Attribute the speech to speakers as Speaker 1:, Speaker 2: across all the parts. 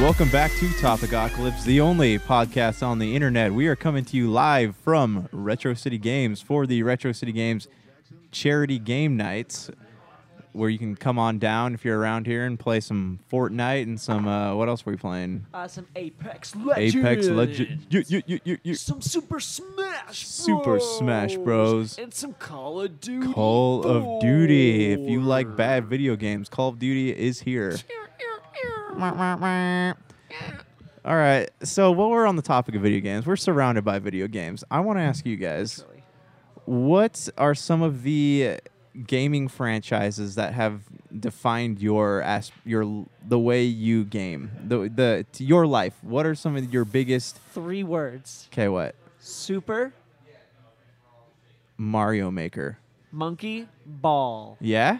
Speaker 1: Welcome back to Topicocalypse, the only podcast on the internet. We are coming to you live from Retro City Games for the Retro City Games charity game nights, where you can come on down if you're around here and play some Fortnite and some. Uh, what else were we playing?
Speaker 2: Uh, some Apex Legends.
Speaker 1: Apex Legends.
Speaker 2: Some Super Smash.
Speaker 1: Super Smash Bros.
Speaker 2: And some Call of Duty.
Speaker 1: Call of Duty. If you like bad video games, Call of Duty is here. All right. So while we're on the topic of video games, we're surrounded by video games. I want to ask you guys, what are some of the gaming franchises that have defined your as your the way you game the the to your life? What are some of your biggest?
Speaker 2: Three words.
Speaker 1: Okay, what
Speaker 2: Super
Speaker 1: Mario Maker?
Speaker 2: Monkey Ball.
Speaker 1: Yeah,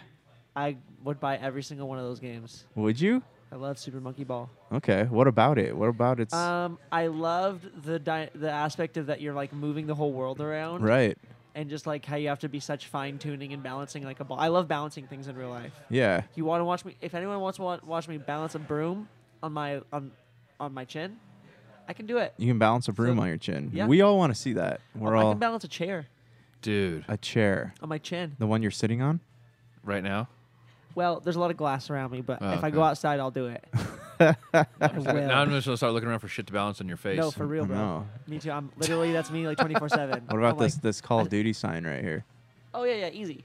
Speaker 2: I would buy every single one of those games.
Speaker 1: would you?
Speaker 2: I love Super Monkey Ball.
Speaker 1: Okay, what about it? What about its
Speaker 2: Um, I loved the di- the aspect of that you're like moving the whole world around,
Speaker 1: right?
Speaker 2: and just like how you have to be such fine tuning and balancing like a ball. I love balancing things in real life.
Speaker 1: Yeah,
Speaker 2: you want to watch me if anyone wants to wa- watch me balance a broom on my on on my chin i can do it
Speaker 1: you can balance a broom
Speaker 2: So-
Speaker 1: on your chin.
Speaker 2: yeah.
Speaker 1: We all want to see that. We're
Speaker 2: i
Speaker 1: all
Speaker 2: can balance a chair
Speaker 3: Dude,
Speaker 1: a chair,
Speaker 2: on my chin
Speaker 1: the one you're sitting on.
Speaker 3: right now?
Speaker 2: well there's a lot of glass around me but
Speaker 3: Oh,
Speaker 2: if i
Speaker 3: okay.
Speaker 2: go outside i'll do it I will.
Speaker 3: Now I'm just gonna start looking around for shit to balance on your face.
Speaker 2: no for real bro
Speaker 1: No.
Speaker 2: me too i'm literally that's me like 24 7
Speaker 1: What about this this Call of Duty sign right here?
Speaker 2: oh yeah yeah easy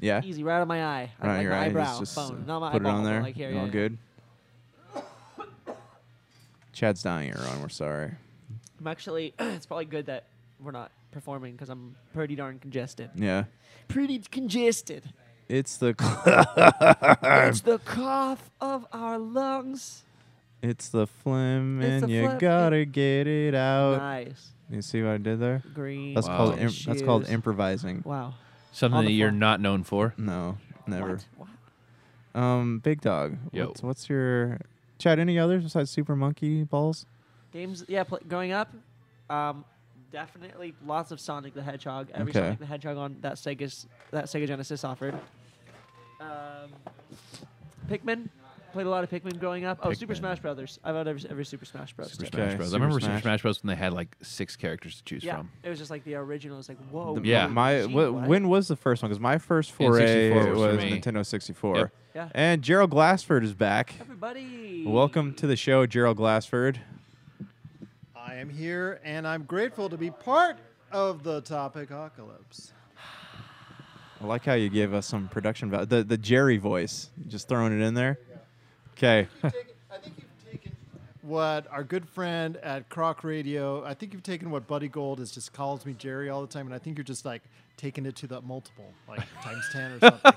Speaker 1: Yeah.
Speaker 2: easy right on my eye I
Speaker 1: Right,
Speaker 2: like
Speaker 1: your
Speaker 2: my
Speaker 1: eye,
Speaker 2: eyebrow
Speaker 1: just, just
Speaker 2: bone not my
Speaker 1: put it
Speaker 2: eyeball,
Speaker 1: on
Speaker 2: but,
Speaker 1: there.
Speaker 2: like here
Speaker 1: You all
Speaker 2: yeah.
Speaker 1: good. Chad's dying here, Ron. We're sorry.
Speaker 2: i'm actually it's probably good that we're not performing because i'm pretty darn congested
Speaker 1: Yeah,
Speaker 2: pretty congested
Speaker 1: it's the
Speaker 2: it's the cough of our lungs
Speaker 1: it's the phlegm,
Speaker 2: It's
Speaker 1: and
Speaker 2: the
Speaker 1: you
Speaker 2: phlegm.
Speaker 1: gotta get it out.
Speaker 2: nice
Speaker 1: You see what I did there?
Speaker 2: green
Speaker 1: That's called
Speaker 3: Wow.
Speaker 1: im- that's called
Speaker 2: shoes.
Speaker 1: improvising.
Speaker 2: Wow.
Speaker 3: Something
Speaker 2: On
Speaker 3: that
Speaker 2: the
Speaker 3: you're
Speaker 2: phone.
Speaker 3: not known for.
Speaker 1: No, never.
Speaker 2: What? What?
Speaker 1: Um, Big Dog.
Speaker 3: Yo.
Speaker 1: What's, what's your Chad? Any others besides Super Monkey Balls?
Speaker 2: Games, yeah, pl- growing up, um, definitely lots of Sonic the Hedgehog. Every
Speaker 1: Okay.
Speaker 2: Sonic the Hedgehog on that Sega's, that Sega Genesis offered. Um, Pikmin. Played a lot of Pikmin growing up. Oh, Super
Speaker 3: Pikmin.
Speaker 2: Smash Brothers. I've had every, every Super Smash Bros.
Speaker 3: Super
Speaker 2: too.
Speaker 3: Smash
Speaker 1: Okay,
Speaker 3: Bros.
Speaker 1: Super
Speaker 3: I remember
Speaker 1: Smash.
Speaker 3: Super Smash Bros. when they had like six characters to choose
Speaker 2: Yeah,
Speaker 3: from.
Speaker 2: it was just like the original. It's like whoa.
Speaker 1: The-
Speaker 3: Yeah.
Speaker 1: My
Speaker 2: gee,
Speaker 1: wh-
Speaker 2: what?
Speaker 1: when was the first one? Because my first foray
Speaker 3: 64
Speaker 1: was,
Speaker 3: was for me.
Speaker 1: Nintendo 64.
Speaker 3: Yep.
Speaker 2: Yeah.
Speaker 1: And Gerald Glassford is back.
Speaker 2: Everybody.
Speaker 1: Welcome to the show, Gerald Glassford.
Speaker 4: I am here, and I'm grateful to be part of the Topicocalypse.
Speaker 1: I like how you give us some production value. The the Jerry voice, just throwing it in there. Okay.
Speaker 4: I think you've taken what our good friend at Croc Radio. I think you've taken what Buddy Gold is just calls me Jerry all the time, and I think you're just like taking it to the multiple, like times ten or something.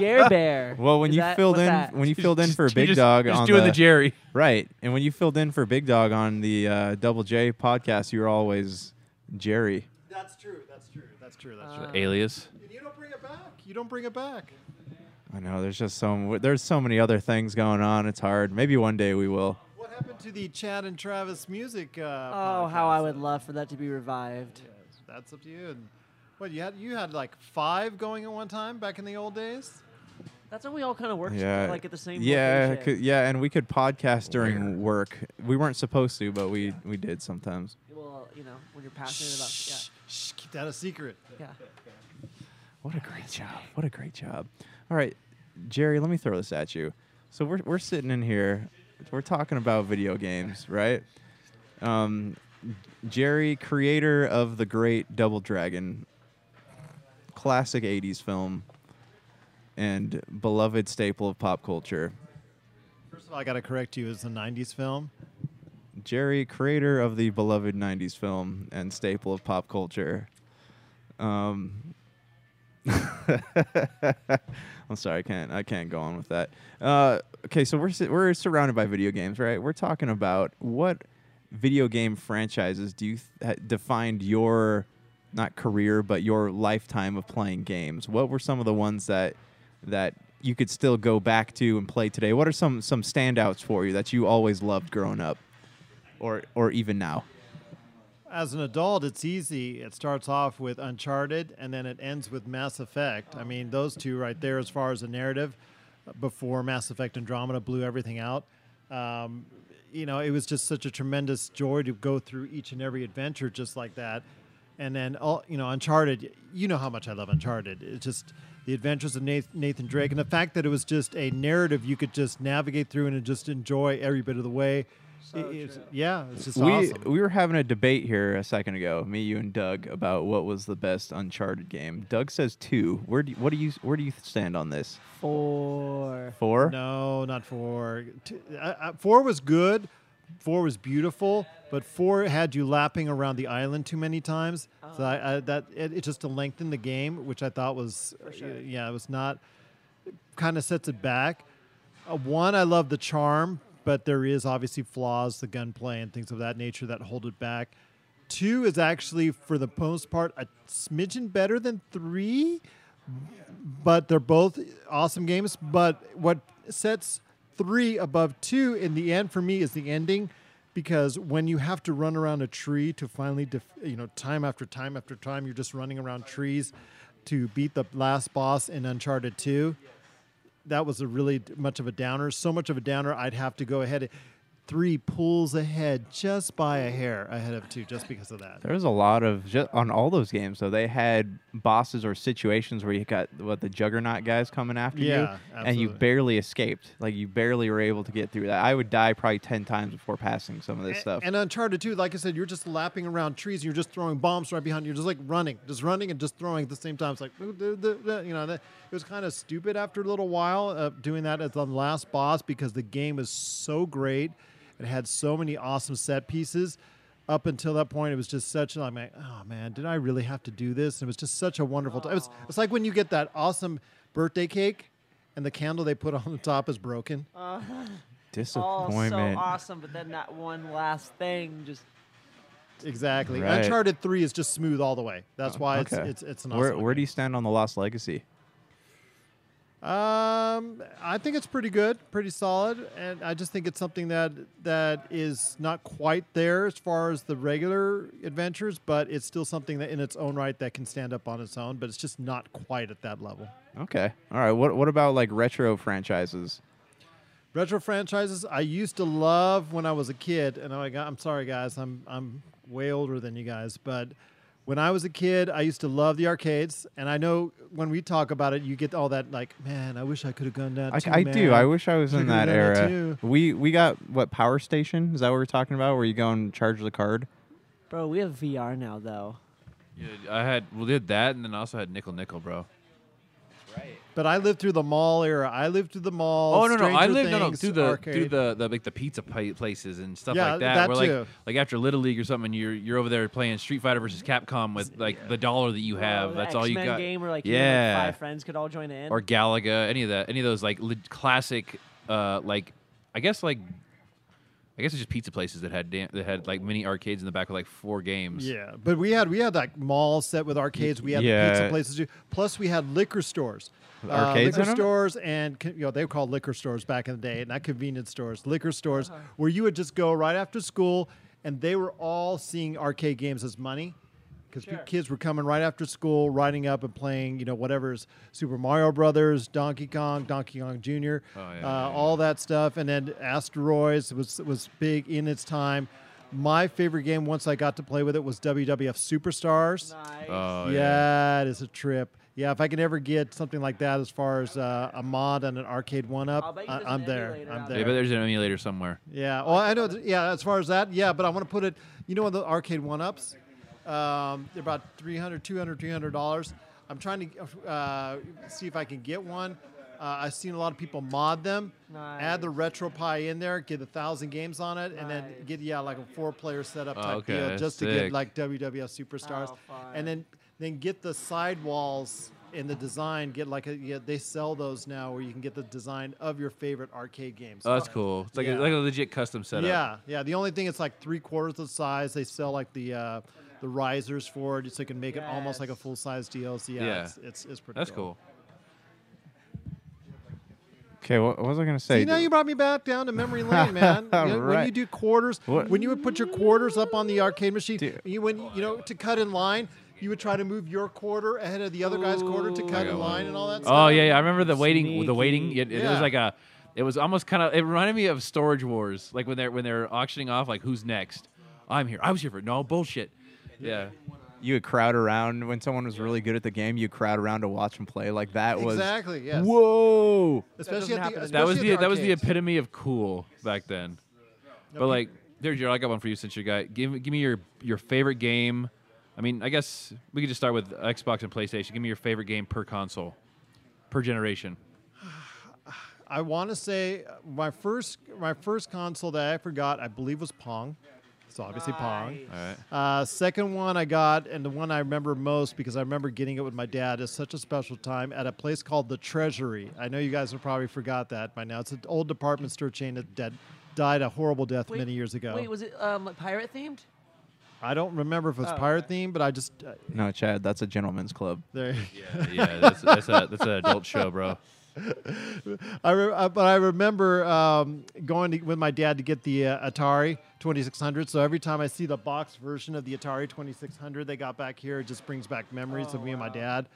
Speaker 2: Jer Bear.
Speaker 1: Well, when
Speaker 2: Is
Speaker 1: you
Speaker 2: that-
Speaker 1: filled
Speaker 2: what's
Speaker 1: in
Speaker 2: that?
Speaker 1: when you filled in for
Speaker 3: You're
Speaker 1: Big
Speaker 3: just-
Speaker 1: Dog
Speaker 3: just
Speaker 1: on
Speaker 3: doing the, Jerry.
Speaker 1: right, and when you filled in for Big Dog on the uh, Double J podcast, you were always Jerry.
Speaker 4: that's true. That's true. That's true. That's
Speaker 2: Uh,
Speaker 4: true.
Speaker 3: Alias.
Speaker 4: And you don't bring it back. You don't bring it back.
Speaker 1: I know there's just so there's so many other things going on. It's hard. Maybe one day we will.
Speaker 4: What happened to the Chad and Travis music? Uh,
Speaker 2: oh, how I would love for that to be revived.
Speaker 4: That's up to you. And what you had? You had like five going at one time back in the old days.
Speaker 2: That's when we all kind of worked
Speaker 1: Yeah.
Speaker 2: like at the same.
Speaker 1: yeah,
Speaker 2: location.
Speaker 1: cou- yeah, and we could podcast during work. We weren't supposed to, but we we did sometimes.
Speaker 2: Well, you know, when you're passionate
Speaker 4: Shh,
Speaker 2: about
Speaker 4: shh, keep that a secret.
Speaker 2: yeah, yeah.
Speaker 1: What a great job. What a great job. All right, Jerry, let me throw this at you. So we're, we're sitting in here, we're talking about video games, right? Um, Jerry, creator of the great Double Dragon, classic 80s film, and beloved staple of pop culture.
Speaker 4: First of all, I got to correct you. It's a '90s film.
Speaker 1: Jerry, creator of the beloved 90s film and staple of pop culture. Um, I'm sorry, I can't. I can't go on with that. Uh, okay, so we're su- we're surrounded by video games, right? We're talking about what video game franchises do you th- ha- defined your not career, but your lifetime of playing games? What were some of the ones that that you could still go back to and play today? What are some some standouts for you that you always loved growing up, or or even now?
Speaker 4: As an adult, it's easy. It starts off with Uncharted and then it ends with Mass Effect. I mean, those two right there, as far as the narrative, before Mass Effect Andromeda blew everything out. Um, you know, it was just such a tremendous joy to go through each and every adventure just like that. And then all you know, Uncharted. You know how much I love Uncharted. It's just the adventures of Nath- Nathan Drake, and the fact that it was just a narrative you could just navigate through and just enjoy every bit of the way.
Speaker 2: So
Speaker 4: It- it's-
Speaker 2: true.
Speaker 4: yeah, it's just
Speaker 1: we
Speaker 4: awesome.
Speaker 1: we were having a debate here a second ago, me, you, and Doug, about what was the best Uncharted game. Doug says two. Where do you, what do you where do you stand on this?
Speaker 2: Four.
Speaker 1: Four.
Speaker 4: No, not four. Two- uh, uh, Four was good. Four was beautiful, but four had you lapping around the island too many times. So I, I, that it, it just lengthened the game, which I thought was, uh,
Speaker 2: sure.
Speaker 4: yeah, it was not. Kind of sets it back. Uh, one, I love the charm, but there is obviously flaws, the gunplay and things of that nature that hold it back. Two is actually, for the most part, a smidgen better than three but they're both awesome games. But what sets three above two in the end for me is the ending, because when you have to run around a tree to finally, def- you know, time after time after time, you're just running around trees to beat the last boss in Uncharted Two. That was a really d- much of a downer. So much of a downer, I'd have to go ahead. Three pulls ahead just by a hair ahead of two, just because of that.
Speaker 1: There was a lot of ju- on all those games. So they had bosses or situations where you got what the juggernaut guys coming after you,
Speaker 4: Yeah,
Speaker 1: and you
Speaker 4: absolutely.
Speaker 1: barely escaped. Like you barely were able to get through that. I would die probably ten times before passing some of this
Speaker 4: A-
Speaker 1: stuff.
Speaker 4: And Uncharted 2, like I said, you're just lapping around trees. You're just throwing bombs right behind you. You're just like running, just running and just throwing at the same time. It's like, "Ooh, duh, duh, duh," you know, that, it was kind of stupid after a little while uh, doing that as the last boss because the game is so great. It had so many awesome set pieces. Up until that point, it was just such. I'm like, oh man, did I really have to do this? And it was just such a wonderful time. It was, it's like when you get that awesome birthday cake, and the candle they put on the top is broken.
Speaker 2: All so
Speaker 1: Disappointment.
Speaker 4: uh,
Speaker 2: awesome, but then that one last thing just
Speaker 4: Exactly.
Speaker 1: Right.
Speaker 4: Uncharted Three is just smooth all the way. That's why
Speaker 1: Okay.
Speaker 4: it's, it's it's an awesome.
Speaker 1: Where where do
Speaker 4: game.
Speaker 1: you stand on the Lost Legacy?
Speaker 4: Um, I think it's pretty good, pretty solid, and I just think it's something that that is not quite there as far as the regular adventures, but it's still something that in its own right that can stand up on its own, but it's just not quite at that level.
Speaker 1: Okay. All right. What what about like retro franchises?
Speaker 4: Retro franchises I used to love when I was a kid, and I got, I'm sorry guys, I'm I'm way older than you guys, but when I was a kid, I used to love the arcades, and I know when we talk about it, you get all that like, man, I wish I could have gone down.
Speaker 1: I,
Speaker 4: too,
Speaker 1: I do. I
Speaker 4: man."
Speaker 1: wish I was in
Speaker 4: Should've
Speaker 1: that
Speaker 4: done that
Speaker 1: era.
Speaker 4: too.
Speaker 1: We we got what Power Station? Is that what we're talking about? Where you go and charge the card?
Speaker 2: Bro, we have VR now though.
Speaker 3: Yeah, I had we did that, and then I also had Nickel Nickel, bro.
Speaker 4: But I lived through the mall era. I lived through the mall.
Speaker 3: Oh no no! I
Speaker 4: Stranger
Speaker 3: lived no, no,
Speaker 4: Things,
Speaker 3: through the through
Speaker 4: arcade.
Speaker 3: the, the like the pizza pi- places and stuff
Speaker 4: Yeah,
Speaker 3: like that.
Speaker 4: that
Speaker 3: where
Speaker 4: too.
Speaker 3: like like after Little League or something, and you're you're over there playing Street Fighter versus Capcom with like the dollar that you have.
Speaker 2: Bro, Oh, the
Speaker 3: That's all you
Speaker 2: X-Men
Speaker 3: got.
Speaker 2: game where like you and,
Speaker 3: yeah,
Speaker 2: like, five friends could all join in.
Speaker 3: or Galaga, any of that, any of those like le- classic, uh, like I guess like I guess it's just pizza places that had dan- that had like mini arcades in the back with like four games.
Speaker 4: Yeah, but we had we had like mall set with arcades. We had the pizza
Speaker 1: yeah.
Speaker 4: places too. Plus, we had liquor stores. Uh,
Speaker 1: Arcades in
Speaker 4: liquor
Speaker 1: 'em?
Speaker 4: stores, and co- you know they were called liquor stores back in the day, not convenience stores. Liquor stores
Speaker 2: Uh-huh.
Speaker 4: where you would just go right after school, and they were all seeing arcade games as money. Because
Speaker 2: Sure.
Speaker 4: kids were coming right after school, riding up and playing, you know, whatever's Super Mario Brothers, Donkey Kong, Donkey Kong Jr.,
Speaker 3: Oh, yeah,
Speaker 4: uh,
Speaker 3: yeah, yeah.
Speaker 4: all that stuff, and then Asteroids was was big in its time. My favorite game once I got to play with it was WWF Superstars.
Speaker 2: nice.
Speaker 3: Oh,
Speaker 4: yeah, it is a trip. Yeah, if I can ever get something like that as far as uh, a mod and an arcade one
Speaker 2: I'll
Speaker 4: up,
Speaker 2: bet you
Speaker 4: I-
Speaker 2: there's
Speaker 4: I'm
Speaker 2: an
Speaker 4: there.
Speaker 2: emulator
Speaker 4: I'm
Speaker 2: out
Speaker 4: there.
Speaker 3: Yeah, but there's an emulator somewhere.
Speaker 4: Yeah. Well, I know. th- Yeah, as far as that, yeah. But I want to put it. You know, on the arcade one ups, um, they're about 300 200 300 dollars. I'm trying to uh, see if I can get one. Uh, I've seen a lot of people mod them, add the retro pie in there, get a thousand games on it, and then
Speaker 2: Nice.
Speaker 4: get yeah like a four player setup type
Speaker 3: Okay,
Speaker 4: deal
Speaker 3: that's
Speaker 4: just to get
Speaker 3: sick.
Speaker 4: like WWF superstars,
Speaker 2: Oh, fun.
Speaker 4: and then then get the sidewalls in the design. Get like a yeah they sell those now where you can get the design of your favorite arcade games.
Speaker 3: Oh, that's cool. It's like
Speaker 4: Yeah.
Speaker 3: a, like a legit custom setup.
Speaker 4: Yeah, yeah. The only thing it's like three quarters the size. They sell like the uh, the risers for it, so you can make it almost like a
Speaker 2: Yes.
Speaker 4: full size DLC. Yeah,
Speaker 3: Yeah.
Speaker 4: It's, it's it's pretty.
Speaker 3: that's cool.
Speaker 1: Okay. What, what was I gonna say?
Speaker 4: See, now you brought me back down to memory lane, man. You know, When you
Speaker 1: Right.
Speaker 4: do quarters,
Speaker 1: What-
Speaker 4: when you would put your quarters up on the arcade machine,
Speaker 1: Dude.
Speaker 4: you when you know to cut in line, you would try to move your quarter ahead of the other guy's quarter to
Speaker 2: Ooh.
Speaker 3: I
Speaker 4: cut in
Speaker 3: got one.
Speaker 4: line and all that.
Speaker 3: Oh
Speaker 4: stuff.
Speaker 3: yeah, yeah. I remember the waiting. The waiting.
Speaker 2: Sneaky.
Speaker 3: It, it
Speaker 4: Yeah.
Speaker 3: was like a
Speaker 5: It was almost kind of. It reminded me of Storage Wars, like when they're when they're auctioning off, like who's next? I'm here. I was here for no bullshit. Yeah,
Speaker 1: You would crowd around when someone was really good at the game. You crowd around to watch them play. Like that was
Speaker 4: exactly. Yes.
Speaker 1: Whoa.
Speaker 4: Especially
Speaker 2: doesn't
Speaker 4: at
Speaker 2: happen
Speaker 4: the,
Speaker 2: as
Speaker 4: especially
Speaker 2: much.
Speaker 5: that was
Speaker 4: at
Speaker 5: the, that was the
Speaker 4: arcades.
Speaker 5: epitome of cool back then. But like, there, Gerald, I got one for you since you got. Give give me your your favorite game. I mean, I guess we could just start with Xbox and PlayStation. Give me your favorite game per console, per generation.
Speaker 4: I want to say uh, my first my first console that I forgot, I believe, was Pong. So obviously Pong.
Speaker 2: Nice.
Speaker 5: All right.
Speaker 4: Uh, second one I got, and the one I remember most because I remember getting it with my dad is such a special time at a place called the Treasury. I know you guys have probably forgot that by now. It's an old department store chain that dead, died a horrible death
Speaker 2: Wait,
Speaker 4: many years ago.
Speaker 2: Wait, was it um, like pirate themed?
Speaker 4: I don't remember if it was
Speaker 2: Oh,
Speaker 4: pirate
Speaker 2: okay.
Speaker 4: theme, but I just uh,
Speaker 1: No, Chad, that's a gentleman's club.
Speaker 4: there.
Speaker 5: Yeah, yeah, that's, that's a that's an adult show, bro.
Speaker 4: I re- uh, but I remember um, going to, with my dad to get the uh, Atari 2600. So every time I see the box version of the Atari 2600 they got back here, it just brings back memories of me and my dad.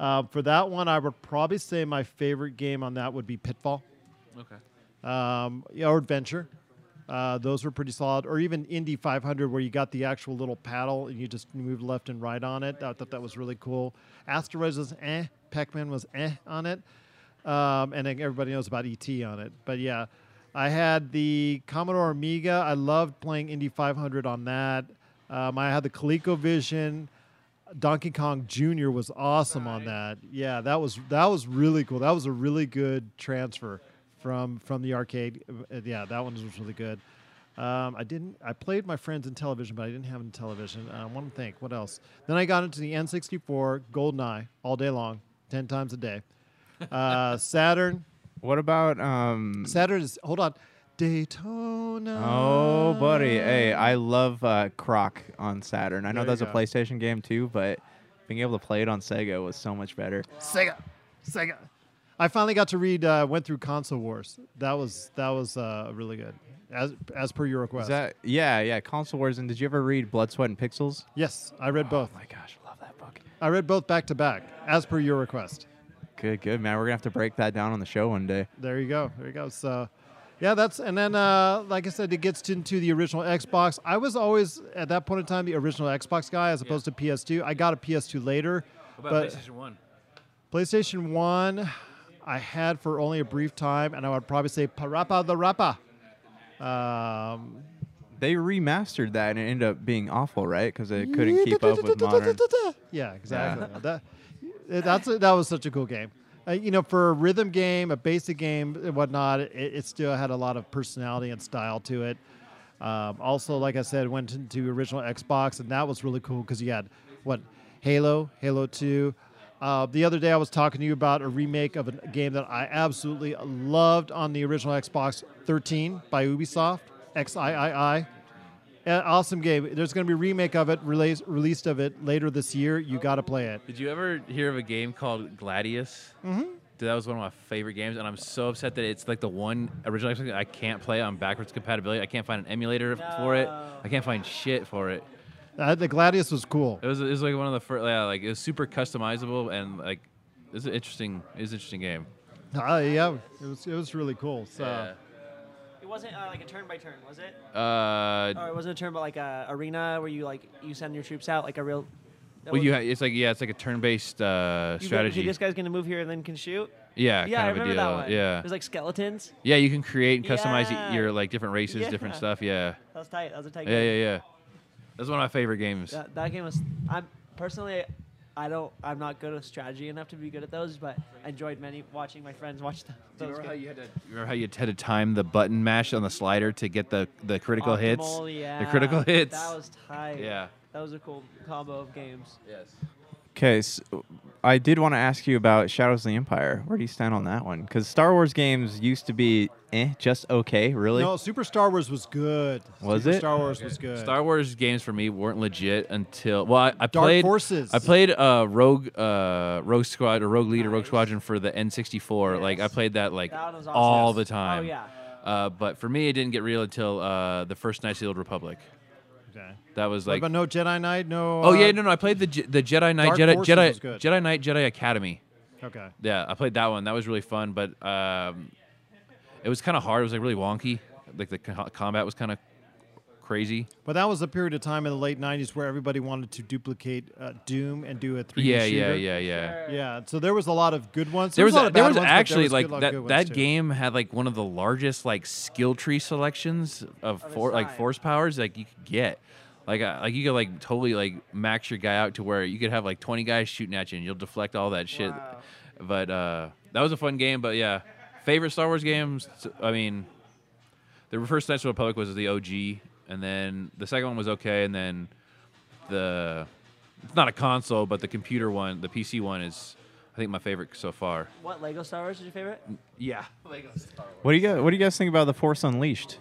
Speaker 4: Uh, for that one, I would probably say my favorite game on that would be Pitfall
Speaker 5: Okay.
Speaker 4: um, yeah, or Adventure. Uh, those were pretty solid. Or even Indy 500, where you got the actual little paddle and you just moved left and right on it. I thought that was really cool. Asteroids was eh. Pac Man was eh on it. Um, and then everybody knows about ET on it. But yeah, I had the Commodore Amiga. I loved playing Indy 500 on that. Um, I had the ColecoVision. Donkey Kong Jr. was awesome on that. Yeah, that was that was really cool. That was a really good transfer from from the arcade. Uh, Yeah, that one was really good. Um, I didn't. I played my friends in television, but I didn't have it in television. Uh, I want to think. What else? Then I got into the N64, GoldenEye, all day long, ten times a day. Uh, Saturn.
Speaker 1: What about um?
Speaker 4: Saturn is. Hold on. Daytona.
Speaker 1: Oh, buddy. Hey, I love uh, Croc on Saturn. I know
Speaker 4: There
Speaker 1: that's a
Speaker 4: you go.
Speaker 1: PlayStation game too, but being able to play it on Sega was so much better.
Speaker 4: Sega, Sega. I finally got to read. Uh, went through Console Wars. That was that was uh, really good, as as per your request.
Speaker 1: Is that yeah, yeah? Console Wars. And did you ever read Blood, Sweat, and Pixels?
Speaker 4: yes, I read both.
Speaker 1: Oh my gosh, love that book.
Speaker 4: I read both back to back, as per your request.
Speaker 1: Good, good man. We're gonna have to break that down on the show one day.
Speaker 4: There you go. There you go. So, yeah, that's and then uh, like I said, it gets into the original Xbox. I was always at that point in time the original Xbox guy as opposed to PS2. I got a PS2 later, but
Speaker 5: One?
Speaker 4: PlayStation One, I had for only a brief time, and I would probably say Parappa the Rappa. Um,
Speaker 1: They remastered that and it ended up being awful, right? Because they couldn't keep up with modern.
Speaker 4: Yeah, exactly. That that's a, that was such a cool game. Uh, you know, for a rhythm game, a basic game, and whatnot, it, it still had a lot of personality and style to it. Um, also, like I said, went into original Xbox, and that was really cool because you had what Halo, Halo Two. Uh, the other day, I was talking to you about a remake of a game that I absolutely loved on the original Xbox 13 by Ubisoft, XIII. Uh, awesome game. There's going to be a remake of it, release, released of it later this year. You got to play it.
Speaker 5: Did you ever hear of a game called Gladius? Mm-hmm. Dude, that was one of my favorite games, and I'm so upset that it's like the one original Xbox I can't play on backwards compatibility. I can't find an emulator for it. I can't find shit for it.
Speaker 4: Uh, the Gladius was cool.
Speaker 5: It was it was like one of the first. Yeah, like it was super customizable and like it's an interesting. It's an interesting game.
Speaker 4: Uh, yeah, it was it was really cool. So
Speaker 2: It wasn't uh, like a turn by turn, was it?
Speaker 5: Uh,
Speaker 2: Or it wasn't a turn, but like a arena where you like you send your troops out, like a real. that
Speaker 5: well,
Speaker 2: was-
Speaker 5: you ha- it's like yeah, it's like a turn-based uh,
Speaker 2: you go,
Speaker 5: strategy.
Speaker 2: Okay, this guy's gonna move here and then can shoot.
Speaker 5: yeah,
Speaker 2: yeah, I
Speaker 5: kind of a
Speaker 2: remember
Speaker 5: deal.
Speaker 2: that one.
Speaker 5: Yeah,
Speaker 2: There's like skeletons.
Speaker 5: yeah, you can create and customize y-
Speaker 2: Yeah.
Speaker 5: your like different races, different
Speaker 2: Yeah.
Speaker 5: stuff. Yeah,
Speaker 2: That was tight. That was a tight
Speaker 5: yeah,
Speaker 2: game.
Speaker 5: yeah, yeah. That's one of my favorite games.
Speaker 2: That, that game was. I'm personally, I don't. I'm not good at strategy enough to be good at those, but I enjoyed many watching my friends watch th-
Speaker 5: Do
Speaker 2: those.
Speaker 5: you remember how
Speaker 2: games.
Speaker 5: you had to remember how you had to time the button mash on the slider to get the the critical
Speaker 2: Optimal,
Speaker 5: hits?
Speaker 2: yeah.
Speaker 5: The critical hits.
Speaker 2: That was tight.
Speaker 5: yeah.
Speaker 2: That was a cool combo of games.
Speaker 5: Yes.
Speaker 1: Okay, so I did want to ask you about Shadows of the Empire. Where do you stand on that one? Because Star Wars games used to be eh, just okay, really.
Speaker 4: no, Super Star Wars was good.
Speaker 1: Was
Speaker 4: Super
Speaker 1: it?
Speaker 4: Star Wars was good.
Speaker 5: Star Wars games for me weren't legit until well, I, I
Speaker 4: Dark
Speaker 5: played
Speaker 4: Forces.
Speaker 5: I played uh, Rogue uh, Rogue Squad or Rogue Leader Rogue Squadron for the N64. Like I
Speaker 2: Yes.
Speaker 5: played that like
Speaker 2: That was awesome.
Speaker 5: all
Speaker 2: Yes.
Speaker 5: the
Speaker 2: Oh,
Speaker 5: time.
Speaker 2: yeah.
Speaker 5: Uh, but for me, it didn't get real until uh, the first Knights of the Old Republic.
Speaker 4: okay.
Speaker 5: That was
Speaker 4: What
Speaker 5: like
Speaker 4: about no Jedi Knight, no.
Speaker 5: oh
Speaker 4: uh,
Speaker 5: yeah no no I played the Je- the Jedi Knight
Speaker 4: Dark
Speaker 5: Jedi
Speaker 4: Forces was
Speaker 5: Jedi
Speaker 4: good.
Speaker 5: Jedi Knight Jedi Academy.
Speaker 4: Okay.
Speaker 5: Yeah, I played that one. That was really fun, but um, It was kind of hard. It was like really wonky. Like the co- combat was kind of crazy.
Speaker 4: But that was a period of time in the late '90s where everybody wanted to duplicate uh, Doom and do a 3D
Speaker 5: Yeah, yeah,
Speaker 4: shooter.
Speaker 5: yeah, yeah.
Speaker 4: Yeah, so there was a lot of good ones.
Speaker 5: There was,
Speaker 4: a lot
Speaker 5: a,
Speaker 4: of
Speaker 5: there
Speaker 4: bad
Speaker 5: was
Speaker 4: ones, but
Speaker 5: actually
Speaker 4: was good
Speaker 5: like
Speaker 4: lot of good
Speaker 5: that
Speaker 4: ones,
Speaker 5: that
Speaker 4: too.
Speaker 5: game had like one of the largest like skill tree selections of
Speaker 2: its
Speaker 5: for, like
Speaker 2: time.
Speaker 5: force powers like you could get. Like uh, like you could like totally like max your guy out to where you could have like 20 guys shooting at you and you'll deflect all that shit.
Speaker 2: Wow.
Speaker 5: But uh that was a fun game, but yeah. Favorite Star Wars games, I mean the first Knights of the Republic was the OG and then the second one was okay and then the it's not a console, but the computer one, the PC one is I think my favorite so far.
Speaker 2: What Lego Star Wars is your favorite?
Speaker 5: Yeah.
Speaker 1: What do you guys, What do you guys think about the Force Unleashed?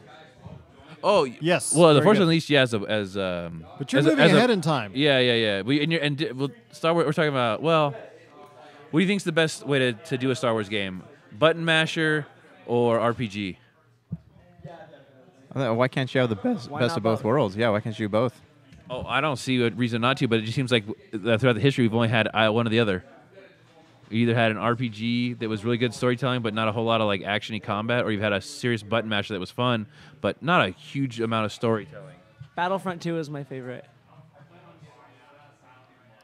Speaker 5: Oh y-
Speaker 4: Yes,
Speaker 5: Well, the
Speaker 4: very
Speaker 5: Force
Speaker 4: good.
Speaker 5: Unleashed, yeah, as a, as um.
Speaker 4: But you're
Speaker 5: as a-
Speaker 4: moving
Speaker 5: as a-
Speaker 4: ahead in time.
Speaker 5: Yeah, yeah, yeah. We and, you're, and di- well, Star Wars. We're talking about well. What do you think's the best way to, to do a Star Wars game? Button masher or RPG?
Speaker 1: I thought, Why can't you have the best
Speaker 2: Why
Speaker 1: best
Speaker 2: not
Speaker 1: of both,
Speaker 2: both?
Speaker 1: worlds? Yeah, why can't you do both?
Speaker 5: Oh, I don't see a reason not to, but it just seems like uh, throughout the history we've only had uh, one or the other. You either had an RPG that was really good storytelling, but not a whole lot of like actiony combat, or you've had a serious button masher that was fun, but not a huge amount of storytelling.
Speaker 2: Battlefront 2 is my favorite.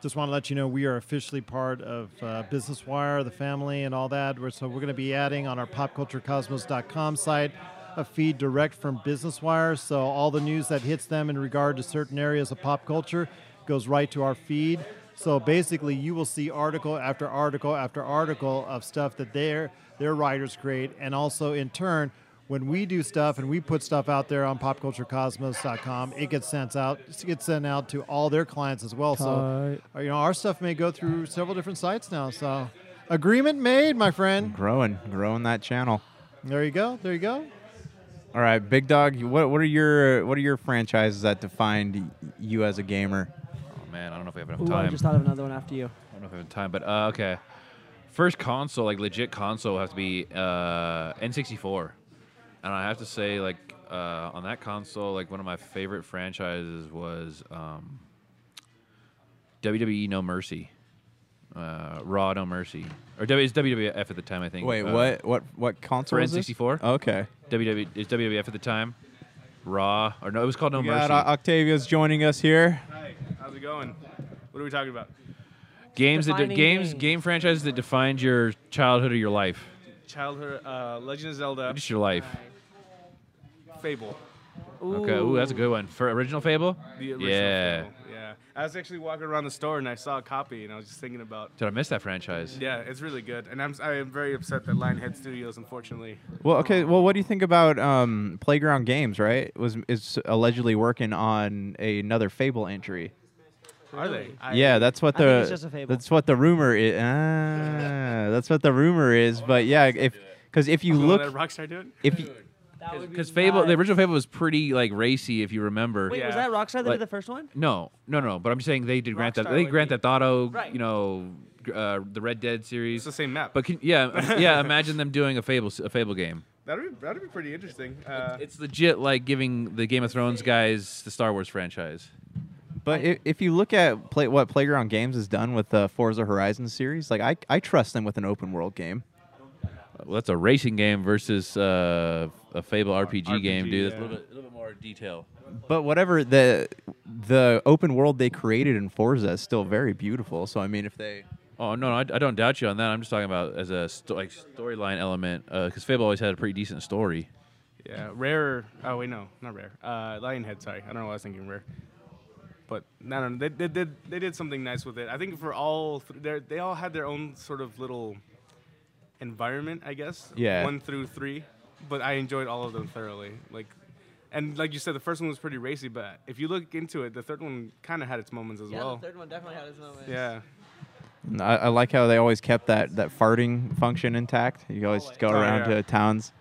Speaker 4: Just want to let you know we are officially part of uh, Business Wire, the family, and all that. We're, so we're going to be adding on our popculturecosmos.com site a feed direct from Business Wire. So all the news that hits them in regard to certain areas of pop culture goes right to our feed. So basically, you will see article after article after article of stuff that their their writers create, and also in turn. When we do stuff and we put stuff out there on popculturecosmos.com, it gets sent out. It gets sent out to all their clients as well. So
Speaker 2: Tight.
Speaker 4: uh, you know, our stuff may go through several different sites now. So, agreement made, my friend.
Speaker 1: Growing, growing that channel.
Speaker 4: There you go. There you go.
Speaker 1: All right, Big Dog. What what are your what are your franchises that defined y- you as a gamer?
Speaker 5: Oh man, I don't know if we have enough
Speaker 2: Ooh,
Speaker 5: time.
Speaker 2: I just thought of another one after you.
Speaker 5: I don't know if I have time, but uh, okay. First console, like legit console, will have to be uh, N64, and I have to say, like uh, on that console, like one of my favorite franchises was um, WWE No Mercy, uh, Raw No Mercy, or W- it's WWF at the time, I think.
Speaker 1: Wait,
Speaker 5: Uh,
Speaker 1: what what what console?
Speaker 5: for
Speaker 1: is this?
Speaker 5: N64?
Speaker 1: Okay.
Speaker 5: WW it's WWF at the time, Raw, or no, it was called No
Speaker 1: We
Speaker 5: Mercy.
Speaker 1: got uh, Octavia's joining us here.
Speaker 6: Hi, how's it going? What are we talking about?
Speaker 5: games that de-
Speaker 2: Defining
Speaker 5: games
Speaker 2: games.
Speaker 5: game franchises that defined your childhood or your life,
Speaker 6: Childhood, uh, Legend of Zelda,
Speaker 5: just your life.
Speaker 6: Fable.
Speaker 5: Okay, ooh, that's a good one. For original Fable?
Speaker 6: The original
Speaker 5: yeah.
Speaker 6: Fable. Yeah. I was actually walking around the store and I saw a copy and I was just thinking about.
Speaker 5: Did I miss that franchise?
Speaker 6: Yeah, it's really good, and I'm I am very upset that Lionhead Studios, unfortunately.
Speaker 1: Well, okay. Well, what do you think about um, Playground Games? Right, was is allegedly working on another Fable entry.
Speaker 6: Are they? I,
Speaker 1: yeah, that's what
Speaker 2: I
Speaker 1: the
Speaker 2: think it's just a fable.
Speaker 1: that's what the rumor is. Ah, that's what the rumor is. But yeah, if because if you
Speaker 6: You
Speaker 1: look,
Speaker 6: Let Rockstar do it.
Speaker 1: if you,
Speaker 5: Because Fable, the original Fable was pretty like racy, if you remember.
Speaker 2: Wait, was
Speaker 6: Yeah.
Speaker 2: that Rockstar that
Speaker 5: Like-
Speaker 2: did the first one?
Speaker 5: No, no, no. But I'm saying they did Grand Theft.
Speaker 6: Rockstar
Speaker 5: They
Speaker 6: would
Speaker 5: did Grand
Speaker 6: be-
Speaker 5: Theft Auto.
Speaker 2: Right.
Speaker 5: You know, gr- uh, the Red Dead series.
Speaker 6: It's the same map.
Speaker 5: But can, yeah, um, yeah. Imagine them doing a Fable, s- a Fable game.
Speaker 6: that'd be that'd be pretty interesting. Uh,
Speaker 5: It's legit like giving the Game of Thrones guys the Star Wars franchise.
Speaker 1: but if, if you look at play, what Playground Games has done with the Forza Horizon series, like I I trust them with an open world game.
Speaker 5: Well, that's a racing game versus uh, a Fable RPG, game,
Speaker 6: RPG,
Speaker 5: dude. That's
Speaker 6: yeah.
Speaker 5: a little bit, a little bit more detail.
Speaker 1: But whatever the the open world they created in Forza is still very beautiful. So I mean, if they
Speaker 5: Oh no, no I, I don't doubt you on that. I'm just talking about as a sto- like storyline element
Speaker 3: uh,
Speaker 5: because Fable always had a pretty decent story.
Speaker 6: yeah, rare. Oh wait, no, not rare. Uh, Lionhead. Sorry, I don't know why I was thinking rare. But I don't know. They, they did they did something nice with it. I think for all th- they're- they all had their own sort of little environment, I guess.
Speaker 1: Yeah.
Speaker 6: One through three, but I enjoyed all of them thoroughly. Like, and like you said, the first one was pretty racy, but if you look into it, the third one kind of had its moments as well.
Speaker 2: third one definitely had its moments.
Speaker 6: yeah.
Speaker 1: I, I like how they always kept that that farting function intact. You always go
Speaker 6: Oh,
Speaker 1: around
Speaker 6: yeah.
Speaker 1: to towns.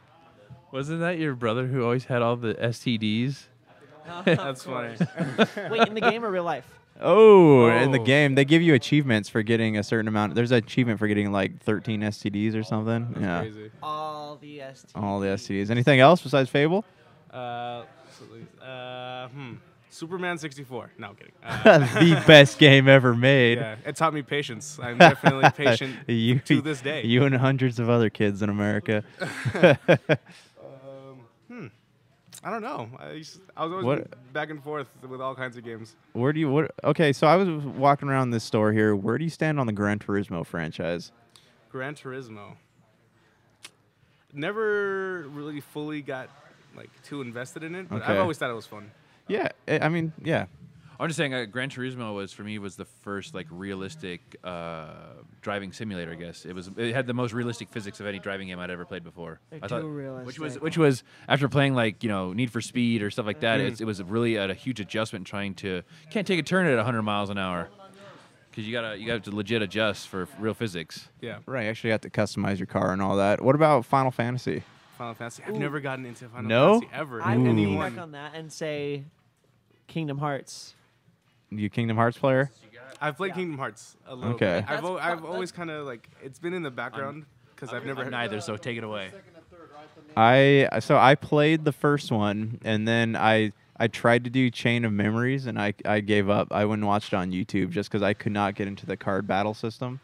Speaker 5: Wasn't that your brother who always had all the STDs?
Speaker 6: That's funny.
Speaker 2: Wait, in the game or real life?
Speaker 1: Oh, in the
Speaker 6: Oh.
Speaker 1: game they give you achievements for getting a certain amount. There's an achievement for getting like 13 STDs or something. yeah,
Speaker 6: Crazy.
Speaker 2: All the ST.
Speaker 1: all the STDs. Anything else besides Fable?
Speaker 6: Uh, so, uh, hmm. Superman 64. No, I'm kidding. Uh,
Speaker 1: the best game ever made.
Speaker 6: yeah, it taught me patience. I'm definitely patient
Speaker 1: you,
Speaker 6: to this day.
Speaker 1: You and hundreds of other kids in America.
Speaker 6: I don't know. I, used, I was always
Speaker 1: What-
Speaker 6: back and forth with all kinds of games.
Speaker 1: Where do you what? Okay, so I was walking around this store here. Where do you stand on the Gran Turismo franchise?
Speaker 6: Gran Turismo. Never really fully got like too invested in it, but
Speaker 1: Okay.
Speaker 6: I've always thought it was fun.
Speaker 1: Yeah, eh, I I mean, yeah,
Speaker 3: I'm just saying, uh, Gran Turismo was for me was the first like realistic uh, driving simulator. I guess it was. It had the most realistic physics of any driving game I'd ever played before.
Speaker 2: They're
Speaker 3: I thought,
Speaker 2: too
Speaker 3: Which was
Speaker 2: realistic.
Speaker 3: which was after playing like you know Need for Speed or stuff like that.
Speaker 5: Hmm.
Speaker 3: It's, it was really at a huge adjustment trying to can't take a turn at 100 miles an hour because you gotta you gotta have to legit adjust for real physics.
Speaker 6: Yeah,
Speaker 1: right. You actually got to customize your car and all that. What about Final Fantasy?
Speaker 6: Final Fantasy. I've never gotten into Final
Speaker 1: No?
Speaker 6: Fantasy ever.
Speaker 2: I would lean back
Speaker 6: Anyone?
Speaker 2: on that and say Kingdom Hearts.
Speaker 1: You a Kingdom Hearts player?
Speaker 6: I've played Kingdom Hearts a little
Speaker 1: Okay.
Speaker 6: bit. I've,
Speaker 2: That's
Speaker 6: o-
Speaker 2: pro-
Speaker 6: I've always kind of like it's been in the background because I've never
Speaker 3: I'm neither, so take it away.
Speaker 1: I so I played the first one and then I I tried to do Chain of Memories and I I gave up. I went and watched it on YouTube just because I could not get into the card battle system.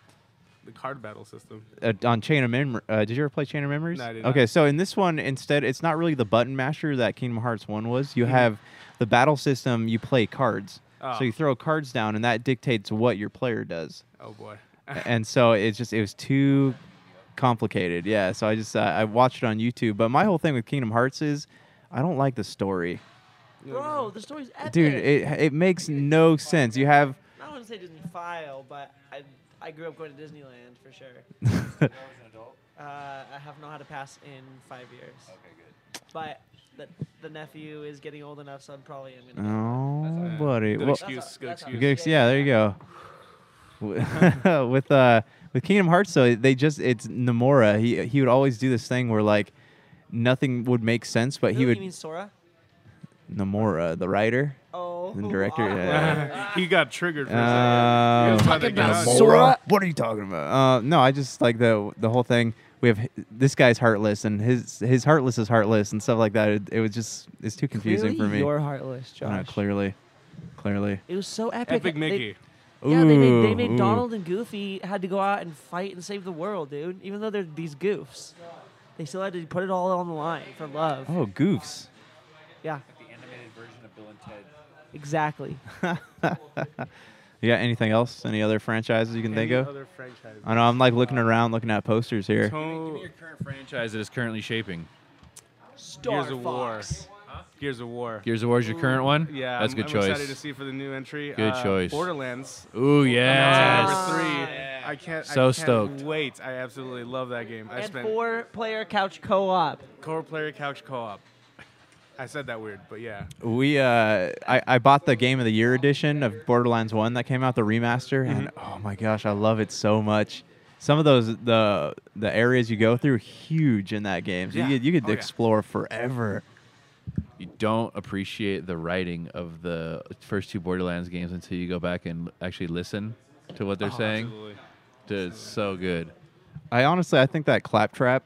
Speaker 6: the card battle system.
Speaker 1: uh, on Chain of Memories. Uh, did you ever play Chain of Memories?
Speaker 6: No, I did
Speaker 1: okay,
Speaker 6: not.
Speaker 1: so in this one, instead, it's not really the button masher that Kingdom Hearts 1 was. You have the battle system, you play cards.
Speaker 6: Mm-hmm. Oh.
Speaker 1: So you throw cards down, and that dictates what your player does.
Speaker 6: Oh boy.
Speaker 1: A- and so it's just, it was too complicated. Yeah, so I just, uh, I watched it on YouTube. But my whole thing with Kingdom Hearts is I don't like the story.
Speaker 2: Bro, the story's epic.
Speaker 1: Dude, it, it makes no sense. You have.
Speaker 2: I don't want to say Disney file, but I I grew up going to Disneyland for sure. uh, I have not had a pass in five years. Okay, good. But the, the nephew is getting old enough, so I'm probably am gonna.
Speaker 1: Oh,
Speaker 6: Uh,
Speaker 1: buddy.
Speaker 6: Good
Speaker 1: Well-
Speaker 6: excuse.
Speaker 2: That's a-
Speaker 6: Good
Speaker 2: that's a-
Speaker 6: excuse.
Speaker 1: Good ex- yeah, there you go. W- with uh, with Kingdom Hearts though, they just it's Nomura. He he would always do this thing where like nothing would make sense, but he
Speaker 2: Really?
Speaker 1: would
Speaker 2: You mean Sora?
Speaker 1: Nomura, the writer
Speaker 2: Oh.
Speaker 1: and director.
Speaker 2: ah.
Speaker 1: Yeah.
Speaker 6: he got triggered for
Speaker 1: Uh,
Speaker 6: a second. He was
Speaker 2: Talking
Speaker 6: about to
Speaker 2: about
Speaker 6: get out.
Speaker 2: Sora.
Speaker 1: What are you talking about? Uh, no, I just like the the whole thing. We have h- this guy's heartless, and his his heartless is heartless, and stuff like that. It, it was just it's too confusing for me.
Speaker 2: You're heartless, Josh.
Speaker 1: Uh, clearly, clearly.
Speaker 2: It was so epic.
Speaker 6: Epic
Speaker 2: They-
Speaker 6: Mickey.
Speaker 2: yeah, they made, they
Speaker 1: Ooh,
Speaker 2: made
Speaker 1: ooh.
Speaker 2: Donald and Goofy had to go out and fight and save the world, dude. Even though they're these goofs, they still had to put it all on the line for love.
Speaker 1: Oh, goofs.
Speaker 2: Yeah,
Speaker 3: The animated version of Bill and Ted.
Speaker 2: exactly.
Speaker 1: You got anything else? Any other franchises you can
Speaker 6: Any
Speaker 1: think of?
Speaker 6: other franchise?
Speaker 1: I know. I'm like looking around, looking at posters here.
Speaker 3: Give me
Speaker 6: Tone-
Speaker 3: your current franchise that is currently shaping.
Speaker 2: Star
Speaker 6: Gears of War.
Speaker 2: Fox.
Speaker 6: Gears of War.
Speaker 3: Gears of War is your current one.
Speaker 6: Yeah,
Speaker 3: that's a
Speaker 6: I'm,
Speaker 3: good
Speaker 6: I'm
Speaker 3: choice.
Speaker 6: excited to see for the new entry.
Speaker 3: Good
Speaker 6: Uh,
Speaker 3: choice.
Speaker 6: Borderlands.
Speaker 3: Ooh
Speaker 6: That's
Speaker 3: yes.
Speaker 5: Ah,
Speaker 6: Number three.
Speaker 2: Yeah.
Speaker 6: I can't. I
Speaker 3: So
Speaker 6: can't
Speaker 3: stoked.
Speaker 6: Wait, I absolutely love that game. I
Speaker 2: And
Speaker 6: spent
Speaker 2: four-player couch co-op.
Speaker 6: core player couch co-op. I said that weird, but yeah.
Speaker 1: We uh, I, I bought the Game of the Year edition of Borderlands One that came out the remaster, and
Speaker 6: Mm-hmm.
Speaker 1: oh my gosh, I love it so much. Some of those the the areas you go through huge in that game. So
Speaker 6: Yeah.
Speaker 1: you could, you could
Speaker 6: Oh, yeah.
Speaker 1: explore forever.
Speaker 3: you don't appreciate the writing of the first two Borderlands games until you go back and actually listen to what they're saying.
Speaker 6: Oh, Absolutely.
Speaker 3: Dude, it's so good.
Speaker 1: I honestly I think that Claptrap,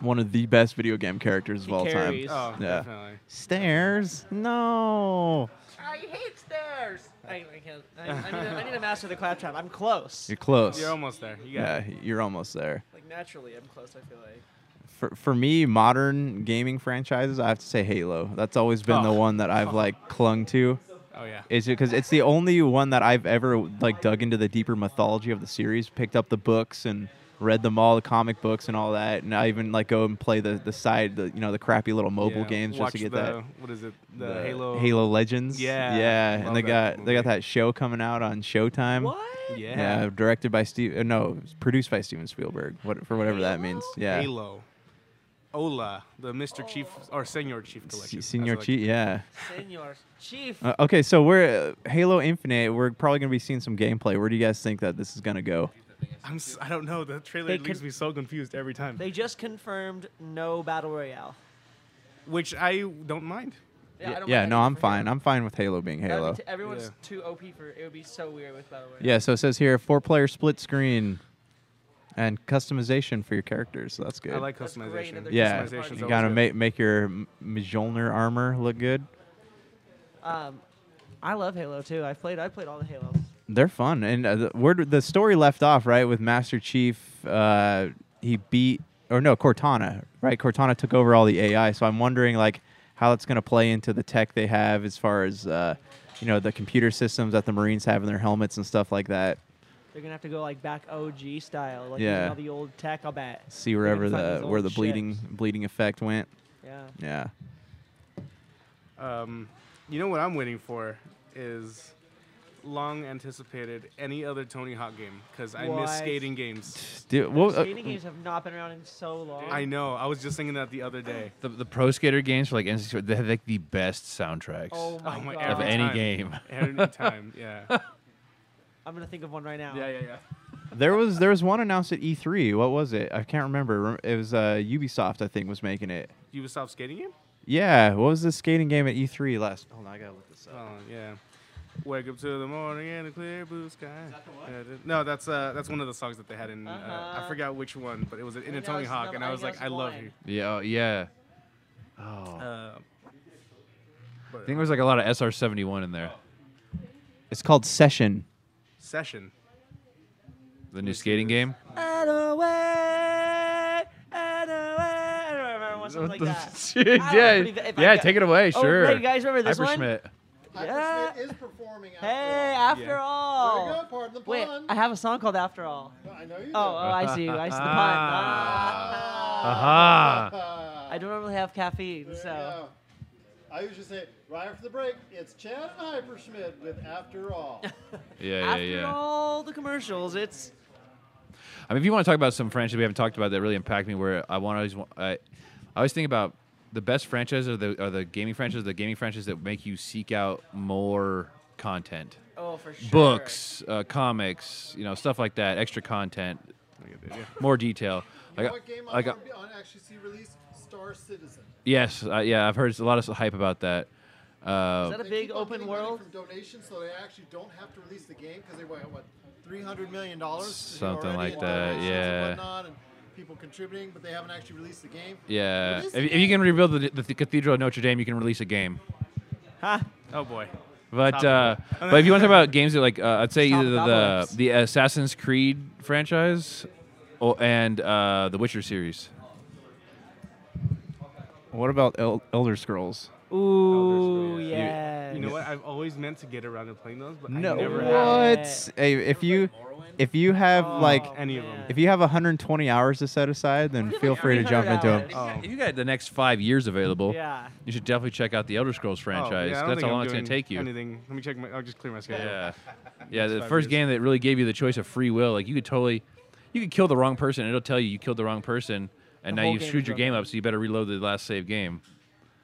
Speaker 1: one of the best video game characters of all
Speaker 2: carries.
Speaker 1: time.
Speaker 6: Oh,
Speaker 1: Yeah.
Speaker 6: definitely.
Speaker 1: Stairs? No,
Speaker 2: I hate stairs. I, I can't. I, I, need to, I need to master the claptrap. I'm close.
Speaker 1: you're close.
Speaker 6: You're almost there. You got
Speaker 1: yeah,
Speaker 6: it.
Speaker 1: you're almost there.
Speaker 2: Like naturally, I'm close. I feel like.
Speaker 1: for, for me, modern gaming franchises, I have to say Halo. That's always been the
Speaker 6: Oh.
Speaker 1: one that I've like clung to.
Speaker 6: Oh yeah.
Speaker 1: Is it because it's the only one that I've ever like dug into the deeper mythology of the series, picked up the books and read them all, the comic books and all that, and I even like go and play the the side, the you know, the crappy little mobile
Speaker 6: Yeah.
Speaker 1: games just
Speaker 6: Watch
Speaker 1: to get
Speaker 6: the,
Speaker 1: that. uh,
Speaker 6: What is it? The, Halo.
Speaker 1: Halo Legends.
Speaker 6: Yeah,
Speaker 1: yeah, and
Speaker 6: love
Speaker 1: they
Speaker 6: that
Speaker 1: got they got
Speaker 6: movie.
Speaker 1: that show coming out on Showtime.
Speaker 2: What?
Speaker 6: Yeah.
Speaker 1: Yeah, directed by Steve. Uh, no, produced by Steven Spielberg. What for whatever that means. Yeah,
Speaker 6: Halo. Ola, the Mr. Chief or Senor Chief collection.
Speaker 1: Se-
Speaker 6: That's
Speaker 1: Senior
Speaker 6: what I-
Speaker 1: Chief. Yeah.
Speaker 2: Senor Chief.
Speaker 1: Uh, okay, so we're uh, Halo Infinite. We're probably gonna be seeing some gameplay. Where do you guys think that this is gonna go?
Speaker 6: I'm. S- I don't know. The trailer
Speaker 2: They
Speaker 6: leaves
Speaker 2: con-
Speaker 6: me so confused every time.
Speaker 2: they just confirmed no battle royale.
Speaker 6: which I don't mind.
Speaker 2: Yeah, I don't
Speaker 1: yeah
Speaker 2: mind
Speaker 1: no,
Speaker 2: that
Speaker 1: I'm
Speaker 2: for
Speaker 1: fine.
Speaker 2: Halo.
Speaker 1: I'm fine with Halo being
Speaker 2: That'd be
Speaker 1: Halo.
Speaker 2: t- everyone's
Speaker 6: Yeah.
Speaker 2: too OP for it. Would be so weird with battle royale.
Speaker 1: yeah, so it says here four-player split screen and customization for your characters. So that's good.
Speaker 6: I like
Speaker 2: That's great,
Speaker 6: customization.
Speaker 2: another
Speaker 1: yeah,
Speaker 6: customization's
Speaker 1: you
Speaker 6: always
Speaker 1: gotta
Speaker 6: good.
Speaker 1: make make your M- Mjolnir armor look good.
Speaker 2: Um, I love Halo too. I've played. I played all the Halos.
Speaker 1: They're fun, and uh, the, where did the story left off, right, with Master Chief, uh, he beat or no Cortana, right? Cortana took over all the AI, so I'm wondering like how it's going to play into the tech they have as far as uh, you know the computer systems that the Marines have in their helmets and stuff like that.
Speaker 2: They're gonna have to go like back OG style, like using
Speaker 1: Yeah.
Speaker 2: all the old tech. I'll bet.
Speaker 1: See
Speaker 2: They're
Speaker 1: wherever
Speaker 2: gonna find
Speaker 1: the
Speaker 2: these
Speaker 1: where
Speaker 2: old
Speaker 1: the bleeding
Speaker 2: ships.
Speaker 1: bleeding effect went.
Speaker 2: Yeah.
Speaker 1: Yeah.
Speaker 6: Um, you know what I'm waiting for is long anticipated any other Tony Hawk game because I
Speaker 2: What?
Speaker 6: miss skating games.
Speaker 1: Dude, well, uh,
Speaker 2: Skating games have not been around in so long.
Speaker 6: I know. I was just thinking that the other day.
Speaker 5: The, the pro skater games for like N64, they have like the best soundtracks
Speaker 2: Oh my,
Speaker 6: Oh my,
Speaker 2: god.
Speaker 5: of
Speaker 6: every
Speaker 5: any
Speaker 6: time.
Speaker 5: game.
Speaker 6: Every time, yeah.
Speaker 2: I'm gonna think of one right now.
Speaker 6: Yeah, yeah, yeah.
Speaker 1: there was there was one announced at E3. What was it? I can't remember. Rem- It was uh, Ubisoft, I think, was making it.
Speaker 6: You would stop skating game?
Speaker 1: Yeah, what was the skating game at E3 last? Hold on, I gotta look this up.
Speaker 6: Oh, yeah. Wake up to the morning in a clear blue sky. Yeah, th- No, that's uh, that's one of the songs that they had in. Uh,
Speaker 2: Uh-huh.
Speaker 6: I forgot which one, but it was in
Speaker 2: I
Speaker 6: a
Speaker 2: know,
Speaker 6: Tony
Speaker 2: it's
Speaker 6: Hawk,
Speaker 2: another-
Speaker 6: and
Speaker 2: I
Speaker 6: I was
Speaker 2: think
Speaker 6: like, I
Speaker 2: that's
Speaker 6: love
Speaker 2: one.
Speaker 6: you.
Speaker 5: yeah, oh, yeah. Oh,
Speaker 6: Uh,
Speaker 5: I think there's like a lot of SR71 in there.
Speaker 1: It's called Session.
Speaker 6: session.
Speaker 5: The new skating game.
Speaker 2: Out of way, out of way. I don't remember one something like that. I would
Speaker 5: yeah,
Speaker 2: pretty va- if I
Speaker 5: yeah,
Speaker 2: got-
Speaker 5: take it away,
Speaker 2: Oh,
Speaker 5: sure.
Speaker 2: wait, you guys remember this
Speaker 5: Hyper
Speaker 2: one?
Speaker 5: Schmidt.
Speaker 2: Yeah.
Speaker 4: Hypersmith is performing. after
Speaker 2: Hey,
Speaker 4: all.
Speaker 2: after
Speaker 6: Yeah.
Speaker 2: all.
Speaker 4: Way to go, pardon the
Speaker 2: Oh. Wait,
Speaker 4: pun.
Speaker 2: I have a song called After All.
Speaker 4: I know you. do.
Speaker 2: Oh, oh, I see. I see the pun. Ah.
Speaker 5: Aha.
Speaker 4: Ah.
Speaker 2: I don't normally have caffeine,
Speaker 4: There you
Speaker 2: so
Speaker 4: go. I usually say right after the break. It's Chad and Hyperschmidt with After All.
Speaker 5: Yeah, yeah,
Speaker 2: after
Speaker 5: yeah.
Speaker 2: all the commercials, it's
Speaker 5: I mean, if you want to talk about some franchise we haven't talked about that really impact me, where I want to always, wa- I, I always think about the best franchises are the are the gaming franchises, the gaming franchises that make you seek out more content,
Speaker 2: oh for sure.
Speaker 5: books, uh, comics, you know, stuff like that, extra content, more detail.
Speaker 4: You know
Speaker 5: Like,
Speaker 4: what game I
Speaker 5: like, uh,
Speaker 4: want to actually see released? Star Citizen.
Speaker 5: yes, uh, yeah, I've heard a lot of hype about that.
Speaker 2: Is
Speaker 5: Uh,
Speaker 2: that a
Speaker 4: They
Speaker 2: big
Speaker 4: keep on
Speaker 2: open
Speaker 4: getting money
Speaker 2: world?
Speaker 4: From donations, so they actually don't have to release the game because they want what three hundred million dollars.
Speaker 5: Something like that, yeah.
Speaker 4: And whatnot, and people contributing, but they haven't actually released the game.
Speaker 5: yeah,
Speaker 4: What
Speaker 5: if,
Speaker 4: is
Speaker 5: if you can rebuild the, the Cathedral of Notre Dame, you can release a game.
Speaker 2: Huh?
Speaker 6: Oh boy.
Speaker 5: But uh,
Speaker 6: Topical.
Speaker 5: but if you want to talk about games that like uh, I'd say
Speaker 2: Stop
Speaker 5: either the
Speaker 2: Apocalypse.
Speaker 5: the Assassin's Creed franchise, or, and uh, the Witcher series.
Speaker 1: What about El- Elder Scrolls?
Speaker 2: Ooh,
Speaker 6: You-
Speaker 2: yeah.
Speaker 6: You know what? I've always meant to get around to playing those, but
Speaker 1: No,
Speaker 6: I never have
Speaker 1: what? Hey, if you if you
Speaker 2: Oh,
Speaker 1: have
Speaker 6: Oh.
Speaker 1: like
Speaker 6: any of them.
Speaker 1: if you have 120 hours to set aside, then feel free to jump into them.
Speaker 2: 300
Speaker 6: Oh.
Speaker 5: If you got the next five years available,
Speaker 2: Yeah.
Speaker 5: you should definitely check out the Elder Scrolls
Speaker 6: Oh, yeah, I
Speaker 5: franchise.
Speaker 6: don't
Speaker 5: That's
Speaker 6: think
Speaker 5: how
Speaker 6: I'm
Speaker 5: long it's gonna
Speaker 6: doing
Speaker 5: take you.
Speaker 6: Anything? Let me check my. I'll just clear my schedule.
Speaker 5: Yeah, yeah. The
Speaker 6: five
Speaker 5: first
Speaker 6: years.
Speaker 5: game that really gave you the choice of free will, like you could totally, you could kill the wrong person, and it'll tell you you killed the wrong person, and
Speaker 2: The
Speaker 5: now
Speaker 2: whole
Speaker 5: you've
Speaker 2: game
Speaker 5: screwed
Speaker 2: is
Speaker 5: your
Speaker 2: broken.
Speaker 5: game up, so you better reload the last save game.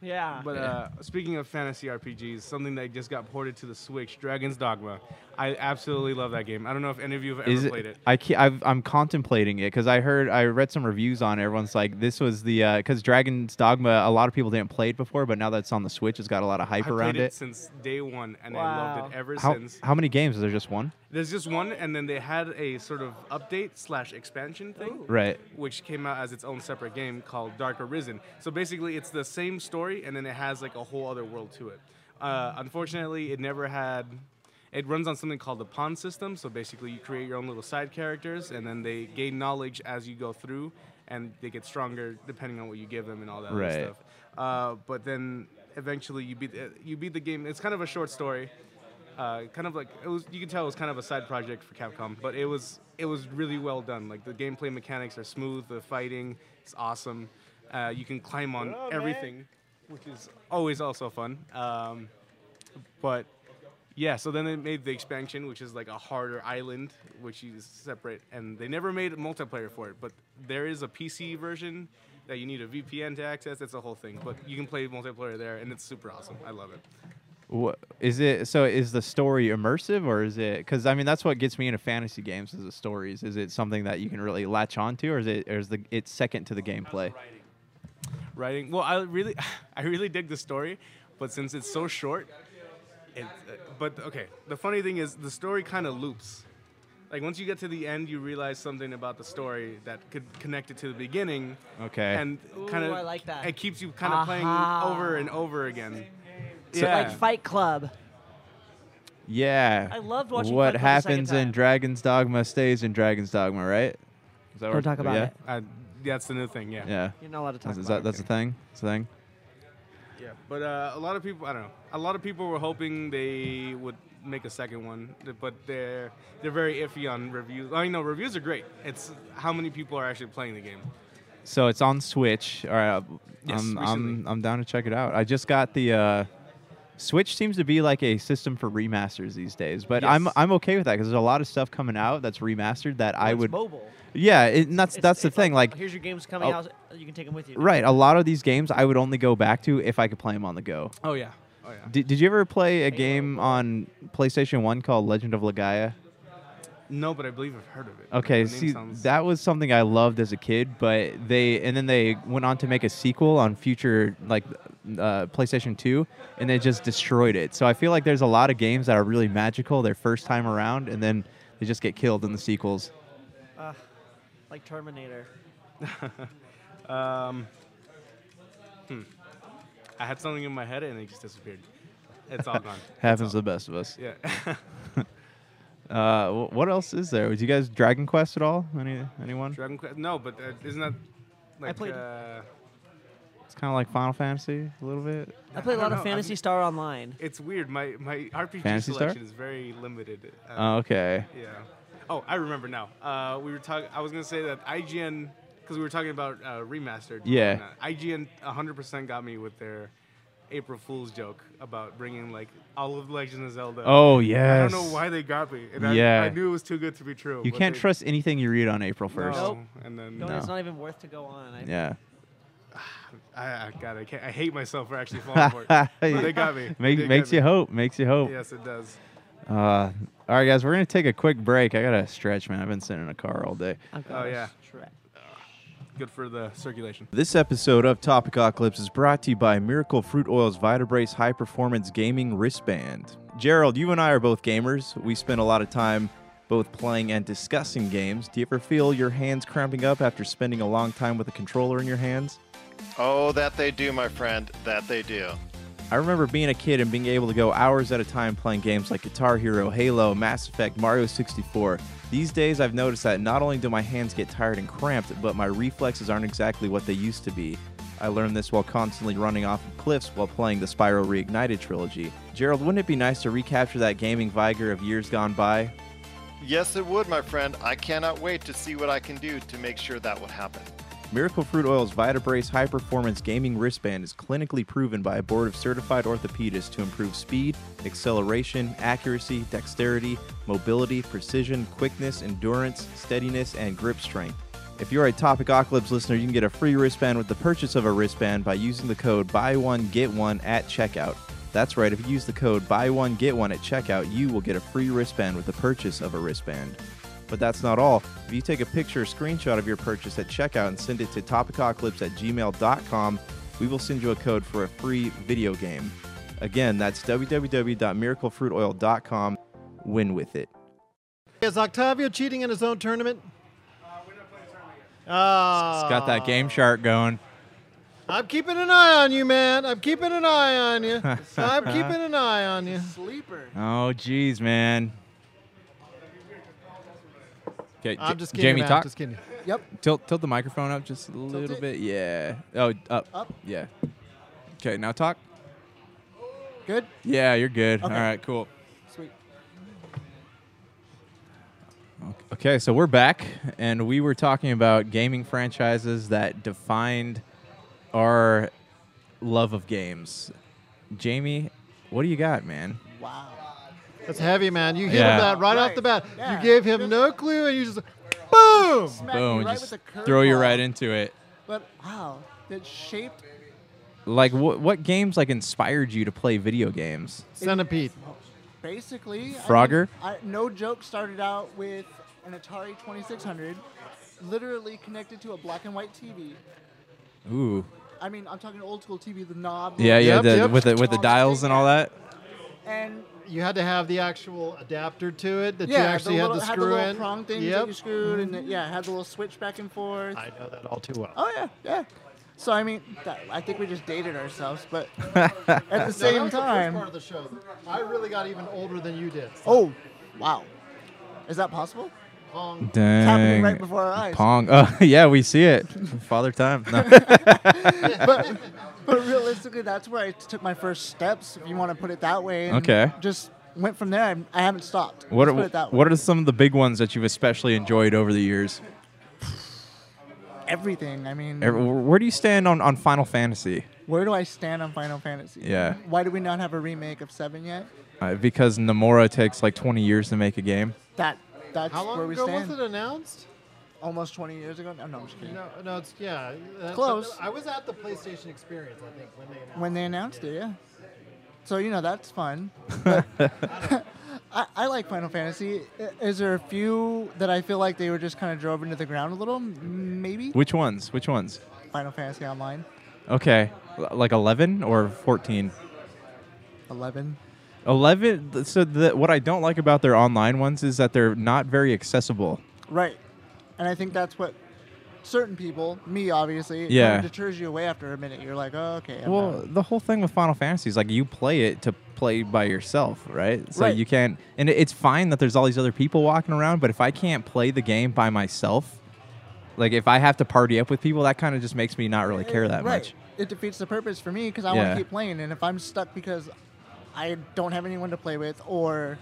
Speaker 2: Yeah.
Speaker 6: But uh, speaking of fantasy RPGs, something that just got ported to the Switch, Dragon's Dogma. I absolutely love that game. I don't know if any of you have ever
Speaker 1: Is
Speaker 6: played it.
Speaker 1: I ke- I've, I'm contemplating it because I heard I read some reviews on it. Everyone's like, this was the because Dragon's Dogma. A lot of people didn't play it before, but now that it's on the Switch, it's got a lot of hype
Speaker 6: I played
Speaker 1: around
Speaker 6: it,
Speaker 1: it.
Speaker 6: since day one, and I loved
Speaker 2: Wow.
Speaker 6: it ever
Speaker 1: How,
Speaker 6: since.
Speaker 1: how many games? Is there just one?
Speaker 6: There's just one, and then they had a sort of update slash expansion thing,
Speaker 1: Right.
Speaker 6: which came out as its own separate game called Dark Arisen. So basically, it's the same story, and then it has like a whole other world to it. Uh, unfortunately, it never had. It runs on something called the pawn system. So basically, you create your own little side characters, and then they gain knowledge as you go through, and they get stronger depending on what you give them and all that
Speaker 1: Right.
Speaker 6: other stuff. Uh, but then eventually, you beat uh, you beat the game. It's kind of a short story. Uh, kind of like it was, you can tell it was kind of a side project for Capcom, but it was it was really well done. Like the gameplay mechanics are smooth, the fighting is awesome. Uh, you can climb on everything, which is always also fun. Um, but yeah, so then they made the expansion, which is like a harder island, which you separate, and they never made a multiplayer for it. But there is a PC version that you need a VPN to access. That's a whole thing, but you can play multiplayer there, and it's super awesome. I love it.
Speaker 1: Wha- Is it so? Is the story immersive, or is it? Because I mean, that's what gets me into fantasy games is the stories. Is it something that you can really latch onto, or is it? Or is the it's second
Speaker 2: Oh,
Speaker 1: to the gameplay?
Speaker 6: writing. Well, I really, I really dig the story, but since it's so short, it, but okay. The funny thing is, the story kind of loops. Like once you get to the end, you realize something about the story that could connect it to the beginning,
Speaker 1: Okay.
Speaker 6: and kind of
Speaker 2: Ooh, I like that.
Speaker 6: It keeps you kind of playing
Speaker 2: Aha.
Speaker 6: over and over again.
Speaker 2: Like Fight Club.
Speaker 1: Yeah.
Speaker 2: I loved watching Fight Club
Speaker 1: What
Speaker 2: the
Speaker 1: happens
Speaker 2: second
Speaker 1: in
Speaker 2: time.
Speaker 1: Dragon's Dogma stays in Dragon's Dogma, right? Is that
Speaker 2: Don't talk about
Speaker 1: yeah?
Speaker 2: it.
Speaker 6: I, that's the new thing. Yeah.
Speaker 1: Yeah.
Speaker 2: You're not allowed to talk
Speaker 1: Is, is
Speaker 2: about
Speaker 1: that that's
Speaker 2: it.
Speaker 1: the thing? It's a thing.
Speaker 6: Yeah, but uh, a lot of people, I don't know, a lot of people were hoping they would make a second one, but they're they're very iffy on reviews. I know reviews are great. It's how many people are actually playing the game.
Speaker 1: So it's on Switch. All right.
Speaker 6: Yes,
Speaker 1: I'm, I'm
Speaker 6: recently.
Speaker 1: I'm down to check it out. I just got the uh, Switch seems to be like a system for remasters these days, but I'm
Speaker 6: Yes.
Speaker 1: I'm okay with that because there's a lot of stuff coming out that's remastered that I
Speaker 2: It's
Speaker 1: would.
Speaker 2: mobile.
Speaker 1: Yeah, it, and that's
Speaker 2: It's-
Speaker 1: that's the
Speaker 2: it's
Speaker 1: thing. Like
Speaker 2: here's your games coming
Speaker 1: Oh.
Speaker 2: out. You can take them with you.
Speaker 1: right, a lot of these games I would only go back to if I could play them on the go.
Speaker 6: Oh yeah, oh yeah.
Speaker 1: Did, did you ever play a game on PlayStation One called Legend of Legaia?
Speaker 6: No, but I believe I've heard of it.
Speaker 1: Okay,
Speaker 6: The name
Speaker 1: see,
Speaker 6: sounds-
Speaker 1: that was something I loved as a kid, but they and then they went on to make a sequel on future like uh, PlayStation 2, and they just destroyed it. So I feel like there's a lot of games that are really magical their first time around, and then they just get killed in the sequels.
Speaker 2: Ugh, like Terminator.
Speaker 6: Um, hmm. I had something in my head and it just disappeared. It's all gone.
Speaker 1: Happens to the best of us.
Speaker 6: Yeah.
Speaker 1: Uh, wh- what else is there? Did you guys Dragon Quest at all? Any anyone?
Speaker 6: Dragon Quest. No, but uh, isn't that like?
Speaker 2: played it.
Speaker 6: uh,
Speaker 1: It's kind of like Final Fantasy a little bit.
Speaker 2: I played a
Speaker 6: I
Speaker 2: lot
Speaker 6: don't
Speaker 2: of
Speaker 6: know, I
Speaker 2: Fantasy
Speaker 6: mean-
Speaker 2: Star Online.
Speaker 6: It's weird. My my RPG
Speaker 1: Fantasy Star?
Speaker 6: selection is very limited. Uh,
Speaker 1: Oh, okay.
Speaker 6: Yeah. Oh, I remember now. Uh, we were talking. I was gonna say that IGN, because we were talking about uh, remastered.
Speaker 1: Yeah.
Speaker 6: and whatnot. IGN 100% got me with their April Fool's joke about bringing like all of Legend of Zelda.
Speaker 1: Oh yes.
Speaker 6: I don't know why they got me. And I,
Speaker 1: Yeah.
Speaker 6: I knew it was too good to be true.
Speaker 1: You
Speaker 6: but
Speaker 1: can't
Speaker 6: they-
Speaker 1: trust anything you read on April
Speaker 6: No,
Speaker 1: 1st.
Speaker 2: Nope.
Speaker 6: And then
Speaker 2: Don't,
Speaker 1: No.
Speaker 2: It's not even worth to go on. I,
Speaker 1: Yeah.
Speaker 6: I, I God, I can't. I hate myself for actually falling for it. But they got me.
Speaker 1: Make,
Speaker 6: They got
Speaker 1: makes
Speaker 6: me.
Speaker 1: you hope. Makes you hope.
Speaker 6: Yes, it does.
Speaker 1: Uh, all right, guys, we're gonna take a quick break. I gotta stretch, man. I've been sitting in a car all day.
Speaker 2: I've got a
Speaker 6: yeah.
Speaker 2: stretch.
Speaker 6: Good for the circulation.
Speaker 7: This episode of Topicocalypse is brought to you by Miracle Fruit Oil's Vitabrace High Performance Gaming Wristband. Gerald, you and I are both gamers. We spend a lot of time both playing and discussing games. Do you ever feel your hands cramping up after spending a long time with a controller in your hands?
Speaker 8: Oh, that they do, my friend. That they do.
Speaker 7: I remember being a kid and being able to go hours at a time playing games like Guitar Hero, Halo, Mass Effect, Mario 64. These days, I've noticed that not only do my hands get tired and cramped, but my reflexes aren't exactly what they used to be. I learned this while constantly running off of cliffs while playing the Spyro Reignited trilogy. Gerald, wouldn't it be nice to recapture that gaming vigor of years gone by?
Speaker 8: Yes, it would, my friend. I cannot wait to see what I can do to make sure that would happen.
Speaker 7: Miracle Fruit Oil's VitaBrace high performance gaming wristband is clinically proven by a board of certified orthopedists to improve speed, acceleration, accuracy, dexterity, mobility, precision, quickness, endurance, steadiness, and grip strength. If you're a Topic Ocalypse listener, you can get a free wristband with the purchase of a wristband by using the code buy one get one at checkout. That's right, if you use the code buy one get one at checkout, you will get a free wristband with the purchase of a wristband. But that's not all. If you take a picture or screenshot of your purchase at checkout and send it to topicocalypse at gmail.com, we will send you a code for a free video game. Again, that's www.miraclefruitoil.com. Win with it.
Speaker 4: Is Octavio cheating in his own tournament? Uh,
Speaker 1: It's got that game shark going.
Speaker 4: I'm keeping an eye on you, man. I'm keeping an eye on you. I'm keeping an eye on you.
Speaker 2: Sleeper.
Speaker 1: Oh, jeez, man. Okay,
Speaker 4: I'm just kidding.
Speaker 1: Jamie,
Speaker 4: man.
Speaker 1: talk.
Speaker 4: Just kidding.
Speaker 1: tilt, tilt the microphone up just a little
Speaker 4: it.
Speaker 1: bit. Yeah. Oh, up.
Speaker 4: Up.
Speaker 1: Yeah. Okay, now talk.
Speaker 4: Good.
Speaker 1: Yeah, you're good. All right, cool.
Speaker 4: Sweet.
Speaker 1: Okay, so we're back, and we were talking about gaming franchises that defined our love of games. Jamie, what do you got, man?
Speaker 4: That's heavy, man. You hit
Speaker 1: Yeah.
Speaker 4: him that right, off
Speaker 9: Right.
Speaker 4: the bat.
Speaker 9: Yeah.
Speaker 4: You gave him no clue, and you just boom.
Speaker 9: Smack you
Speaker 1: Boom!
Speaker 9: right
Speaker 1: just
Speaker 9: with the
Speaker 1: throw you
Speaker 9: curveball,
Speaker 1: right into it.
Speaker 9: But wow, that shaped.
Speaker 1: Like, what what games like inspired you to play video games?
Speaker 4: Centipede.
Speaker 9: Basically, I mean,
Speaker 1: Frogger?
Speaker 9: I no joke. Started out with an Atari 2600, literally connected to a black and white TV.
Speaker 1: Ooh,
Speaker 9: I mean, I'm talking old school TV, the knob.
Speaker 1: yeah, yeah,
Speaker 4: Yep,
Speaker 1: the,
Speaker 4: yep.
Speaker 1: with the with the
Speaker 9: Oh,
Speaker 1: dials and all that.
Speaker 9: And
Speaker 4: You had to have the actual adapter to it that
Speaker 9: yeah,
Speaker 4: you actually
Speaker 9: the little,
Speaker 4: had to
Speaker 9: had
Speaker 4: screw
Speaker 9: the little
Speaker 4: in.
Speaker 9: prong things that
Speaker 4: Yep. Mm-hmm.
Speaker 9: you screwed, and the, yeah, had the little switch back and forth.
Speaker 4: I know that all too well.
Speaker 9: oh yeah, yeah. So I mean, that, I think we just dated ourselves, but at the same time,
Speaker 4: part of the show. I really got even older than you did.
Speaker 9: oh, wow, is that possible?
Speaker 4: Pong.
Speaker 9: It's happening right
Speaker 1: Dang.
Speaker 9: before our eyes.
Speaker 1: Pong. Uh, yeah, we see it. Father time. No.
Speaker 9: but, but realistically, that's where I took my first steps, if you want to put it that way. and
Speaker 1: Okay.
Speaker 9: Just went from there. I, I haven't stopped.
Speaker 1: What
Speaker 9: Let's put it
Speaker 1: are,
Speaker 9: that way.
Speaker 1: what are some of the big ones that you've especially enjoyed over the years?
Speaker 9: Everything. I mean,
Speaker 1: Ev- Where do you stand on, on Final Fantasy?
Speaker 9: where do I stand on Final Fantasy?
Speaker 1: Yeah.
Speaker 9: Why do we not have a remake of Seven yet?
Speaker 1: Uh, because Namora takes like 20 years to make a game.
Speaker 9: That that's
Speaker 4: How long
Speaker 9: where we
Speaker 4: ago
Speaker 9: stand.
Speaker 4: was it announced?
Speaker 9: Almost 20 years ago. No, no, I'm just kidding.
Speaker 4: No, no, it's yeah. that's-
Speaker 9: Close.
Speaker 4: I was at the PlayStation Experience, I think, when they announced.
Speaker 9: when they announced it, yeah. So you know that's fun. But I, I like Final Fantasy. I- Is there a few that I feel like they were just kind of drove into the ground a little? Maybe
Speaker 1: Which ones? Which ones?
Speaker 9: Final Fantasy Online,
Speaker 1: Okay. L- Like 11 or 14?
Speaker 9: eleven.
Speaker 1: 11. th- So the, what I don't like about their online ones is that they're not very accessible.
Speaker 9: Right. And I think that's what certain people, me obviously, kind of
Speaker 1: Yeah.
Speaker 9: deters you away after a minute. You're like, oh, okay. I'm
Speaker 1: Well,
Speaker 9: out."
Speaker 1: the whole thing with Final Fantasy is like you play it to play by yourself, right? So
Speaker 9: Right.
Speaker 1: you can't, and it- it's fine that there's all these other people walking around, but if I can't play the game by myself, like if I have to party up with people, that kind of just makes me not really care that
Speaker 9: right.
Speaker 1: much.
Speaker 9: It defeats the purpose for me because I
Speaker 1: Yeah.
Speaker 9: want to keep playing. And if I'm stuck because I don't have anyone to play with, or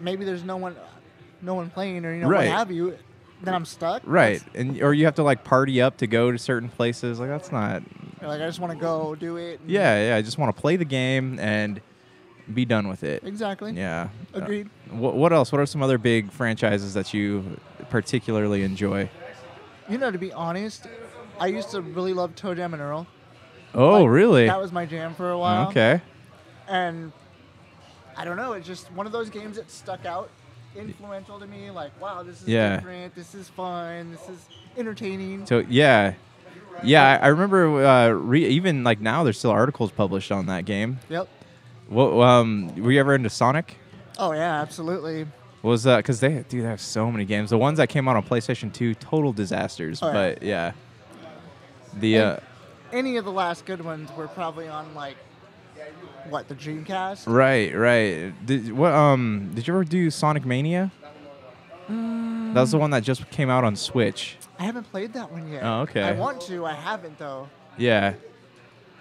Speaker 9: maybe there's no one, no one playing, or you know
Speaker 1: Right.
Speaker 9: what have you, then I'm stuck.
Speaker 1: Right, and or you have to like party up to go to certain places. Like that's not.
Speaker 9: You're like I just want to go do it. and-
Speaker 1: Yeah, yeah. I just want to play the game and be done with it.
Speaker 9: Exactly.
Speaker 1: Yeah. Uh,
Speaker 9: Agreed.
Speaker 1: What, what else? What are some other big franchises that you particularly enjoy?
Speaker 9: You know, to be honest, I used to really love Toe Jam and Earl.
Speaker 1: Oh,
Speaker 9: Like,
Speaker 1: really?
Speaker 9: That was um, my jam for a while.
Speaker 1: Oh, okay.
Speaker 9: and I don't know. It's just one of those games that stuck out, influential to me. Like, wow, this is
Speaker 1: Yeah.
Speaker 9: different. This is fun. This is entertaining.
Speaker 1: So yeah, yeah. I, I remember uh, re- even like now there's still articles published on that game.
Speaker 9: yep.
Speaker 1: What um, were you ever into Sonic?
Speaker 9: Oh yeah, absolutely.
Speaker 1: What was that? Because they do they have so many games. The ones that came out on PlayStation Two, total disasters.
Speaker 9: Oh, yeah.
Speaker 1: But yeah, the uh,
Speaker 9: Any of the last good ones were probably on like, what the Dreamcast?
Speaker 1: right, right. Did what um? Did you ever do Sonic Mania?
Speaker 9: Um.
Speaker 1: That was the one that just came out on Switch.
Speaker 9: I haven't played that one yet.
Speaker 1: Oh, okay.
Speaker 9: I want to. I haven't though.
Speaker 1: Yeah.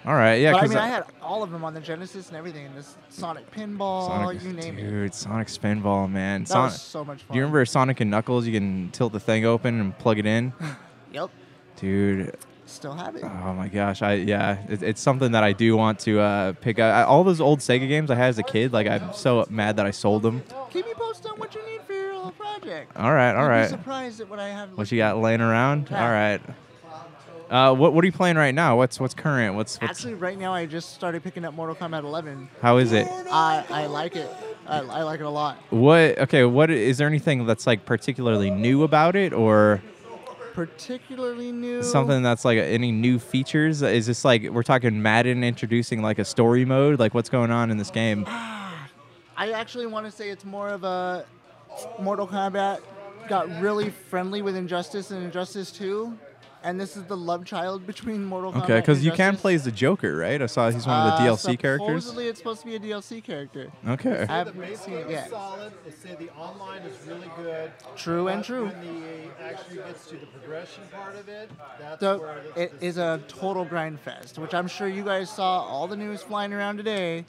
Speaker 1: All right. Yeah.
Speaker 9: but I
Speaker 1: 'cause
Speaker 9: mean,
Speaker 1: I-
Speaker 9: I had all of them on the Genesis and everything. And this Sonic Pinball,
Speaker 1: Sonic,
Speaker 9: you name it.
Speaker 1: dude, Sonic Spinball, man.
Speaker 9: That
Speaker 1: Sonic.
Speaker 9: was so much fun.
Speaker 1: Do you remember Sonic and Knuckles? You can tilt the thing open and plug it in.
Speaker 9: Yep.
Speaker 1: Dude,
Speaker 9: Still have it.
Speaker 1: oh my gosh, I yeah, it, it's something that I do want to uh, pick up. I, all those old Sega games I had as a kid, like I'm so mad that I sold them.
Speaker 9: Keep me posted on what you need for your little project.
Speaker 1: All right, uh, all
Speaker 9: You'd Be
Speaker 1: right.
Speaker 9: surprised at what I have.
Speaker 1: What you got laying around? All
Speaker 9: Yeah.
Speaker 1: right. Uh, what what are you playing right now? What's what's current? What's, what's
Speaker 9: Actually, right now I just started picking up Mortal Kombat 11.
Speaker 1: how is it?
Speaker 9: I, I like it. I, I like it a lot.
Speaker 1: What okay? What is there anything that's like particularly new about it, or
Speaker 9: Particularly new.
Speaker 1: something that's like any new features? Is this like we're talking Madden introducing like a story mode? Like what's going on in this game?
Speaker 9: I actually want to say it's more of a Mortal Kombat got really friendly with Injustice and Injustice 2, and this is the love child between Mortal Kombat.
Speaker 1: Okay, because
Speaker 9: and
Speaker 1: you can
Speaker 9: Injustice.
Speaker 1: play as the Joker, right? I saw he's one of the
Speaker 9: Uh,
Speaker 1: DLC characters.
Speaker 9: Supposedly, it's supposed to be a DLC character.
Speaker 1: Okay.
Speaker 9: I
Speaker 4: the
Speaker 9: haven't
Speaker 4: base
Speaker 9: seen
Speaker 4: game
Speaker 9: it
Speaker 4: is
Speaker 9: yet.
Speaker 4: solid. They say the online is really good.
Speaker 9: True and
Speaker 4: but
Speaker 9: true.
Speaker 4: When the actually gets to the progression part of it, that's
Speaker 9: So
Speaker 4: where it's
Speaker 9: it is a total grind fest, which I'm sure you guys saw all the news flying around today.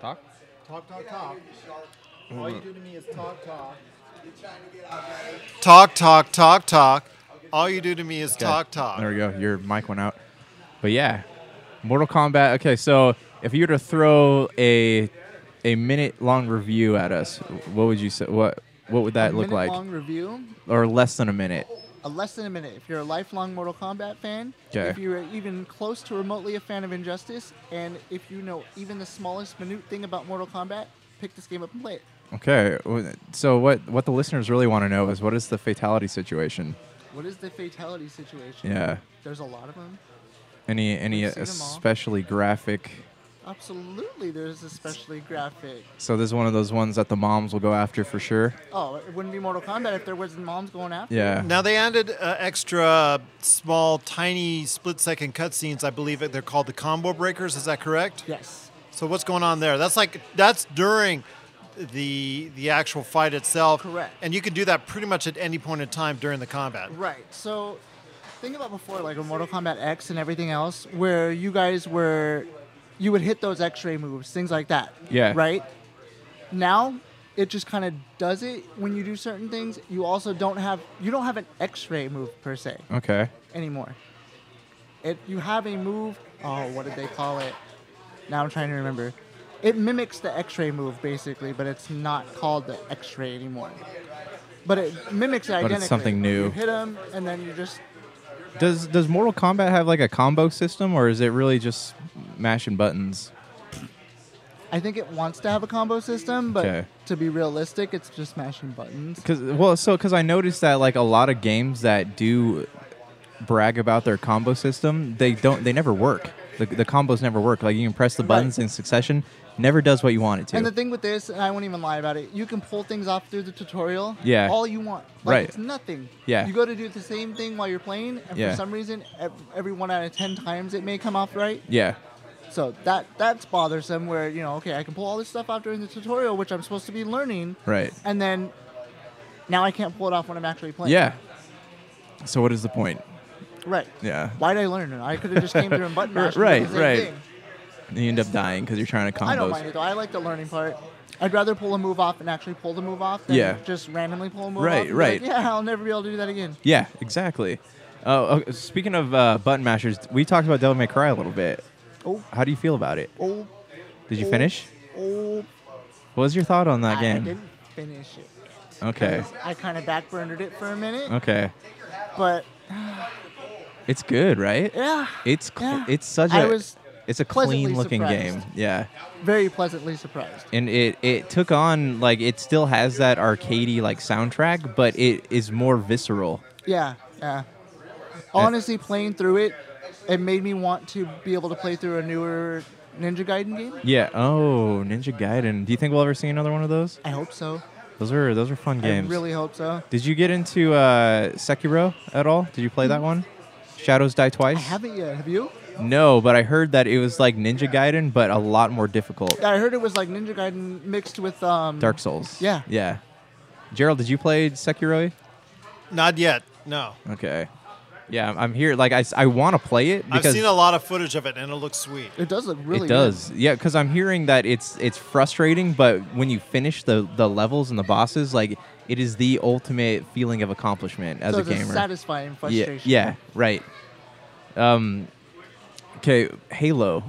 Speaker 4: talk, talk, talk. All you do to me is talk, talk.
Speaker 8: Talk, talk, talk, talk. All you do to me is talk,
Speaker 1: There
Speaker 8: talk.
Speaker 1: we go. Your mic went out. But yeah, Mortal Kombat. Okay, so if you were to throw a a minute long review at us, what would you say? What what would that
Speaker 9: a
Speaker 1: look like?
Speaker 9: Long review,
Speaker 1: Or less than a minute?
Speaker 9: a less than a minute. If you're a lifelong Mortal Kombat fan,
Speaker 1: Okay.
Speaker 9: if you're even close to remotely a fan of Injustice, and if you know even the smallest minute thing about Mortal Kombat, pick this game up and play it.
Speaker 1: Okay. w- So what what the listeners really want to know is what is the fatality situation?
Speaker 9: What is the fatality situation?
Speaker 1: Yeah.
Speaker 9: There's a lot of them.
Speaker 1: Any any
Speaker 9: We've seen 'em all.
Speaker 1: especially graphic
Speaker 9: Absolutely, there's especially graphic.
Speaker 1: So this is one of those ones that the moms will go after for sure.
Speaker 9: Oh, it wouldn't be Mortal Kombat if there wasn't moms going after.
Speaker 1: Yeah.
Speaker 4: Now they added uh, extra small, tiny, split-second cutscenes. I believe that they're called the combo breakers. Is that correct?
Speaker 9: Yes.
Speaker 4: So what's going on there? That's like that's during the the actual fight itself.
Speaker 9: Correct.
Speaker 4: And you can do that pretty much at any point in time during the combat.
Speaker 9: Right. So think about before, like with Mortal Kombat X and everything else, where you guys were, you would hit those X-ray moves, things like that.
Speaker 1: Yeah.
Speaker 9: Right. Now it just kind of does it when you do certain things. You also don't have you don't have an X-ray move per se
Speaker 1: Okay.
Speaker 9: anymore. If you have a move, oh, what did they call it? Now I'm trying to remember. It mimics the X-ray move basically, but it's not called the X-ray anymore. But it mimics it identically.
Speaker 1: it's something new.
Speaker 9: You hit them, and then you just
Speaker 1: Does does Mortal Kombat have like a combo system, or is it really just mashing buttons?
Speaker 9: I think it wants to have a combo system, but
Speaker 1: Okay.
Speaker 9: to be realistic, it's just mashing buttons.
Speaker 1: Cause well, so because I noticed that like a lot of games that do brag about their combo system, they don't, they never work. The, the combos never work. Like you can press the buttons in succession, never does what you want it to.
Speaker 9: And the thing with this, and I won't even lie about it, you can pull things off through the tutorial
Speaker 1: Yeah.
Speaker 9: all you want. Like,
Speaker 1: Right.
Speaker 9: It's nothing.
Speaker 1: Yeah.
Speaker 9: You go to do the same thing while you're playing, and
Speaker 1: Yeah.
Speaker 9: for some reason, ev- every one out of ten times it may come off right.
Speaker 1: yeah,
Speaker 9: So that that's bothersome. Where you know, okay, I can pull all this stuff off during the tutorial, which I'm supposed to be learning,
Speaker 1: right.
Speaker 9: and then now I can't pull it off when I'm actually playing.
Speaker 1: Yeah. So what is the point?
Speaker 9: Right.
Speaker 1: Yeah.
Speaker 9: Why did I learn it? I could have just came through and button mashed and done
Speaker 1: Right,
Speaker 9: the same
Speaker 1: right.
Speaker 9: thing.
Speaker 1: You end up dying because you're trying to combos.
Speaker 9: I don't mind it though. I like the learning part. I'd rather pull a move off and actually pull the move off than
Speaker 1: Yeah.
Speaker 9: just randomly pull a move
Speaker 1: Right,
Speaker 9: off. and be
Speaker 1: right.
Speaker 9: Like, yeah, I'll never be able to do that again.
Speaker 1: Yeah, exactly. Uh, okay, speaking of uh, button mashers, we talked about Devil May Cry a little bit.
Speaker 9: Oh,
Speaker 1: How do you feel about it?
Speaker 9: oh,
Speaker 1: Did you finish?
Speaker 9: oh.
Speaker 1: What was your thought on that
Speaker 9: I, I
Speaker 1: game?
Speaker 9: didn't finish it.
Speaker 1: Okay.
Speaker 9: I kind of backburnered it for a minute,
Speaker 1: Okay.
Speaker 9: but
Speaker 1: It's good, right?
Speaker 9: yeah,
Speaker 1: It's cl-
Speaker 9: Yeah.
Speaker 1: it's such
Speaker 9: I
Speaker 1: a
Speaker 9: was
Speaker 1: it's a
Speaker 9: pleasantly
Speaker 1: clean looking game.
Speaker 9: surprised.
Speaker 1: Yeah.
Speaker 9: very pleasantly surprised.
Speaker 1: And it it took on like it still has that arcadey like soundtrack, but it is more visceral.
Speaker 9: Yeah, yeah. Honestly, playing through it, it made me want to be able to play through a newer Ninja Gaiden game.
Speaker 1: Yeah. Oh, Ninja Gaiden. Do you think we'll ever see another one of those?
Speaker 9: I hope so.
Speaker 1: Those were those were fun games.
Speaker 9: I really hope so.
Speaker 1: Did you get into uh, Sekiro at all? Did you play that one? Shadows Die Twice?
Speaker 9: I haven't yet. Have you?
Speaker 1: No, but I heard that it was like Ninja Gaiden, but a lot more difficult.
Speaker 9: I heard it was like Ninja Gaiden mixed with um,
Speaker 1: Dark Souls.
Speaker 9: Yeah.
Speaker 1: Yeah. Gerald, did you play Sekiro?
Speaker 4: Not yet. No.
Speaker 1: Okay. Yeah, I'm- I'm here. Like, I, want to play it because
Speaker 4: I've seen a lot of footage of it and it looks sweet.
Speaker 9: It does look really. good.
Speaker 1: it does. Yeah, because I'm hearing that it's it's frustrating, but when you finish the the levels and the bosses, like it is the ultimate feeling of accomplishment as
Speaker 9: so
Speaker 1: a gamer.
Speaker 9: It's a satisfying
Speaker 1: yeah,
Speaker 9: frustration.
Speaker 1: yeah, right. Um, okay, Halo.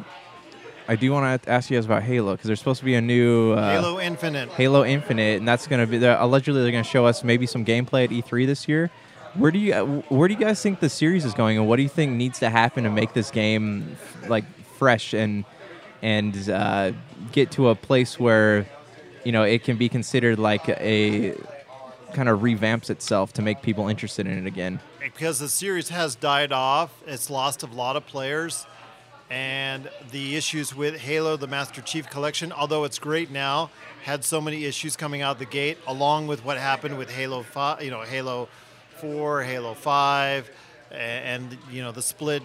Speaker 1: I do want to ask you guys about Halo because there's supposed to be a new uh,
Speaker 4: Halo Infinite.
Speaker 1: Halo Infinite, and that's gonna be they're, allegedly they're gonna show us maybe some gameplay at E3 this year. Where do you uh, where do you guys think the series is going, and what do you think needs to happen to make this game like fresh and and uh, get to a place where you know it can be considered like a kind of revamps itself to make people interested in it again?
Speaker 4: because the series has died off. It's lost a lot of players, and the issues with Halo: The Master Chief Collection, although it's great now, had so many issues coming out the gate, along with what happened with Halo Five, you know, Halo Four, Halo Five, a- and you know the split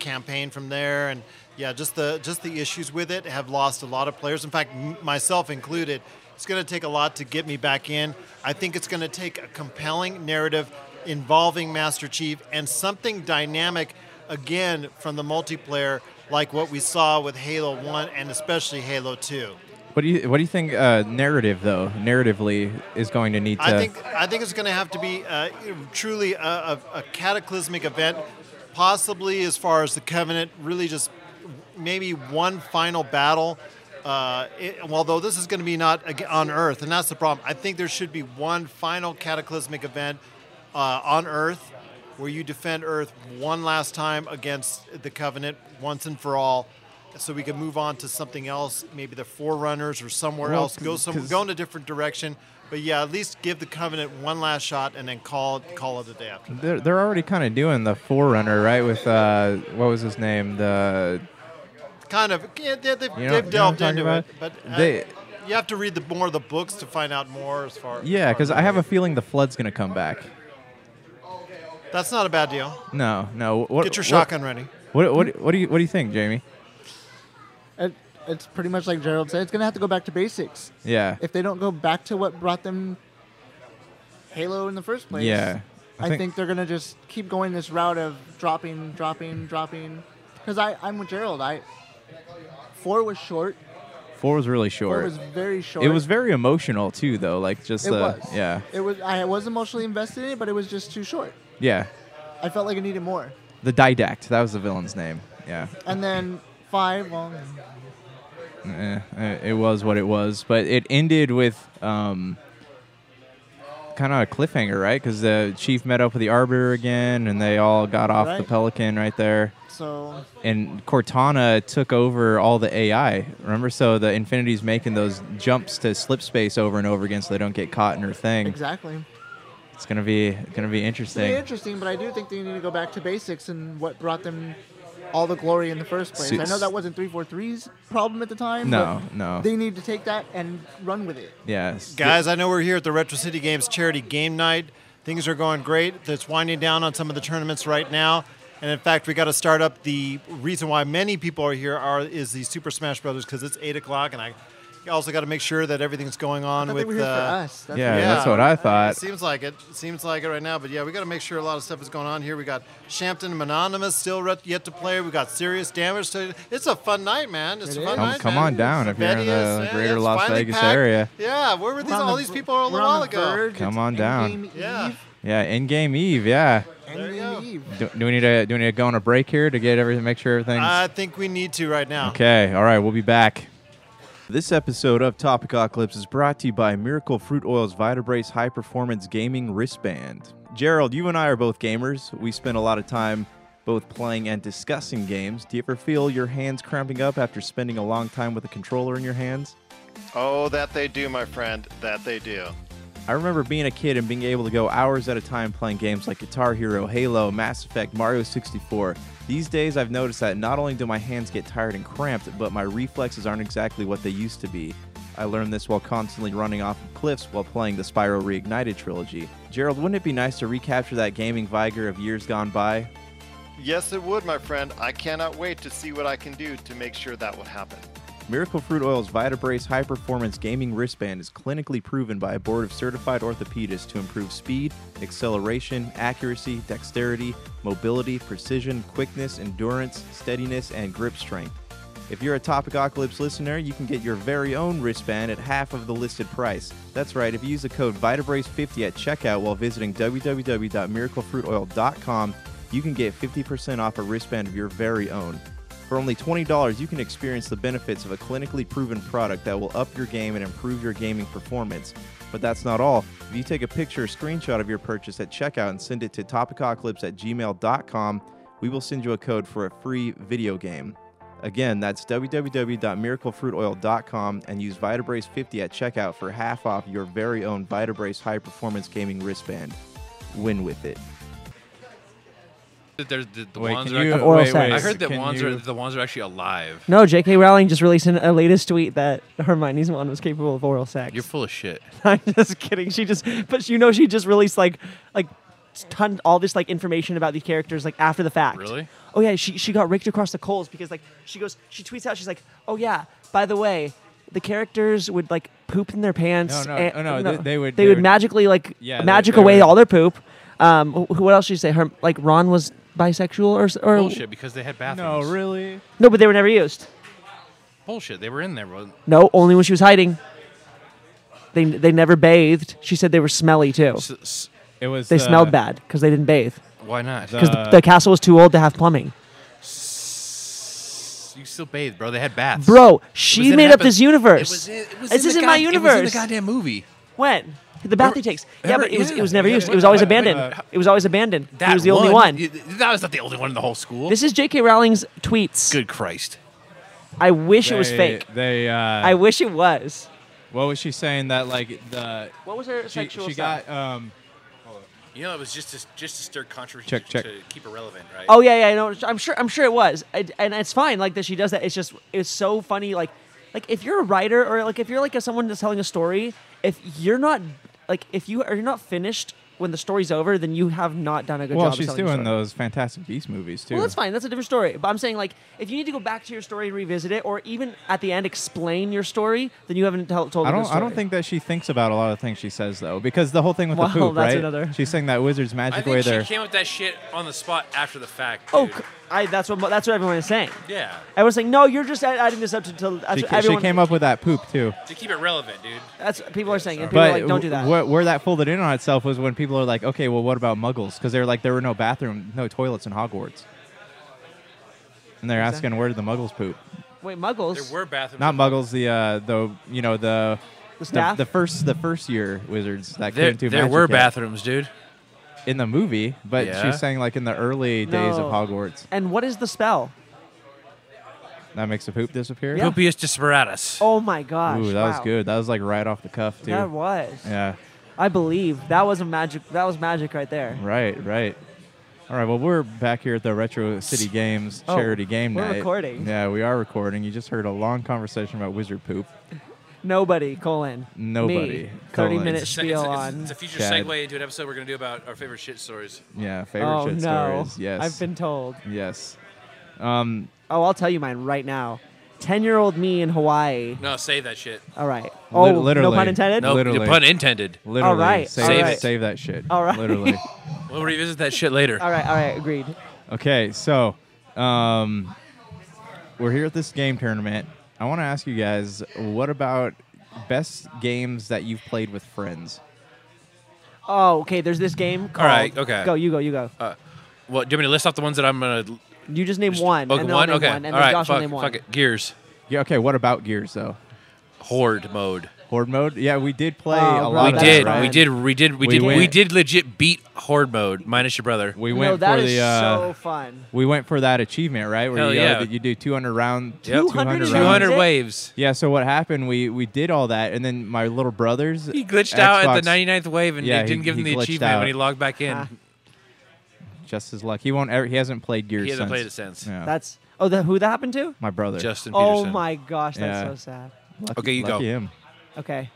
Speaker 4: campaign from there, and yeah, just the just the issues with it have lost a lot of players. In fact, m- myself included. It's going to take a lot to get me back in. I think it's going to take a compelling narrative involving Master Chief and something dynamic again from the multiplayer like what we saw with Halo 1 and especially Halo 2.
Speaker 1: What do you what do you think uh, narrative though narratively is going to need to?
Speaker 4: I think I think it's going to have to be uh, truly a, a, a cataclysmic event, possibly as far as the Covenant. Really, just maybe one final battle. Uh, it, although this is going to be not ag- on Earth, and that's the problem. I think there should be one final cataclysmic event uh, on Earth, where you defend Earth one last time against the Covenant once and for all. So we can move on to something else, maybe the Forerunners or somewhere
Speaker 1: Well,
Speaker 4: else. Go some,
Speaker 1: 'cause-
Speaker 4: go in a different direction. But yeah, at least give the Covenant one last shot and then call call it a day after.
Speaker 1: They're, they're already kind of doing the forerunner, right? With uh, what was his name? The
Speaker 4: kind of. Yeah, they, they've
Speaker 6: You know-
Speaker 4: they've
Speaker 6: you know what I'm
Speaker 4: delved
Speaker 6: talking
Speaker 4: into
Speaker 6: about?
Speaker 4: it, but uh,
Speaker 6: They-
Speaker 4: you have to read the more of the books to find out more as far.
Speaker 6: Yeah,
Speaker 4: as far
Speaker 6: because
Speaker 4: as
Speaker 6: I have a
Speaker 4: that.
Speaker 6: feeling the flood's gonna come back.
Speaker 4: That's not a bad deal.
Speaker 6: No, no. What,
Speaker 4: Get your
Speaker 6: what-
Speaker 4: shotgun ready.
Speaker 6: What, what, what, do you what do you think, Jamie?
Speaker 9: It, it's pretty much like Gerald said. It's gonna have to go back to basics.
Speaker 6: Yeah.
Speaker 9: If they don't go back to what brought them Halo in the first place,
Speaker 6: Yeah.
Speaker 9: I think, they're gonna just keep going this route of dropping, dropping, dropping. Because I, I'm with Gerald. I four was short.
Speaker 6: four was really
Speaker 9: Four
Speaker 6: short.
Speaker 9: was very short.
Speaker 6: it was very emotional too, though. Like just
Speaker 9: It
Speaker 6: the
Speaker 9: was.
Speaker 6: yeah,
Speaker 9: It was. I was emotionally invested in it, but it was just too short.
Speaker 6: yeah.
Speaker 9: I felt like I needed more.
Speaker 6: The didact. That was the villain's name. Yeah.
Speaker 9: And then five. Well,
Speaker 6: Eh, eh, it was what it was, but it ended with um, kind of a cliffhanger, right? Because the chief met up with the arbiter again, and they all got off the
Speaker 9: Right.
Speaker 6: pelican right there.
Speaker 9: So
Speaker 6: And Cortana took over all the AI. Remember, so the Infinity's making those jumps to slip space over and over again, so they don't get caught in her
Speaker 1: Mm.
Speaker 6: thing.
Speaker 9: exactly.
Speaker 6: It's gonna be gonna be
Speaker 9: It's gonna be
Speaker 6: interesting.
Speaker 9: interesting, but I do think they need to go back to basics and what brought them all the glory in the first place. I know
Speaker 6: Suits.
Speaker 9: that wasn't 343's problem at the time.
Speaker 6: No,
Speaker 9: but
Speaker 6: no.
Speaker 9: They need to take that and run with it.
Speaker 6: Yes.
Speaker 4: Guys, I know we're here at the Retro City Games charity game night. Things are going great. It's winding down on some of the tournaments right now. And in fact, we got to start up. The reason why many people are here are is the Super Smash Brothers because it's eight o'clock, and I also got to make sure that everything's going
Speaker 9: I
Speaker 4: on
Speaker 9: thought
Speaker 4: with.
Speaker 9: they were here
Speaker 4: uh,
Speaker 9: for us. That's
Speaker 6: Yeah,
Speaker 9: what-
Speaker 6: that's what I
Speaker 4: It
Speaker 6: thought.
Speaker 4: seems like it. It Seems like it right now. But yeah, we got to make sure a lot of stuff is going on here. We got Shampton Mononymous still ret- yet to play. We got Serious Damage. To, it's a fun night, man. It's
Speaker 9: It
Speaker 4: a
Speaker 9: is.
Speaker 4: fun
Speaker 9: Come-
Speaker 4: night.
Speaker 6: come
Speaker 4: man.
Speaker 6: on down if you're in
Speaker 4: Vettius,
Speaker 6: the
Speaker 4: yeah,
Speaker 6: greater
Speaker 4: it's
Speaker 6: Las
Speaker 4: finally
Speaker 6: Vegas
Speaker 4: packed.
Speaker 6: area.
Speaker 4: Yeah, where were these?
Speaker 9: We're on
Speaker 4: All
Speaker 9: the
Speaker 4: these
Speaker 9: ver-
Speaker 4: people a
Speaker 9: we're
Speaker 4: little while
Speaker 9: on the
Speaker 4: ago.
Speaker 9: verge.
Speaker 6: Come
Speaker 9: It's
Speaker 6: on down.
Speaker 9: Endgame
Speaker 4: Yeah.
Speaker 9: Eve,
Speaker 6: Yeah, in game Eve. Yeah.
Speaker 4: There you
Speaker 9: Endgame
Speaker 4: go.
Speaker 9: Eve.
Speaker 6: Do, do we need to do we need to go on a break here to get everything? Make sure everything's
Speaker 4: I
Speaker 9: Uh,
Speaker 4: think we need to right now.
Speaker 6: okay. All right, we'll be back.
Speaker 1: This episode of Topicocalypse is brought to you by Miracle Fruit Oil's Vitabrace High Performance Gaming Wristband. Gerald, you and I are both gamers. We spend a lot of time both playing and discussing games. Do you ever feel your hands cramping up after spending a long time with a controller in your hands?
Speaker 10: Oh, that they do, my friend. That they do.
Speaker 1: I remember being a kid and being able to go hours at a time playing games like Guitar Hero, Halo, Mass Effect, Mario 64. These days, I've noticed that not only do my hands get tired and cramped, but my reflexes aren't exactly what they used to be. I learned this while constantly running off of cliffs while playing the Spyro Reignited trilogy. Gerald, wouldn't it be nice to recapture that gaming vigor of years gone by?
Speaker 10: Yes, it would, my friend. I cannot wait to see what I can do to make sure that would happen.
Speaker 1: Miracle Fruit Oil's VitaBrace high performance gaming wristband is clinically proven by a board of certified orthopedists to improve speed, acceleration, accuracy, dexterity, mobility, precision, quickness, endurance, steadiness, and grip strength. If you're a Topicocalypse listener, you can get your very own wristband at half of the listed price. That's right, if you use the code VitaBrace50 at checkout while visiting www.miraclefruitoil.com, you can get 50% off a wristband of your very own. For only $20, you can experience the benefits of a clinically proven product that will up your game and improve your gaming performance. But that's not all. If you take a picture or screenshot of your purchase at checkout and send it to topicocalypse at gmail.com, we will send you a code for a free video game. Again, that's www.miraclefruitoil.com and use VitaBrace50 at checkout for half off your very own VitaBrace high performance gaming wristband. Win with it.
Speaker 5: That there's the, the
Speaker 6: Wait,
Speaker 5: wands
Speaker 6: can
Speaker 5: are
Speaker 6: you,
Speaker 5: actually-
Speaker 2: Oral
Speaker 6: wait, wait,
Speaker 2: sex.
Speaker 5: I heard that
Speaker 6: can
Speaker 5: wands are
Speaker 6: you-
Speaker 5: the wands are actually alive.
Speaker 2: No, J.K. Rowling just released an, a latest tweet that Hermione's wand was capable of oral sex.
Speaker 5: You're full of shit.
Speaker 2: I'm just kidding. She just, but you know, she just released like, like, ton all this like information about these characters like after the fact.
Speaker 5: Really?
Speaker 2: Oh yeah, she she got raked across the coals because like she goes, she tweets out, she's like, oh yeah, by the way, the characters would like poop in their pants.
Speaker 6: No, no,
Speaker 2: and-
Speaker 6: oh, no, they- they would-
Speaker 2: They,
Speaker 6: they
Speaker 2: would,
Speaker 6: would-
Speaker 2: magically like
Speaker 6: Yeah, they-
Speaker 2: magic
Speaker 6: they
Speaker 2: away
Speaker 6: would-
Speaker 2: all their poop. Um, wh- who, what else did she say? Her like Ron was bisexual or s- or
Speaker 5: Bullshit, because they had bathrooms.
Speaker 6: really?
Speaker 2: no, but they were never used.
Speaker 5: Bullshit. They were in there, bro.
Speaker 2: No, only when she was hiding. They, they never bathed. She said they were smelly too.
Speaker 5: S- s-
Speaker 6: It was.
Speaker 2: They
Speaker 6: uh,
Speaker 2: smelled bad because they didn't bathe.
Speaker 5: why not?
Speaker 6: The-
Speaker 2: because
Speaker 6: Uh,
Speaker 2: the, the castle was too old to have plumbing.
Speaker 5: S- you still bathed, bro. They had baths.
Speaker 2: Bro,
Speaker 5: It was
Speaker 2: she
Speaker 5: in
Speaker 2: made up
Speaker 5: Epi-
Speaker 2: this
Speaker 5: It
Speaker 2: universe.
Speaker 5: was in, it was
Speaker 2: this
Speaker 5: in the
Speaker 2: isn't
Speaker 5: god-
Speaker 2: my
Speaker 5: It
Speaker 2: universe.
Speaker 5: was in the goddamn movie.
Speaker 2: when the bath he
Speaker 5: Ever-
Speaker 2: takes, yeah,
Speaker 5: ever-
Speaker 2: but it was it was
Speaker 5: yeah,
Speaker 2: never
Speaker 5: yeah,
Speaker 2: used. It
Speaker 5: yeah.
Speaker 2: was always
Speaker 5: Wait, wait,
Speaker 2: abandoned.
Speaker 5: wait.
Speaker 2: It was always abandoned.
Speaker 5: That
Speaker 2: he was the only one.
Speaker 5: y- That was not the only one in the whole school.
Speaker 2: This is J.K. Rowling's tweets.
Speaker 5: good Christ.
Speaker 2: I wish it was
Speaker 6: they-
Speaker 2: fake.
Speaker 6: They. Uh,
Speaker 2: I wish it was.
Speaker 6: what was she saying? That like the
Speaker 2: What was her
Speaker 6: she,
Speaker 2: sexual
Speaker 6: she got um.
Speaker 5: You know, it was just to, just to stir controversy
Speaker 1: Check, check.
Speaker 5: to keep it relevant, right?
Speaker 2: Oh yeah, yeah. No, I'm sure. I'm sure it was, I, and it's fine. Like that, she does that. It's just, it's so funny. Like, like if you're a writer or like if you're like someone that's telling a story, if you're not like if you are not finished when the story's over, then you have not done a good
Speaker 1: well,
Speaker 2: job. of
Speaker 1: she's
Speaker 2: telling your
Speaker 1: doing
Speaker 2: story.
Speaker 1: those Fantastic Beast movies too.
Speaker 2: Well, that's fine. That's a different story. But I'm saying, like, if you need to go back to your story and revisit it, or even at the end explain your story, then you haven't tell, told.
Speaker 1: I
Speaker 2: a good
Speaker 1: don't. I
Speaker 2: story.
Speaker 1: don't think that she thinks about a lot of things she says though, because the whole thing with
Speaker 2: Well,
Speaker 1: the poop,
Speaker 2: that's
Speaker 1: right?
Speaker 2: another-
Speaker 1: She's saying that wizard's
Speaker 5: I
Speaker 1: magic way
Speaker 5: think she
Speaker 1: there.
Speaker 5: came up with that shit on the spot after the fact.
Speaker 2: Oh,
Speaker 5: dude.
Speaker 2: c- I. That's what. That's what everyone is saying.
Speaker 5: yeah,
Speaker 2: Everyone's saying, no, you're just add- adding this up to. to that's
Speaker 1: She,
Speaker 2: what
Speaker 1: ca- she
Speaker 2: everyone,
Speaker 1: came up with that poop too.
Speaker 5: to keep it relevant, dude.
Speaker 2: That's what people are saying, and people
Speaker 1: But
Speaker 2: are like, don't do that.
Speaker 1: wh- where that folded in on itself was when people are like, okay, well, what about muggles? Because they're like, there were no bathroom, no toilets in Hogwarts. And they're asking, where did the muggles poop?
Speaker 2: Wait, Muggles.
Speaker 5: There were bathrooms.
Speaker 1: Not muggles, the uh, the you know the
Speaker 2: the
Speaker 1: the,
Speaker 2: staff.
Speaker 1: the first the first year wizards that
Speaker 5: There,
Speaker 1: came to
Speaker 5: there were
Speaker 1: Magicka
Speaker 5: bathrooms, dude.
Speaker 1: in the movie, but
Speaker 5: Yeah.
Speaker 1: she's saying like in the early days
Speaker 2: No.
Speaker 1: of Hogwarts,
Speaker 2: and what is the spell?
Speaker 1: that makes the poop disappear.
Speaker 2: Yeah.
Speaker 5: Pupius disparatus.
Speaker 2: Oh my gosh!
Speaker 1: Ooh, that was
Speaker 2: wow.
Speaker 1: good. That was like right off the cuff too.
Speaker 2: That was.
Speaker 1: yeah.
Speaker 2: I believe that was a magic. That was magic right there.
Speaker 1: Right, right. All right, well, we're back here at the Retro City Games
Speaker 2: Oh,
Speaker 1: charity game
Speaker 2: we're
Speaker 1: night.
Speaker 2: recording.
Speaker 1: Yeah, we are recording. You just heard a long conversation about wizard poop.
Speaker 2: Nobody, colon.
Speaker 1: Nobody,
Speaker 2: Me, Thirty
Speaker 1: colon.
Speaker 2: minute
Speaker 1: It's
Speaker 5: It's a-
Speaker 2: spiel
Speaker 5: it's, a- it's,
Speaker 2: on.
Speaker 5: it's a future
Speaker 1: Chad.
Speaker 5: segue into an episode we're gonna do about our favorite shit stories.
Speaker 1: Yeah, favorite
Speaker 2: Oh
Speaker 1: shit
Speaker 2: no!
Speaker 1: stories. Yes.
Speaker 2: I've been told.
Speaker 1: Yes. Um,
Speaker 2: Oh, I'll tell you mine right now. Ten-year-old me in Hawaii.
Speaker 5: No, save that shit.
Speaker 2: All right. Oh,
Speaker 1: Lit- literally.
Speaker 2: no pun intended.
Speaker 5: No,
Speaker 1: Literally.
Speaker 5: pun intended.
Speaker 1: literally.
Speaker 2: right,
Speaker 1: Save,
Speaker 5: all
Speaker 1: it-
Speaker 5: right.
Speaker 1: save that shit.
Speaker 2: All right.
Speaker 1: Literally.
Speaker 5: We'll revisit that shit later.
Speaker 2: All right. All right. Agreed.
Speaker 1: Okay, so um, we're here at this game tournament. I want to ask you guys, what about best games that you've played with friends?
Speaker 2: Oh, okay. There's this game called.
Speaker 5: right, okay. Uh,
Speaker 2: Go. You go. You go.
Speaker 5: Well, do you want me to list off the ones that I'm gonna?
Speaker 2: You just name one.
Speaker 5: Okay,
Speaker 2: and then I'll
Speaker 5: oh, one.
Speaker 2: name
Speaker 5: Okay.
Speaker 2: one, and
Speaker 5: All
Speaker 2: then
Speaker 5: right.
Speaker 2: Josh will
Speaker 5: fuck,
Speaker 2: name one.
Speaker 5: fuck it. Gears.
Speaker 1: Yeah, okay, what about Gears though?
Speaker 5: Horde mode.
Speaker 1: Horde mode? Yeah, we did play
Speaker 2: Oh,
Speaker 1: a
Speaker 2: bro,
Speaker 1: lot
Speaker 5: We
Speaker 1: of that,
Speaker 2: that's
Speaker 5: did,
Speaker 1: right?
Speaker 5: we
Speaker 2: right.
Speaker 5: did. We did. We did.
Speaker 1: went-
Speaker 5: We did legit beat horde mode. Minus your brother.
Speaker 1: We
Speaker 2: no,
Speaker 1: went
Speaker 2: that
Speaker 1: for
Speaker 2: is
Speaker 1: the uh,
Speaker 2: so fun.
Speaker 1: we went for that achievement, right? Where
Speaker 5: Hell
Speaker 1: you,
Speaker 5: yeah.
Speaker 1: uh, you do 200 round,
Speaker 5: Yep.
Speaker 1: 200
Speaker 2: 200
Speaker 1: rounds.
Speaker 2: rounds.
Speaker 5: 200
Speaker 2: Is it?
Speaker 5: waves.
Speaker 1: Yeah. So what happened? We we did all that, and then my little brothers
Speaker 5: He glitched out at
Speaker 1: Xbox-
Speaker 5: the 99th wave and
Speaker 1: Yeah,
Speaker 5: they
Speaker 1: he-
Speaker 5: didn't give him
Speaker 1: he
Speaker 5: the
Speaker 1: glitched
Speaker 5: achievement
Speaker 1: out.
Speaker 5: when he logged back in.
Speaker 2: Ah,
Speaker 1: Just his luck. He won't. Ever, he hasn't played Gears.
Speaker 5: He hasn't
Speaker 1: since.
Speaker 5: played it since.
Speaker 1: Yeah.
Speaker 2: That's. Oh, the, who that happened to?
Speaker 1: my brother.
Speaker 5: Justin
Speaker 2: Oh
Speaker 5: Peterson.
Speaker 2: my gosh, that's
Speaker 1: Yeah.
Speaker 2: so sad.
Speaker 1: Lucky-
Speaker 5: Okay, you go.
Speaker 1: lucky him.
Speaker 2: Okay.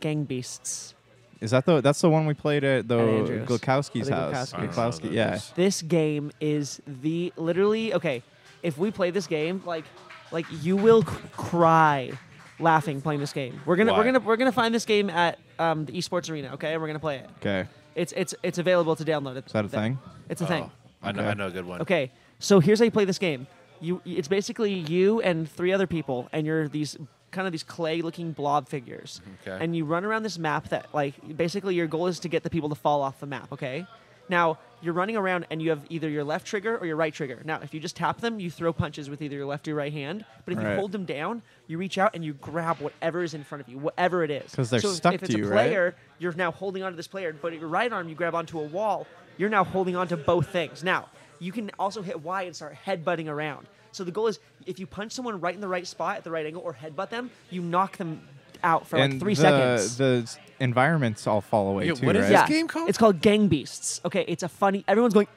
Speaker 2: Gang beasts.
Speaker 1: Is that the that's the one we played at the
Speaker 2: At Andrew's.
Speaker 1: Glukowski's
Speaker 2: At the
Speaker 1: house?
Speaker 2: Glukowski's.
Speaker 5: I don't know
Speaker 1: Glukowski,
Speaker 5: those.
Speaker 1: yeah.
Speaker 2: This game is the literally okay. If we play this game, like, like you will c- cry, laughing playing this game. We're gonna
Speaker 5: Why?
Speaker 2: we're gonna we're gonna find this game at um, the esports arena. Okay, and we're gonna play it.
Speaker 1: Okay,
Speaker 2: It's it's it's available to download. It's
Speaker 1: is that a thing?
Speaker 2: It's a thing.
Speaker 5: Oh, I know.
Speaker 1: Okay.
Speaker 5: I know a good one.
Speaker 2: Okay, so here's how you play this game. You, it's basically you and three other people, and you're these kind of these clay-looking blob figures.
Speaker 5: Mm-hmm, Okay.
Speaker 2: And you run around this map that, like, basically your goal is to get the people to fall off the map. Okay. Now you're running around, and you have either your left trigger or your right trigger. Now, if you just tap them, you throw punches with either your left or right hand. But if you
Speaker 1: Right.
Speaker 2: hold them down, you reach out and you grab whatever is in front of you, whatever it is.
Speaker 1: 'Cause they're
Speaker 2: So if-
Speaker 1: stuck
Speaker 2: if
Speaker 1: to
Speaker 2: it's a
Speaker 1: you, right?
Speaker 2: player, you're now holding onto this player, but your right arm you grab onto a wall, you're now holding onto both things. Now, you can also hit Y and start headbutting around. So the goal is if you punch someone right in the right spot at the right angle or headbutt them, you knock them out for
Speaker 1: and
Speaker 2: like three
Speaker 1: the,
Speaker 2: seconds.
Speaker 1: The s- environments all fall away
Speaker 5: Yeah,
Speaker 1: too,
Speaker 5: what is
Speaker 1: right?
Speaker 5: this
Speaker 2: yeah.
Speaker 5: game called?
Speaker 2: It's called Gang Beasts. Okay, it's a funny. Everyone's going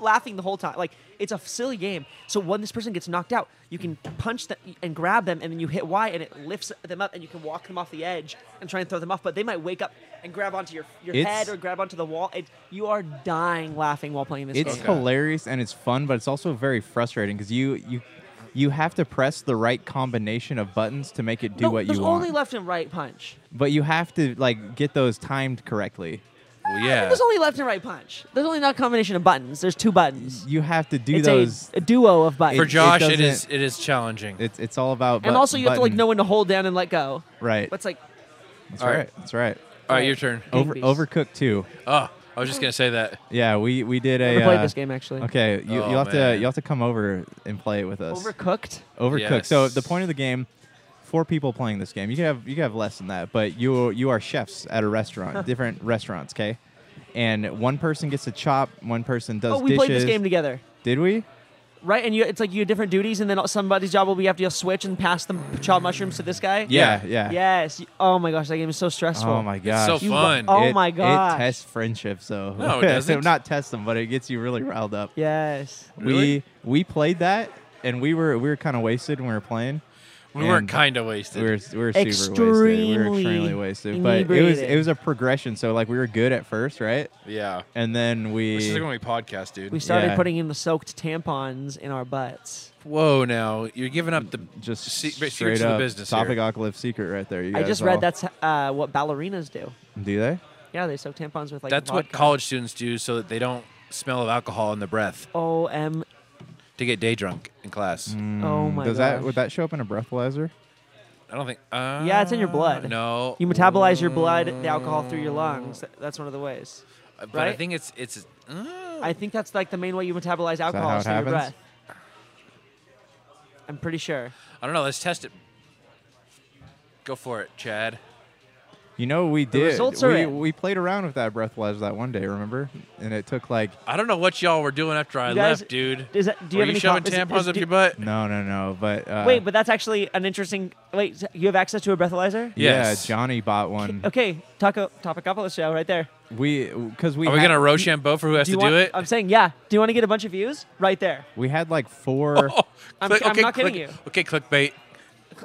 Speaker 2: laughing the whole time. Like it's a silly game. So when this person gets knocked out, you can punch them and grab them, and then you hit Y, and it lifts them up, and you can walk them off the edge and try and throw them off. But they might wake up and grab onto your your
Speaker 1: It's-
Speaker 2: head or grab onto the wall. It, you are dying laughing while playing this
Speaker 1: it's
Speaker 2: game.
Speaker 1: hilarious and it's fun, but it's also very frustrating because you you you have to press the right combination of buttons to make it do
Speaker 2: no,
Speaker 1: what
Speaker 2: there's
Speaker 1: you
Speaker 2: only
Speaker 1: want.
Speaker 2: left and right punch.
Speaker 1: but you have to like get those timed correctly.
Speaker 5: Well, yeah.
Speaker 2: There's only left and right punch. There's only not a combination of buttons. There's two buttons.
Speaker 1: You have to do
Speaker 2: It's
Speaker 1: those.
Speaker 2: a, a duo of buttons.
Speaker 5: For
Speaker 1: it
Speaker 5: Josh, it is.
Speaker 1: doesn't-
Speaker 5: It is challenging.
Speaker 1: it's it's all about.
Speaker 2: and
Speaker 1: but-
Speaker 2: also you have to like
Speaker 1: button.
Speaker 2: know when to hold down and let go.
Speaker 1: Right.
Speaker 2: But it's like
Speaker 1: That's
Speaker 5: All
Speaker 1: right.
Speaker 5: right.
Speaker 1: That's right.
Speaker 5: All right, your turn.
Speaker 2: Gang
Speaker 1: Over
Speaker 2: Beasts.
Speaker 1: Overcooked too.
Speaker 5: Oh, I was just gonna say that.
Speaker 1: Yeah, we we did a.
Speaker 2: Never played
Speaker 1: uh,
Speaker 2: this game actually.
Speaker 1: Okay, you
Speaker 5: Oh,
Speaker 1: you have to
Speaker 5: man.
Speaker 1: you have to come over and play it with us.
Speaker 2: Overcooked.
Speaker 1: Overcooked. So
Speaker 5: Yes.
Speaker 1: the point of the game, four people playing this game. You can have you can have less than that, but you you are chefs at a restaurant, different restaurants, okay? And one person gets to chop, one person does
Speaker 2: Oh, we
Speaker 1: dishes.
Speaker 2: played this game together.
Speaker 1: Did we?
Speaker 2: right? And you, it's like you have different duties, and then somebody's job will be you have to switch and pass the child mushrooms to this guy.
Speaker 1: Yeah, yeah.
Speaker 2: Yes. Oh my gosh, that game is so stressful.
Speaker 1: Oh my gosh.
Speaker 5: so
Speaker 2: You-
Speaker 5: fun.
Speaker 2: Oh
Speaker 1: It-
Speaker 2: my gosh.
Speaker 1: It tests friendship, so
Speaker 5: No, it
Speaker 1: so
Speaker 5: doesn't.
Speaker 1: not test them, but it gets you really riled up.
Speaker 2: Yes.
Speaker 5: Really?
Speaker 1: We we played that, and we were we were kind of wasted when we were playing.
Speaker 5: we weren't
Speaker 1: and-
Speaker 5: kind of wasted.
Speaker 1: We were we were super wasted. We were extremely
Speaker 2: Extremely
Speaker 1: wasted, but it was it
Speaker 2: inebriated.
Speaker 1: was a progression. So like we were good at first, right?
Speaker 5: yeah.
Speaker 1: And then
Speaker 5: This is
Speaker 1: we
Speaker 5: like when we podcast, dude.
Speaker 2: We started
Speaker 1: Yeah.
Speaker 2: putting in the soaked tampons in our butts.
Speaker 5: Whoa, now you're giving up the
Speaker 1: Mm, just
Speaker 5: se- secrets
Speaker 1: straight
Speaker 5: of the
Speaker 1: up
Speaker 5: business here.
Speaker 1: topic Oculus secret right there. You
Speaker 2: I
Speaker 1: guys
Speaker 2: just
Speaker 1: all-
Speaker 2: read that's uh, what ballerinas do.
Speaker 1: Do they?
Speaker 2: Yeah, they soak tampons with like.
Speaker 5: That's what
Speaker 2: vodka.
Speaker 5: college students do so that they don't smell of alcohol in the breath
Speaker 2: O M.
Speaker 5: to get day drunk in class.
Speaker 1: Mm.
Speaker 2: Oh my.
Speaker 1: Does that
Speaker 2: gosh.
Speaker 1: would that show up in a breathalyzer?
Speaker 5: I don't think. Uh,
Speaker 2: Yeah, it's in your blood.
Speaker 5: No,
Speaker 2: You metabolize your blood, the alcohol through your lungs. Th- That's one of the ways.
Speaker 5: but I
Speaker 2: right?
Speaker 5: think it's it's. uh,
Speaker 2: I think that's like the main way you metabolize
Speaker 1: how
Speaker 2: alcohol
Speaker 1: it
Speaker 2: is through
Speaker 1: happens?
Speaker 2: your breath. I'm pretty sure.
Speaker 5: I don't know. Let's test it. Go for it, Chad.
Speaker 1: You know we did.
Speaker 2: results are
Speaker 1: we
Speaker 2: in.
Speaker 1: we played around with that breathalyzer that one day, remember? And it took like
Speaker 5: I don't know what y'all were doing after I
Speaker 2: You guys-
Speaker 5: left, dude.
Speaker 2: Is that, do you
Speaker 5: were
Speaker 2: have any
Speaker 5: shoving
Speaker 2: com- is it-
Speaker 5: tampons
Speaker 2: is-
Speaker 5: up
Speaker 2: do-
Speaker 5: your butt?
Speaker 1: no, no, no. But uh,
Speaker 2: Wait, but that's actually an interesting. Wait, so you have access to a breathalyzer?
Speaker 5: Yes.
Speaker 1: yeah, Johnny bought one.
Speaker 2: Okay, Taco Topicopolis show right there.
Speaker 1: We because we
Speaker 5: Are we
Speaker 1: had,
Speaker 5: gonna Rochambeau for who has
Speaker 2: Do
Speaker 5: to
Speaker 2: you want,
Speaker 5: do it?
Speaker 2: I'm saying, yeah. Do you want to get a bunch of views? Right there.
Speaker 1: we had like four.
Speaker 5: Oh,
Speaker 2: I'm
Speaker 5: click-
Speaker 2: ki- I'm
Speaker 5: okay,
Speaker 2: not kidding
Speaker 5: click-
Speaker 2: you.
Speaker 5: Okay, clickbait.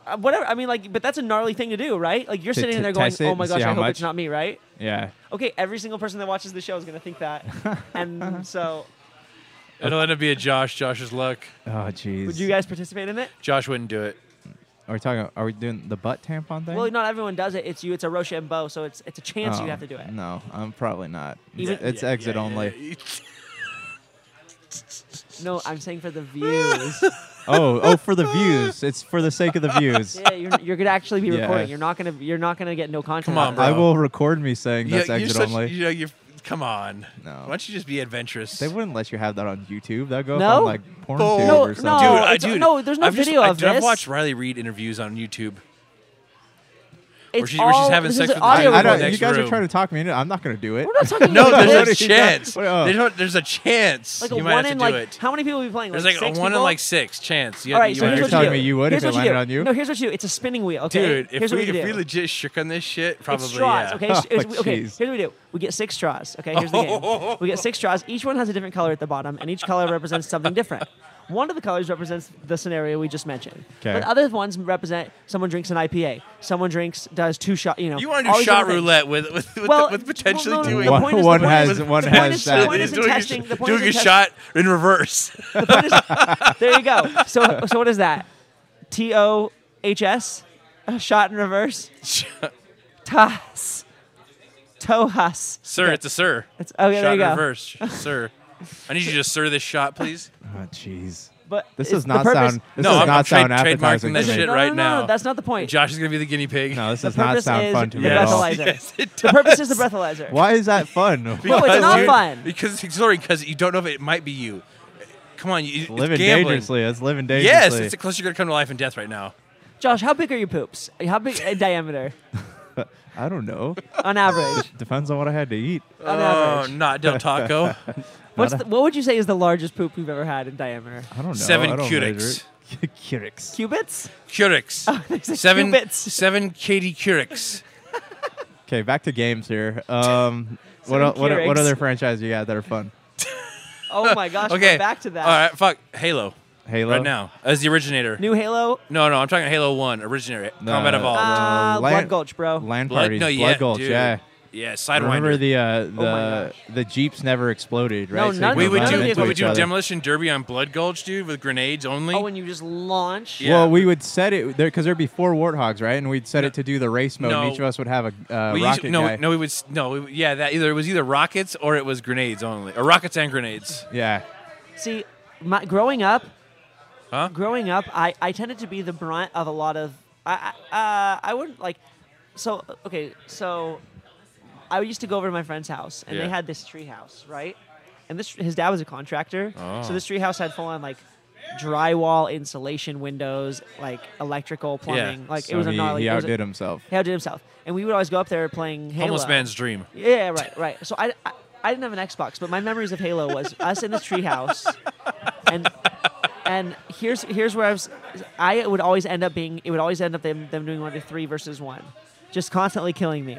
Speaker 2: Uh, whatever. I mean, like, but that's a gnarly thing to do, right? Like, you're
Speaker 1: To-
Speaker 2: sitting
Speaker 1: to
Speaker 2: there going,
Speaker 1: test it
Speaker 2: "Oh my
Speaker 1: and
Speaker 2: gosh,
Speaker 1: see
Speaker 2: I
Speaker 1: how
Speaker 2: hope it's
Speaker 1: much?
Speaker 2: not me," right?
Speaker 1: Yeah,
Speaker 2: Okay, every single person that watches the show is gonna think that, and so
Speaker 5: It'll end up being Josh. Josh's luck.
Speaker 1: Oh jeez.
Speaker 2: would you guys participate in it?
Speaker 5: Josh wouldn't do it.
Speaker 1: Are we talking? Are we doing the butt tampon thing?
Speaker 2: Well, not everyone does it. It's you. It's a Rochambeau, so it's it's a chance
Speaker 1: Oh,
Speaker 2: you have to do it.
Speaker 1: No, I'm probably not.
Speaker 2: Even-
Speaker 1: it's exit only.
Speaker 2: No, I'm saying for the views.
Speaker 1: Oh, oh, for the views. It's for the sake of the views.
Speaker 2: yeah, you're, you're gonna actually be
Speaker 1: Yeah.
Speaker 2: recording. You're not gonna you're not gonna get no content.
Speaker 5: Come on,
Speaker 2: out of
Speaker 5: bro.
Speaker 2: it.
Speaker 1: I will record me saying that's
Speaker 5: Yeah, you're
Speaker 1: exit
Speaker 5: such-
Speaker 1: only.
Speaker 5: you know, you're, come on.
Speaker 1: No.
Speaker 5: Why don't you just be adventurous?
Speaker 1: They wouldn't let you have that on YouTube. That'd go up
Speaker 2: No?
Speaker 1: on like porn
Speaker 5: Bull.
Speaker 2: No,
Speaker 1: or
Speaker 2: no.
Speaker 1: something.
Speaker 5: dude, I,
Speaker 2: it's-
Speaker 5: dude,
Speaker 2: no, there's no
Speaker 5: I've just-
Speaker 2: video
Speaker 5: I-
Speaker 2: of
Speaker 5: dude, I've
Speaker 2: this.
Speaker 5: watched Riley Reid interviews on YouTube.
Speaker 2: It's
Speaker 5: she-
Speaker 2: all,
Speaker 5: or she's having
Speaker 2: this
Speaker 5: sex
Speaker 2: is
Speaker 5: with the
Speaker 2: audio.
Speaker 5: dude.
Speaker 1: I
Speaker 2: recording.
Speaker 5: don't-
Speaker 1: don't, you
Speaker 5: next
Speaker 1: guys are
Speaker 5: room.
Speaker 1: trying to talk me into it. I'm not going to do it.
Speaker 2: We're not talking
Speaker 5: No,
Speaker 2: about
Speaker 5: there's a
Speaker 2: this.
Speaker 5: chance.
Speaker 1: Wait, oh.
Speaker 5: There's, no- there's a chance.
Speaker 2: Like a
Speaker 5: you might
Speaker 2: one
Speaker 5: have to
Speaker 2: in
Speaker 5: do
Speaker 2: like
Speaker 5: it.
Speaker 2: how many people will be playing?
Speaker 5: There's
Speaker 2: like
Speaker 5: like
Speaker 2: six
Speaker 5: a one in
Speaker 2: people?
Speaker 5: like six chance. You,
Speaker 2: All right, so
Speaker 5: might
Speaker 2: here's what
Speaker 1: you're
Speaker 5: have to
Speaker 2: you
Speaker 1: telling
Speaker 2: do.
Speaker 1: me you would
Speaker 2: here's
Speaker 1: if it
Speaker 2: what
Speaker 1: landed
Speaker 2: do.
Speaker 1: on you?
Speaker 2: No, here's what you do. It's a spinning wheel.
Speaker 5: do
Speaker 2: Okay,
Speaker 5: it. Dude, if,
Speaker 2: here's
Speaker 5: we,
Speaker 2: what you
Speaker 5: if
Speaker 2: do.
Speaker 5: we legit shook on this shit, probably
Speaker 2: it's straws.
Speaker 5: yeah.
Speaker 2: Okay, sh-
Speaker 1: Oh,
Speaker 2: is- okay.
Speaker 1: jeez.
Speaker 2: Here's what we do. We get six straws. Okay, here's the game. We get six straws. Each one has a different color at the bottom, and each color represents something different. One of the colors represents the scenario we just mentioned.
Speaker 1: 'Kay.
Speaker 2: But other ones represent someone drinks an IPA. Someone drinks does two shot. You know.
Speaker 5: You want to
Speaker 2: all
Speaker 5: do
Speaker 2: these
Speaker 5: shot
Speaker 2: different things.
Speaker 5: roulette with with, with,
Speaker 2: Oh, Well,
Speaker 5: the, with potentially
Speaker 2: well, no, no,
Speaker 5: doing
Speaker 2: the
Speaker 1: One-
Speaker 2: point is- the
Speaker 1: one
Speaker 2: point
Speaker 1: has-
Speaker 2: is-
Speaker 1: one
Speaker 2: the point
Speaker 1: has
Speaker 2: is-
Speaker 1: that.
Speaker 2: The point is in
Speaker 5: doing a-
Speaker 2: testing. The point
Speaker 5: doing
Speaker 2: is in
Speaker 5: a
Speaker 2: test-
Speaker 5: shot in reverse.
Speaker 2: The point is, there you go. So so what is that? T O H S, A shot in reverse. Tas, tohas.
Speaker 5: sir, it's a sir.
Speaker 2: It's okay.
Speaker 5: shot
Speaker 2: there you
Speaker 5: in
Speaker 2: go.
Speaker 5: reverse, sir. I need you to sir this shot, please.
Speaker 1: Oh, jeez.
Speaker 2: But
Speaker 1: This
Speaker 2: it's-
Speaker 1: does
Speaker 2: the
Speaker 1: not
Speaker 2: purpose-
Speaker 1: sound. This
Speaker 5: No,
Speaker 1: does
Speaker 5: I'm-
Speaker 1: not
Speaker 5: I'm trade-
Speaker 1: sound appetizing
Speaker 5: trademarking that
Speaker 1: to me.
Speaker 5: shit
Speaker 2: no,
Speaker 5: right
Speaker 2: no, no,
Speaker 5: now.
Speaker 2: No, that's not the point.
Speaker 5: Josh is gonna be the guinea pig.
Speaker 1: No, this
Speaker 2: the
Speaker 1: does not
Speaker 2: purpose
Speaker 1: sound
Speaker 2: is
Speaker 1: fun to me
Speaker 2: the
Speaker 1: at all.
Speaker 2: breathalyzer.
Speaker 5: Yes, it
Speaker 2: the purpose is the
Speaker 5: does.
Speaker 2: breathalyzer.
Speaker 1: Why is that fun?
Speaker 2: No, it's not
Speaker 5: dude,
Speaker 2: fun.
Speaker 5: Because sorry, because you don't know if it might be you. Come on, you, it's
Speaker 1: living
Speaker 5: gambling.
Speaker 1: dangerously. It's living
Speaker 5: Yes,
Speaker 1: dangerously.
Speaker 5: it's the closest you're gonna come to life and death right now.
Speaker 2: Josh, how big are your poops? How big in diameter
Speaker 1: I don't know.
Speaker 2: on average?
Speaker 1: Depends on what I had to eat.
Speaker 2: On
Speaker 5: Oh,
Speaker 2: average,
Speaker 5: not Del Taco.
Speaker 2: what's the, what would you say is the largest poop you've ever had in diameter?
Speaker 1: I don't know.
Speaker 5: Seven
Speaker 1: I don't
Speaker 5: cutics.
Speaker 1: measure it. Cutics.
Speaker 2: Cubits?
Speaker 5: Curix.
Speaker 2: Oh, There's a
Speaker 5: seven
Speaker 2: Cubits.
Speaker 5: seven Katie Curix.
Speaker 1: Okay, back to games here. Um, what, el- what, what
Speaker 2: Keurigs.
Speaker 1: other franchise you got that are fun?
Speaker 2: Oh my gosh!
Speaker 5: Okay.
Speaker 2: we're back to that.
Speaker 5: All right, fuck Halo
Speaker 1: Halo.
Speaker 5: right now as the originator.
Speaker 2: New Halo.
Speaker 5: no, no, I'm talking Halo One, originator,
Speaker 1: No,
Speaker 5: Combat Evolved.
Speaker 2: Ah,
Speaker 1: Land-
Speaker 2: Blood Gulch, bro.
Speaker 1: Land
Speaker 5: Blood-
Speaker 1: parties.
Speaker 5: no,
Speaker 1: Blood
Speaker 5: yeah,
Speaker 1: Gulch.
Speaker 5: dude.
Speaker 1: Yeah.
Speaker 5: yeah,
Speaker 1: Remember
Speaker 5: Sidewinder.
Speaker 1: the uh, the
Speaker 2: Oh my
Speaker 1: the jeeps never exploded, right?
Speaker 2: No,
Speaker 1: you
Speaker 2: none-
Speaker 1: could
Speaker 5: we would
Speaker 1: run
Speaker 2: none of
Speaker 5: do
Speaker 2: the
Speaker 1: into
Speaker 5: we would
Speaker 1: each
Speaker 5: do
Speaker 1: other.
Speaker 5: demolition derby on Blood Gulch, dude, with grenades only.
Speaker 2: Oh, and you just launch.
Speaker 5: Yeah.
Speaker 1: Well, we would set it there because there'd be four warthogs, right? And we'd set it to do the race mode,
Speaker 5: No.
Speaker 1: and each of us would have a uh,
Speaker 5: we
Speaker 1: rocket
Speaker 5: used, no,
Speaker 1: guy.
Speaker 5: no, we would s- no, we- yeah, that either it was either rockets or it was grenades only, or rockets and grenades.
Speaker 1: Yeah,
Speaker 2: See, my, growing up,
Speaker 5: Huh?
Speaker 2: growing up, I, I tended to be the brunt of a lot of. I I, uh, I wouldn't like. So okay, so I used to go over to my friend's house, and
Speaker 5: Yeah.
Speaker 2: they had this tree house, right? And this his dad was a contractor,
Speaker 5: Oh.
Speaker 2: so this tree house had full on like drywall, insulation, windows, like electrical, plumbing. Like
Speaker 1: so
Speaker 2: it was
Speaker 1: he,
Speaker 2: a gnarly.
Speaker 1: he
Speaker 2: it was a-
Speaker 1: outdid himself.
Speaker 2: He outdid himself, and we would always go up there playing Halo.
Speaker 5: Homeless man's dream.
Speaker 2: Yeah, right, right. So I, I, I didn't have an Xbox, but my memories of Halo was us in the treehouse, and and here's here's where I was. I would always end up being. It would always end up them them doing one to three versus one, just constantly killing me,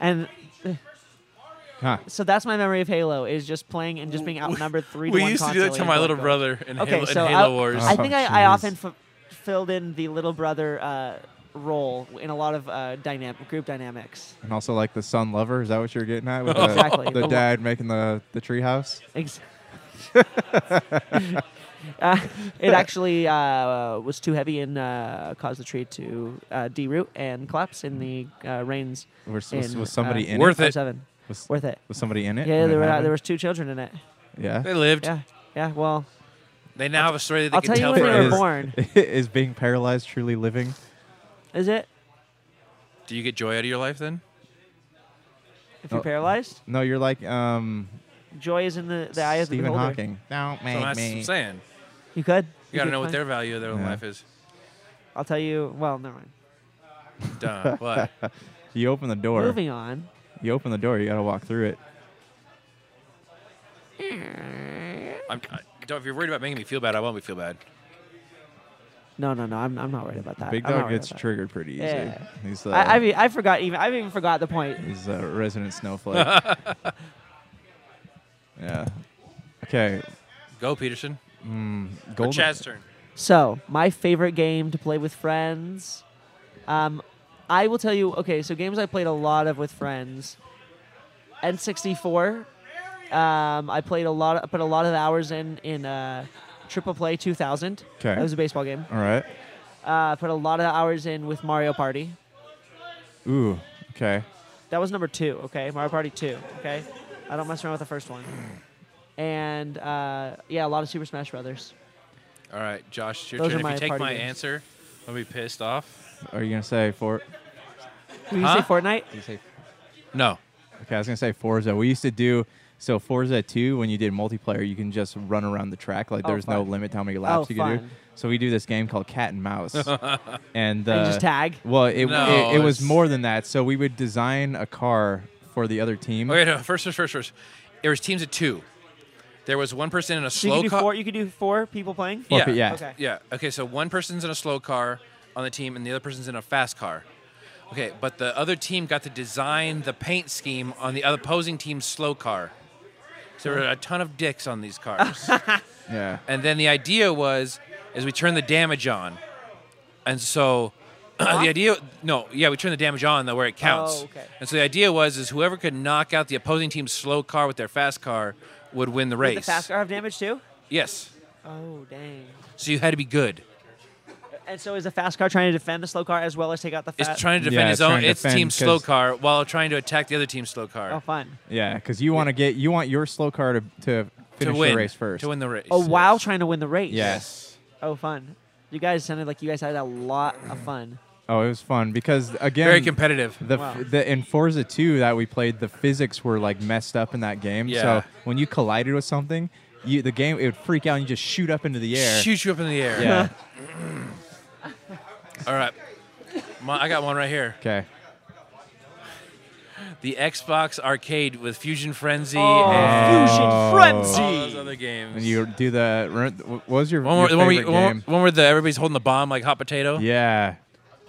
Speaker 2: and.
Speaker 1: Huh.
Speaker 2: So that's my memory of Halo is just playing and just being outnumbered three to
Speaker 5: we
Speaker 2: one.
Speaker 5: used to do that
Speaker 2: constantly
Speaker 5: to
Speaker 2: in
Speaker 5: my
Speaker 2: Halo
Speaker 5: little
Speaker 2: Go.
Speaker 5: brother in
Speaker 2: okay,
Speaker 5: Halo, in
Speaker 2: so
Speaker 5: Halo
Speaker 2: I,
Speaker 5: Wars.
Speaker 2: I think I, I
Speaker 1: jeez.
Speaker 2: often f- filled in the little brother uh, role in a lot of uh, dynamic group dynamics.
Speaker 1: And also like the son lover. Is that what you're getting at? With the,
Speaker 2: Exactly. Oh
Speaker 1: The
Speaker 2: The-
Speaker 1: dad making the the treehouse.
Speaker 2: Ex- uh, it actually uh, was too heavy and uh, caused the tree to uh, deroot and collapse in the uh, rains.
Speaker 1: Was, was,
Speaker 2: in,
Speaker 1: was somebody
Speaker 2: uh,
Speaker 1: in
Speaker 5: Worth
Speaker 1: it?
Speaker 5: it.
Speaker 2: Seven.
Speaker 1: Was,
Speaker 2: Worth it.
Speaker 1: was somebody in it?
Speaker 2: Yeah,
Speaker 1: when
Speaker 2: there
Speaker 1: it
Speaker 2: were, there
Speaker 1: happened?
Speaker 2: was two children in it.
Speaker 1: Yeah.
Speaker 5: they lived.
Speaker 2: Yeah, yeah. Well,
Speaker 5: They now have a story that they
Speaker 2: I'll
Speaker 5: can
Speaker 2: tell you
Speaker 5: tell
Speaker 2: when
Speaker 5: for
Speaker 2: they were born.
Speaker 5: us.
Speaker 1: Is being paralyzed truly living?
Speaker 2: Is it?
Speaker 5: Do you get joy out of your life then?
Speaker 2: If you're
Speaker 1: Oh.
Speaker 2: paralyzed,
Speaker 1: No, you're like um,
Speaker 2: joy is in the, the eye of the
Speaker 1: Stephen
Speaker 2: beholder.
Speaker 1: Hawking. Don't
Speaker 5: So
Speaker 1: make
Speaker 5: that's what
Speaker 1: me.
Speaker 5: I'm saying.
Speaker 2: You could.
Speaker 5: You gotta
Speaker 2: could
Speaker 5: know what
Speaker 2: find-
Speaker 5: their value of their own
Speaker 1: Yeah.
Speaker 5: life is.
Speaker 2: I'll tell you. Well, never mind.
Speaker 5: Duh. What?
Speaker 1: You open the door.
Speaker 2: Moving on.
Speaker 1: You open the door. You gotta walk through it.
Speaker 5: I'm, I, don't- if you're worried about making me feel bad, I won't be feel bad.
Speaker 2: No, no, no. I'm, I'm not worried about that.
Speaker 1: Big
Speaker 2: I'm not
Speaker 1: dog
Speaker 2: worried
Speaker 1: gets
Speaker 2: about that.
Speaker 1: triggered pretty easy.
Speaker 2: Yeah.
Speaker 1: He's uh,
Speaker 2: I, I mean, I forgot even. I've even forgot the point.
Speaker 1: He's a resident snowflake. yeah. Okay.
Speaker 5: Go, Peterson. Or
Speaker 1: Golden.
Speaker 5: Chad's turn.
Speaker 2: So, my favorite game to play with friends. Um, I will tell you, okay, so games I played a lot of with friends. N64. Um, I played a lot, of, put a lot of hours in in uh, Triple Play 2000.
Speaker 1: 'Kay.
Speaker 2: That was a baseball game.
Speaker 1: All right.
Speaker 2: Uh, put a lot of hours in with Mario Party.
Speaker 1: Ooh. Okay.
Speaker 2: That was number two, okay? Mario Party 2, okay? I don't mess around with the first one. And uh, yeah, a lot of Super Smash Brothers.
Speaker 5: All right, Josh, it's your
Speaker 2: Those
Speaker 5: turn.
Speaker 2: are
Speaker 5: If
Speaker 2: my
Speaker 5: you take
Speaker 2: party
Speaker 5: my
Speaker 2: games.
Speaker 5: answer, I'll be pissed off.
Speaker 1: Are you gonna say for?
Speaker 2: Did you say
Speaker 5: Huh?
Speaker 2: Fortnite?
Speaker 5: No.
Speaker 1: Okay, I was gonna say Forza. We used to do so Forza two when you did multiplayer, you can just run around the track like
Speaker 2: Oh,
Speaker 1: there's no
Speaker 2: fun.
Speaker 1: limit to how many laps
Speaker 2: Oh,
Speaker 1: you can do.
Speaker 2: fun.
Speaker 1: So we do this game called cat and mouse, and uh,
Speaker 2: And you just tag?
Speaker 1: Well, it,
Speaker 5: No,
Speaker 1: it, it was
Speaker 5: it's-
Speaker 1: more than that. So we would design a car for the other team.
Speaker 5: Okay, no. First, first, first, first. There was teams of two. There was one person in a
Speaker 2: So
Speaker 5: slow
Speaker 2: you could do
Speaker 5: car.
Speaker 2: four. You could do four people playing.
Speaker 1: Four
Speaker 5: yeah.
Speaker 1: pe- yeah.
Speaker 2: Okay.
Speaker 5: Yeah. Okay. So one person's in a slow car on the team, and the other person's in a fast car. Okay, but the other team got to design the paint scheme on the other opposing team's slow car. So there were a ton of dicks on these cars.
Speaker 1: Yeah.
Speaker 5: and then the idea was, is we turn the damage on, and so the idea, no, yeah, we turn the damage on though where it counts.
Speaker 2: Oh, okay.
Speaker 5: And so the idea was, is whoever could knock out the opposing team's slow car with their fast car would win the race.
Speaker 2: Did the fast car have damage too?
Speaker 5: Yes.
Speaker 2: Oh dang!
Speaker 5: So you had to be good.
Speaker 2: And so is the fast car trying to defend the slow car as well as take out the
Speaker 5: It's
Speaker 2: fast?
Speaker 5: trying to
Speaker 1: Yeah,
Speaker 5: defend
Speaker 1: it's
Speaker 5: his own
Speaker 1: trying to
Speaker 5: its
Speaker 1: defend
Speaker 5: team's slow
Speaker 1: 'cause-
Speaker 5: car while trying to attack the other team's slow car
Speaker 2: oh fun!
Speaker 1: Yeah, because you want to get you want your slow car to, to
Speaker 5: to
Speaker 1: finish
Speaker 5: win
Speaker 1: the race first.
Speaker 5: To win the race.
Speaker 2: Oh
Speaker 5: yes.
Speaker 2: wow! Trying to win the race.
Speaker 1: Yes.
Speaker 2: Oh fun! You guys sounded like you guys had a lot of fun.
Speaker 1: Oh, it was fun because again,
Speaker 5: Very competitive.
Speaker 1: The,
Speaker 2: Wow.
Speaker 1: f the in Forza 2 that we played, the physics were like messed up in that game.
Speaker 5: Yeah.
Speaker 1: So when you collided with something, you the game it would freak out and you just shoot up into the air.
Speaker 5: Shoot you up in the air.
Speaker 1: Yeah.
Speaker 5: All right. My, I got one right here.
Speaker 1: Okay.
Speaker 5: The Xbox arcade with Fusion Frenzy and
Speaker 2: Oh,
Speaker 5: all
Speaker 2: Fusion
Speaker 5: those
Speaker 2: Frenzy!
Speaker 5: other games.
Speaker 1: And you do the run- what was your,
Speaker 5: one where,
Speaker 1: your
Speaker 5: one, where you-
Speaker 1: favorite
Speaker 5: one where-
Speaker 1: game?
Speaker 5: one where the everybody's holding the bomb like hot potato.
Speaker 1: yeah.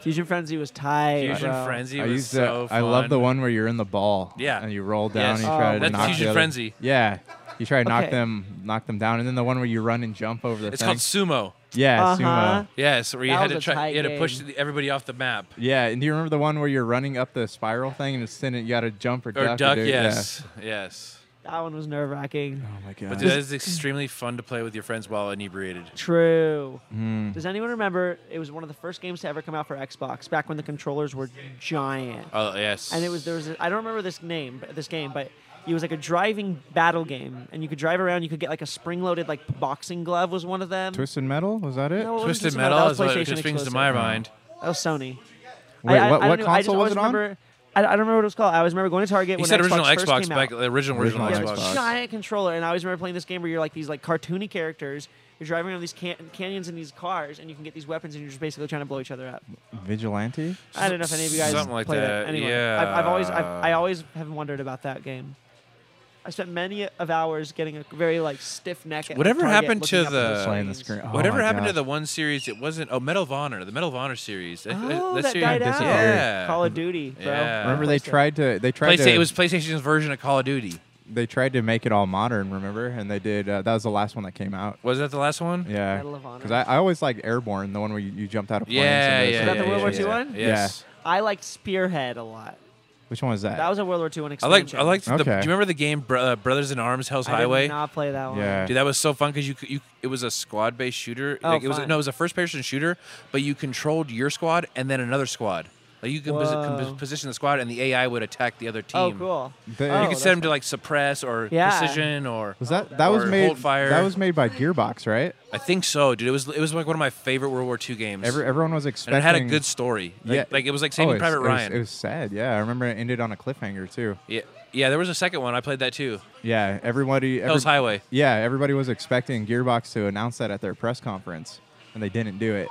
Speaker 2: Fusion Frenzy was tight.
Speaker 5: Fusion
Speaker 2: bro.
Speaker 5: Frenzy
Speaker 1: I
Speaker 5: was
Speaker 1: used
Speaker 5: so
Speaker 1: to, I love the
Speaker 5: fun.
Speaker 1: one where you're in the ball.
Speaker 5: Yeah.
Speaker 1: And you roll down and
Speaker 5: Yes.
Speaker 1: you try to
Speaker 2: Oh,
Speaker 1: knock
Speaker 2: That's
Speaker 1: the
Speaker 5: Fusion
Speaker 1: other-
Speaker 5: Frenzy.
Speaker 1: Yeah. You try to knock
Speaker 2: Okay.
Speaker 1: them knock them down and then the one where you run and jump over the
Speaker 5: It's
Speaker 1: thing.
Speaker 5: called Sumo.
Speaker 1: yeah,
Speaker 2: Uh-huh.
Speaker 1: sumo.
Speaker 5: Yes, where you
Speaker 2: That was
Speaker 5: had to
Speaker 2: a
Speaker 5: try,
Speaker 2: tight
Speaker 5: you had to push
Speaker 2: game.
Speaker 5: the- everybody off the map.
Speaker 1: Yeah, and do you remember the one where you're running up the spiral thing and it's in it, you got to jump or,
Speaker 5: Or
Speaker 1: duck?
Speaker 5: duck,
Speaker 1: do- yeah.
Speaker 5: yes, yes.
Speaker 2: That one was nerve wracking.
Speaker 1: Oh my god.
Speaker 5: But that is extremely fun to play with your friends while inebriated.
Speaker 2: True.
Speaker 1: Hmm.
Speaker 2: Does anyone remember? It was one of the first games to ever come out for Xbox. Back when the controllers were giant.
Speaker 5: Oh yes.
Speaker 2: and it was there was a, I don't remember this name but this game but it was like a driving battle game and you could drive around you could get like a spring loaded like boxing glove was one of them
Speaker 1: Twisted Metal was that it?
Speaker 2: No, it wasn't
Speaker 5: Twisted
Speaker 2: Twisted
Speaker 5: Metal
Speaker 2: That was
Speaker 5: is what
Speaker 2: PlayStation
Speaker 5: it just brings to
Speaker 2: exclusive.
Speaker 5: my mind.
Speaker 2: that was Sony
Speaker 1: Wait,
Speaker 2: I, I,
Speaker 1: what,
Speaker 2: I
Speaker 1: what
Speaker 2: don't know, I just
Speaker 1: console was
Speaker 2: always
Speaker 1: it on?
Speaker 2: remember, I, I don't remember what it was called I always remember going to Target
Speaker 5: He
Speaker 2: when
Speaker 5: said
Speaker 2: Xbox
Speaker 5: original
Speaker 2: first
Speaker 5: Xbox
Speaker 2: came
Speaker 5: back,
Speaker 2: out
Speaker 5: the original original,
Speaker 1: Original
Speaker 5: Xbox.
Speaker 1: Xbox.
Speaker 2: giant controller and I always remember playing this game where you're like these like cartoony characters you're driving around these can- canyons in these cars and you can get these weapons and you're just basically trying to blow each other up
Speaker 1: Vigilante.
Speaker 2: I don't know if any of you guys
Speaker 5: Something like
Speaker 2: play
Speaker 5: that,
Speaker 2: Anyway,
Speaker 5: yeah.
Speaker 2: I've, I've always I've, I always have wondered about that game. I I spent many of hours getting a very like stiff neck. At, like,
Speaker 5: Whatever
Speaker 2: Target
Speaker 5: happened to
Speaker 2: looking up at
Speaker 5: the-
Speaker 1: Playing the
Speaker 2: screens.
Speaker 1: screen. Oh
Speaker 5: Whatever
Speaker 1: my
Speaker 5: happened to
Speaker 1: gosh.
Speaker 5: the one series? It wasn't. Oh, Medal of Honor. The Medal of Honor series. That-
Speaker 2: Oh, that,
Speaker 5: series-
Speaker 2: died out.
Speaker 1: disappeared.
Speaker 5: Yeah.
Speaker 2: Call of Duty, bro.
Speaker 5: Yeah.
Speaker 1: Remember they
Speaker 2: Playstation.
Speaker 1: tried to they tried
Speaker 5: Playsta-
Speaker 1: to
Speaker 5: it was PlayStation's version of Call of Duty.
Speaker 1: they tried to make it all modern. Remember, and they did. Uh, that was the last one that came out.
Speaker 5: Was that the last one?
Speaker 1: Yeah,
Speaker 2: Medal of Honor.
Speaker 1: because I, I always liked Airborne, the one where you, you jumped out of planes.
Speaker 5: Yeah,
Speaker 1: and
Speaker 5: yeah,
Speaker 2: Is that the
Speaker 5: yeah,
Speaker 2: World War
Speaker 5: yeah,
Speaker 2: II
Speaker 5: yeah.
Speaker 2: one?
Speaker 5: Yes.
Speaker 2: I liked Spearhead a lot.
Speaker 1: Which one was that?
Speaker 2: That was a World War II one
Speaker 5: I like.
Speaker 2: expansion.
Speaker 5: I liked. The, do you
Speaker 1: Okay.
Speaker 5: remember the game Bro- uh, Brothers in Arms, Hell's
Speaker 2: I
Speaker 5: Highway?
Speaker 2: did not play that one.
Speaker 1: yeah.
Speaker 5: Dude, that was so fun because you, c- you it was a squad based shooter.
Speaker 2: Oh,
Speaker 5: like, it was
Speaker 2: fun.
Speaker 5: no, it was a first person shooter, but you controlled your squad and then another squad. Like you could posi-
Speaker 2: Whoa.
Speaker 5: can position the squad and the AI would attack the other team.
Speaker 2: Oh, cool.
Speaker 1: They-
Speaker 2: Oh,
Speaker 5: You could
Speaker 2: that's
Speaker 5: set them to like suppress or
Speaker 2: Yeah.
Speaker 5: precision or
Speaker 1: Was that that was
Speaker 5: Or
Speaker 1: made
Speaker 5: Hold Fire.
Speaker 1: that was made by Gearbox, right?
Speaker 5: I think so, dude. It was it was like one of my favorite World War II games.
Speaker 1: Every, everyone was
Speaker 5: and
Speaker 1: expecting.
Speaker 5: it had a good story. Like,
Speaker 1: Yeah.
Speaker 5: like it was like
Speaker 1: Oh,
Speaker 5: Saving
Speaker 1: it's-
Speaker 5: Private
Speaker 1: it was-
Speaker 5: Ryan.
Speaker 1: It was sad. Yeah, I remember it ended on a cliffhanger too.
Speaker 5: yeah, yeah. There was a second one. I played that too.
Speaker 1: Yeah, everybody.
Speaker 5: Hell's
Speaker 1: every-
Speaker 5: Highway.
Speaker 1: Yeah, everybody was expecting Gearbox to announce that at their press conference, and they didn't do it.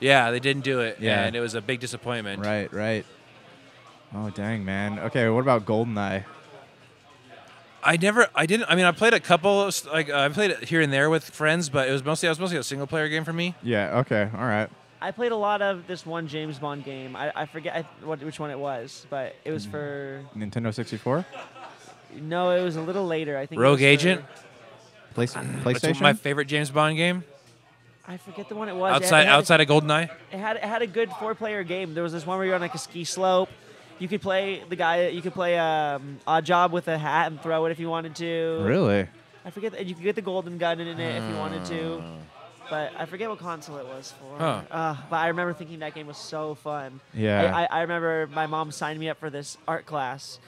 Speaker 5: Yeah, they didn't do it.
Speaker 1: Yeah.
Speaker 5: and it was a big disappointment.
Speaker 1: Right, right. Oh dang, man. Okay, what about Goldeneye?
Speaker 5: I never, I didn't. I mean, I played a couple, of, s- like uh, I played it here and there with friends, but it was mostly, I was mostly a single player game for me.
Speaker 1: Yeah. Okay. All right.
Speaker 2: I played a lot of this one James Bond game. I, I forget I, what, which one it was, but it
Speaker 1: Mm.
Speaker 2: was for.
Speaker 1: Nintendo 64,
Speaker 2: No, it was a little later. I think. it
Speaker 5: Rogue
Speaker 2: was for-
Speaker 5: Agent,
Speaker 1: Play-
Speaker 5: that's
Speaker 1: PlayStation.
Speaker 5: my favorite James Bond game.
Speaker 2: I forget the one it was. It had-
Speaker 5: Outside,
Speaker 2: it had-
Speaker 5: outside of Goldeneye.
Speaker 2: It had it had a good four player game. There was this one where you're on like a ski slope. You could play the guy. You could play um, odd job with a hat and throw it if you wanted to.
Speaker 1: really?
Speaker 2: I forget. And you could get the golden gun in it if you wanted to.
Speaker 1: Ah.
Speaker 2: But I forget what console it was for.
Speaker 5: Huh.
Speaker 2: Uh, but I remember thinking that game was so fun.
Speaker 1: Yeah.
Speaker 2: I, I, I remember my mom signed me up for this art class,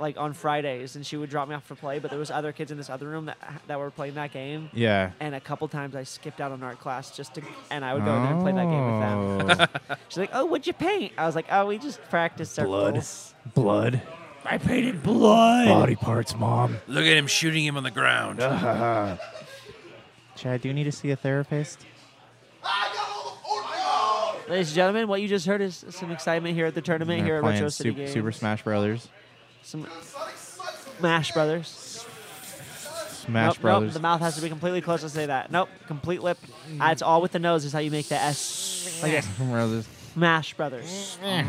Speaker 2: like on Fridays, and she would drop me off for play. But there was other kids in this other room that that were playing that game.
Speaker 1: Yeah.
Speaker 2: And a couple times I skipped out on art class just to, and I would go in there and play that game with them.
Speaker 1: them.
Speaker 2: She's like, "Oh, what'd you paint?" I was like, "Oh, we just practiced circles."
Speaker 1: blood.
Speaker 2: I painted blood.
Speaker 1: Body parts, mom.
Speaker 5: Look at him shooting him on the ground.
Speaker 9: Chad, do you need to see a therapist?
Speaker 2: Ladies and gentlemen, what you just heard is some excitement here at the tournament here at
Speaker 1: playing
Speaker 2: Retro City
Speaker 1: Sup-
Speaker 2: Games.
Speaker 1: Super Smash Brothers.
Speaker 2: some Smash Brothers.
Speaker 1: Smash
Speaker 2: nope,
Speaker 1: Brothers.
Speaker 2: Nope, the mouth has to be completely closed to say that. Nope, complete lip. Ah, it's all with the nose. Is how you make the S. Like this.
Speaker 1: Brothers.
Speaker 2: Smash Brothers. No,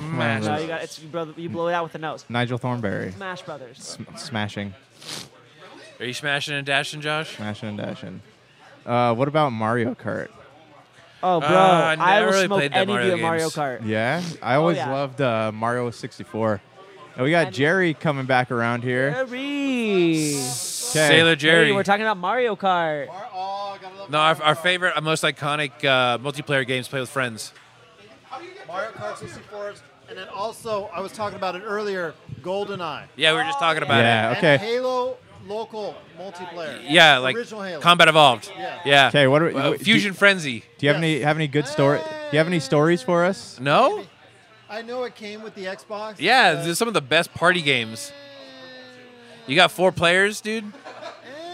Speaker 2: you got it's you blow, you blow it out with the nose.
Speaker 1: Nigel Thornberry.
Speaker 2: Smash Brothers.
Speaker 1: Sm- smashing,
Speaker 5: Are you smashing and dashing, Josh?
Speaker 1: smashing and dashing. Uh, what about Mario Kart?
Speaker 2: Oh, bro, I
Speaker 5: I Uh, never
Speaker 2: will
Speaker 5: really
Speaker 2: smoke
Speaker 5: played that
Speaker 2: any of
Speaker 5: Mario
Speaker 2: you at Mario
Speaker 5: games.
Speaker 2: Kart.
Speaker 1: Yeah,
Speaker 4: Oh,
Speaker 1: I always
Speaker 2: yeah.
Speaker 1: loved uh, Mario 64. And we got
Speaker 2: And-
Speaker 1: Jerry coming back around here.
Speaker 2: Jerry.
Speaker 1: Okay.
Speaker 5: Sailor Jerry.
Speaker 2: Hey, we're talking about Mario Kart.
Speaker 5: no, our, our favorite, our most iconic uh, multiplayer games play with friends.
Speaker 4: Mario Kart 64, and then also I was talking about it earlier, GoldenEye.
Speaker 5: Yeah, we were just talking about
Speaker 1: Yeah.
Speaker 5: it.
Speaker 1: Okay.
Speaker 4: And Halo local multiplayer.
Speaker 5: Yeah, like
Speaker 4: original Halo.
Speaker 5: Combat Evolved.
Speaker 4: Yeah.
Speaker 5: Yeah.
Speaker 1: Okay, what are we,
Speaker 5: Uh,
Speaker 1: do-
Speaker 5: Fusion Frenzy.
Speaker 1: Do you have any have any good story? Do you have any stories for us?
Speaker 5: No?
Speaker 4: I know it came with the Xbox.
Speaker 5: Yeah,
Speaker 4: but-
Speaker 5: this is some of the best party games. You got four players, dude.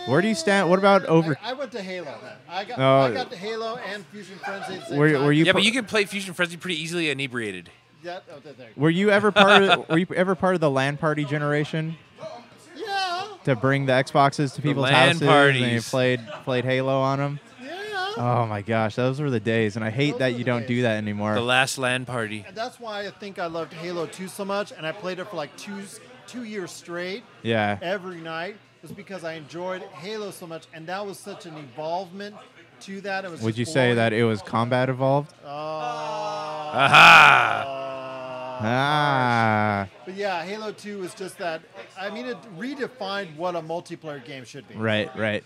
Speaker 1: Where do you stand? What about over?
Speaker 4: I, I went to Halo. Then. I got
Speaker 1: Oh.
Speaker 4: I got to Halo and Fusion Frenzy. At the same
Speaker 1: Were,
Speaker 4: time.
Speaker 1: were you
Speaker 5: Yeah,
Speaker 1: par-
Speaker 5: but you can play Fusion Frenzy pretty easily inebriated.
Speaker 4: Yeah, oh, there, there.
Speaker 1: were you ever part of were you ever part of the LAN party generation
Speaker 4: yeah,
Speaker 1: to bring the Xboxes to people's
Speaker 5: LAN
Speaker 1: houses and you
Speaker 5: parties.
Speaker 1: played played Halo on them?
Speaker 4: yeah.
Speaker 1: Oh my gosh, those were the days, and I hate
Speaker 4: Those
Speaker 1: that
Speaker 4: were the
Speaker 1: you don't do
Speaker 4: days.
Speaker 1: that
Speaker 5: The
Speaker 1: anymore.
Speaker 5: last LAN party.
Speaker 4: And that's why I think I loved Halo 2 so much, and I played it for like two two years straight
Speaker 1: Yeah.
Speaker 4: every night. Was because I enjoyed Halo so much, and that was such an involvement to that. It was
Speaker 1: Would
Speaker 4: just
Speaker 1: you say
Speaker 4: blowing-
Speaker 1: that it was combat evolved?
Speaker 4: Oh, Uh,
Speaker 5: Aha!
Speaker 1: Ah,
Speaker 4: But yeah, Halo 2 was just that. I mean, it redefined what a multiplayer game should be.
Speaker 1: right, right.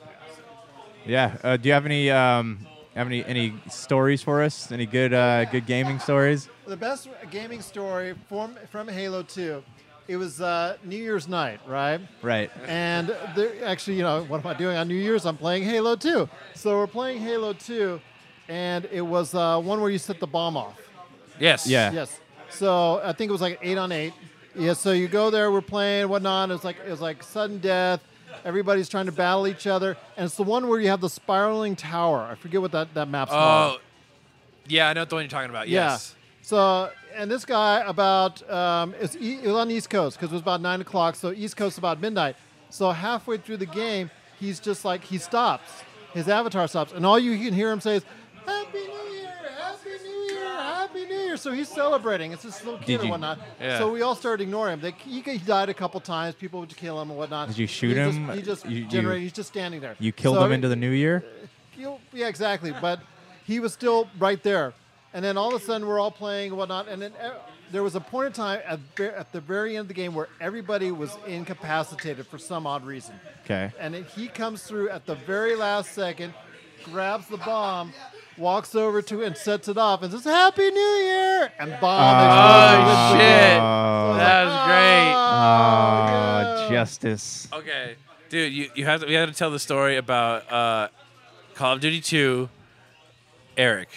Speaker 1: Yeah. Uh, do you have any um, have any any stories for us? Any good uh, good gaming stories?
Speaker 4: The best gaming story from from Halo 2, it was uh, New Year's night, right?
Speaker 1: Right.
Speaker 4: And there, actually, you know, what am I doing on New Year's? I'm playing Halo 2. So we're playing Halo 2, and it was uh, one where you set the bomb off.
Speaker 5: Yes.
Speaker 1: Yeah.
Speaker 4: Yes. So I think it was like eight on eight. Yeah. So you go there, we're playing, whatnot. It's like it's like sudden death. Everybody's trying to battle each other, and it's the one where you have the spiraling tower. I forget what that that map's called.
Speaker 5: Oh, yeah, I know the one you're talking about. Yes.
Speaker 4: So, and this guy about um, it's e- it was on the East Coast because it was about nine o'clock. So East Coast about midnight. So halfway through the game, he's just like he stops. His avatar stops, and all you can hear him say is, "Happy New Year! Happy New Year! Happy New Year!" So he's celebrating. It's this little
Speaker 1: Did
Speaker 4: kid or
Speaker 1: you-
Speaker 4: whatnot.
Speaker 5: Yeah.
Speaker 4: So we all started ignoring him. They, he, he died a couple times. People would kill him and whatnot.
Speaker 1: Did you shoot
Speaker 4: he just-
Speaker 1: him?
Speaker 4: he just
Speaker 1: You- you-
Speaker 4: generated. he's just standing there.
Speaker 1: You killed
Speaker 4: So
Speaker 1: him
Speaker 4: it-
Speaker 1: into the new year.
Speaker 4: you- yeah, exactly. But he was still right there. And then all of a sudden, we're all playing and whatnot. And then eh, there was a point in time at, ver- at the very end of the game where everybody was incapacitated for some odd reason.
Speaker 1: Okay.
Speaker 4: And then he comes through at the very last second, grabs the bomb, walks over to it and sets it off and says, Happy New Year! And bomb.
Speaker 5: Oh, shit.
Speaker 1: Oh,
Speaker 5: That was
Speaker 4: Ah.
Speaker 5: great.
Speaker 1: oh, Uh, justice.
Speaker 5: Okay, dude, you, you have to we have to tell the story about uh, Call of Duty Two, Eric,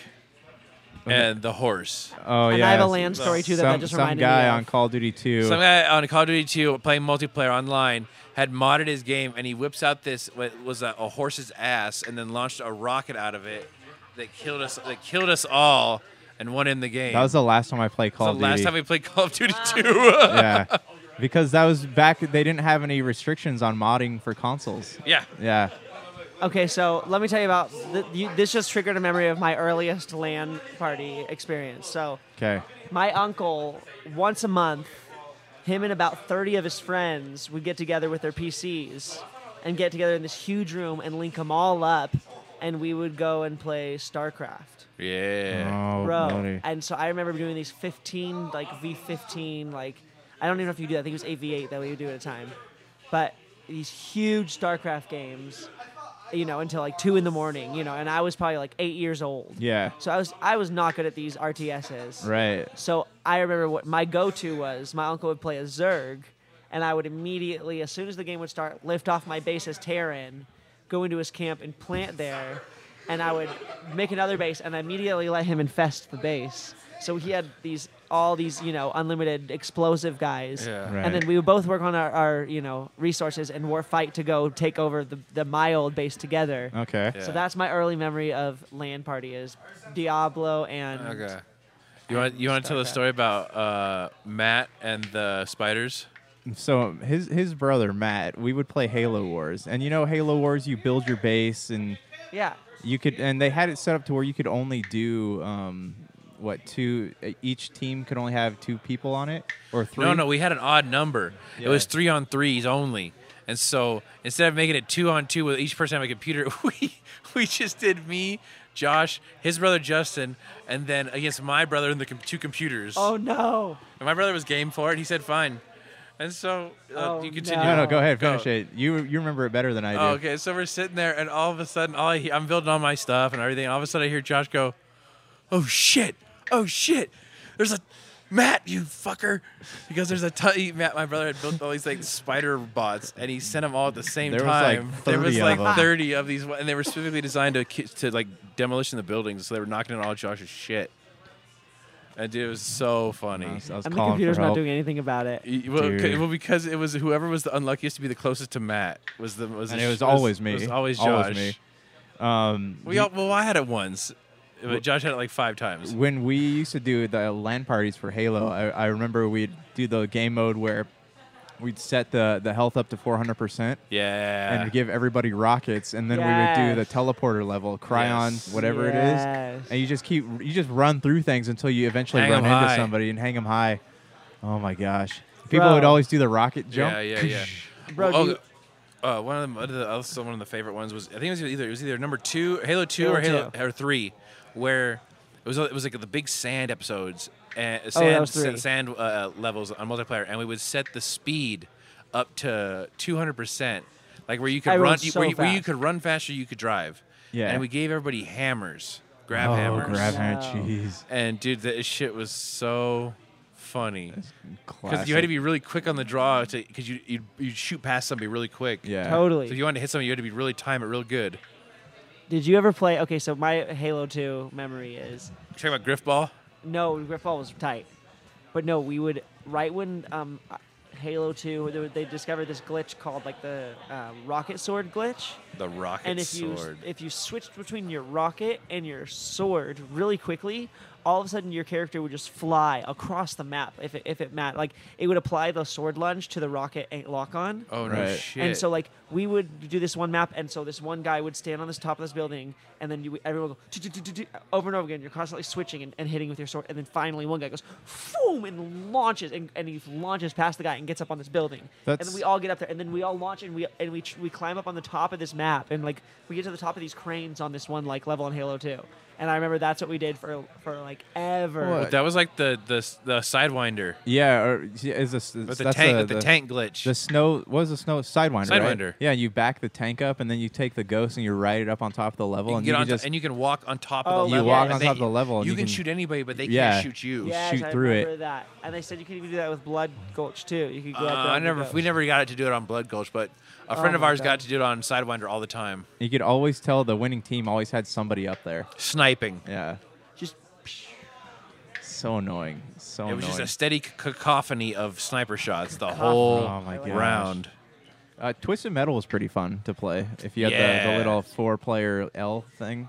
Speaker 5: and the horse.
Speaker 1: Oh
Speaker 2: And
Speaker 1: yeah.
Speaker 2: I have a
Speaker 1: s-
Speaker 2: land story too that
Speaker 1: some,
Speaker 2: that just
Speaker 1: some
Speaker 2: reminded
Speaker 1: guy
Speaker 2: me of.
Speaker 1: on Call of Duty 2.
Speaker 5: Some guy on Call of Duty 2 playing multiplayer online had modded his game and he whips out this what was a, a horse's ass and then launched a rocket out of it that killed us that killed us all and won in the game.
Speaker 1: that was the last time I played
Speaker 5: It's
Speaker 1: Call
Speaker 5: the
Speaker 1: of Duty.
Speaker 5: last time we played Call of Duty 2.
Speaker 1: yeah. Because that was back they didn't have any restrictions on modding for consoles.
Speaker 5: yeah.
Speaker 1: Yeah.
Speaker 2: Okay, so let me tell you about th- you, this. Just triggered a memory of my earliest LAN party experience. So
Speaker 1: Okay.
Speaker 2: my uncle once a month him and about 30 of his friends would get together with their pcs and get together in this huge room and link them all up and we would go and play starcraft
Speaker 5: Yeah.
Speaker 1: Oh,
Speaker 2: bro
Speaker 1: bloody.
Speaker 2: and so i remember doing these 15 like v15 like i don't even know if you do that i think it was av8 that we would do at a time but these huge starcraft games you know until like 2 in the morning you know and i was probably like 8 years old
Speaker 1: Yeah.
Speaker 2: so i was i was not good at these rts's
Speaker 1: Right.
Speaker 2: so I remember what my go-to was. My uncle would play a Zerg, and I would immediately, as soon as the game would start, lift off my base as Terran, go into his camp and plant there, and I would make another base and immediately let him infest the base. So he had these all these you know unlimited explosive guys, and
Speaker 1: Right.
Speaker 2: then we would both work on our, our you know resources and war fight to go take over the the my old base together.
Speaker 1: Okay.
Speaker 2: So that's my early memory of land party is Diablo and
Speaker 5: Okay. You want you want to tell the
Speaker 2: Starcraft.
Speaker 5: story about uh, Matt and the spiders?
Speaker 1: So um, his his brother Matt, we would play Halo Wars. And you know Halo Wars you build your base and
Speaker 2: yeah.
Speaker 1: you could and they had it set up to where you could only do um what two uh, each team could only have two people on it or three
Speaker 5: No, no, we had an odd number. It was three on threes only. And so instead of making it two on two with each person having a computer, we we just did me, Josh, his brother Justin, and then against my brother and the com- two computers.
Speaker 2: Oh no.
Speaker 5: And my brother was game for it. He said fine. And so uh,
Speaker 2: Oh,
Speaker 5: you continue.
Speaker 1: no, no, go ahead,
Speaker 5: Go.
Speaker 1: finish it. You you remember it better than I do.
Speaker 5: Oh, okay, so we're sitting there, and all of a sudden, all I hear, I'm building all my stuff and everything. and all of a sudden, I hear Josh go, "Oh shit! Oh shit! There's a Matt, you fucker!" Because there's a ton. Matt, my brother, had built all these like spider bots, and he sent them all at the same
Speaker 1: There was, like,
Speaker 5: time. there was
Speaker 1: 30 of them.
Speaker 5: like 30 of these, and they were specifically designed to ki- to like demolition the buildings. So they were knocking on all Josh's shit. And dude, it was so funny.
Speaker 1: I was, I was
Speaker 2: And the
Speaker 1: calling
Speaker 2: computer's
Speaker 1: for
Speaker 2: not
Speaker 1: help.
Speaker 2: doing anything about it.
Speaker 5: Y- Well, c-
Speaker 1: Dude.
Speaker 5: well, because it was whoever was the unluckiest to be the closest to Matt was the was
Speaker 1: and
Speaker 5: the
Speaker 1: it
Speaker 5: sh-
Speaker 1: was always me.
Speaker 5: It was always Josh.
Speaker 1: Always me. Um,
Speaker 5: We all, well, I had it once, but Josh had it like five times.
Speaker 1: when we used to do the LAN parties for Halo, I, I remember we'd do the game mode where we'd set the, the health up to 400%
Speaker 5: Yeah.
Speaker 1: and give everybody rockets, and then we would do
Speaker 2: Yes.
Speaker 1: the teleporter level, Cryon,
Speaker 5: Yes.
Speaker 1: whatever it
Speaker 2: Yes.
Speaker 1: is. And you just keep, you just run through things until you eventually
Speaker 5: Hang
Speaker 1: run
Speaker 5: 'em
Speaker 1: into
Speaker 5: high.
Speaker 1: somebody and hang them high. Oh my gosh. People would
Speaker 2: Bro.
Speaker 1: always do the rocket jump.
Speaker 5: yeah, yeah, yeah.
Speaker 2: Bro,
Speaker 5: oh,
Speaker 2: do you-
Speaker 5: uh, one of the, one of the also one of the favorite ones was I think it was either it was either number two, Halo two, or Halo
Speaker 2: Halo
Speaker 5: or three, where it was it was like the big sand episodes and sand
Speaker 2: Oh, was three.
Speaker 5: sand, sand uh, levels on multiplayer, and we would set the speed up to two hundred percent, like where you could
Speaker 2: I
Speaker 5: run,
Speaker 2: rode
Speaker 5: you-
Speaker 2: so
Speaker 5: where, you, where you
Speaker 2: fast.
Speaker 5: could run faster, you could drive,
Speaker 1: Yeah.
Speaker 5: and we gave everybody hammers, grab
Speaker 1: oh,
Speaker 5: hammers,
Speaker 1: grab hammer,
Speaker 2: No.
Speaker 1: jeez.
Speaker 5: and dude, that shit was so funny. Because
Speaker 1: Classic.
Speaker 5: you had to be really quick on the draw to because you you'd, you'd shoot past somebody really quick.
Speaker 1: yeah.
Speaker 5: So if
Speaker 2: Totally.
Speaker 5: you wanted to hit somebody, you had to be really time it real good.
Speaker 2: Did you ever play? Okay, so my Halo 2 memory is
Speaker 5: You talking about Griff Ball?
Speaker 2: no, Griffball was tight, but no, we would right when um, Halo 2 they, they discovered this glitch called like the uh, rocket sword glitch.
Speaker 5: The rocket
Speaker 2: and if you
Speaker 5: sword.
Speaker 2: if you switched between your rocket and your sword really quickly, all of a sudden your character would just fly across the map if it, if it mat like it would apply the sword lunge to the rocket a- lock on.
Speaker 5: Oh no
Speaker 1: Right.
Speaker 5: shit.
Speaker 2: And so, like, we would do this one map, and so this one guy would stand on this top of this building, and then you, would- everyone would go "Tu, tu, tu, tu, tu," over and over again. You're constantly switching and, and hitting with your sword, and then finally one guy goes, boom, and launches, and, and he launches past the guy and gets up on this building. and
Speaker 1: That's-
Speaker 2: then we all get up there, and then we all launch, and we and we tr- we climb up on the top of this map, and like we get to the top of these cranes on this one like level in Halo Two. And I remember that's what we did for for like ever.
Speaker 1: What?
Speaker 5: that was like the the the sidewinder.
Speaker 1: Yeah, or see, is this
Speaker 5: With
Speaker 1: that's
Speaker 5: the tank,
Speaker 1: a-
Speaker 5: with the, tank glitch.
Speaker 1: The snow what is the snow sidewinder. Right?
Speaker 5: Sidewinder.
Speaker 1: Yeah, you back the tank up and then you take the ghost and you ride it up on top of the level
Speaker 5: you can
Speaker 1: and
Speaker 5: get
Speaker 1: you
Speaker 5: on
Speaker 1: can
Speaker 5: to-
Speaker 1: just
Speaker 5: and you can walk on top of
Speaker 2: Oh,
Speaker 5: the
Speaker 2: you
Speaker 5: level.
Speaker 2: walk
Speaker 5: and
Speaker 2: on
Speaker 5: they-
Speaker 1: top of the level and
Speaker 5: You
Speaker 1: you
Speaker 5: can,
Speaker 1: can-
Speaker 5: shoot anybody, but they
Speaker 1: Yeah.
Speaker 5: can't shoot you.
Speaker 2: Yes,
Speaker 1: shoot
Speaker 2: I
Speaker 1: through it.
Speaker 2: remember that. And they said you could even do that with Blood Gulch too. You could go
Speaker 5: Uh,
Speaker 2: up there
Speaker 5: I
Speaker 2: and do
Speaker 5: never,
Speaker 2: those.
Speaker 5: we never got it to do it on Blood Gulch, but a friend of
Speaker 2: Oh my
Speaker 5: ours
Speaker 2: God.
Speaker 5: got to do it on Sidewinder all the time,
Speaker 1: you could always tell the winning team always had somebody up there.
Speaker 5: sniping.
Speaker 1: Yeah.
Speaker 2: just
Speaker 1: So annoying. So
Speaker 5: It
Speaker 1: annoying.
Speaker 5: was just a steady c- cacophony of sniper shots the
Speaker 2: Cacophony.
Speaker 5: whole
Speaker 1: Oh my gosh.
Speaker 5: round.
Speaker 1: Uh, Twisted Metal was pretty fun to play if you had the, the
Speaker 5: Yeah.
Speaker 1: little four-player L thing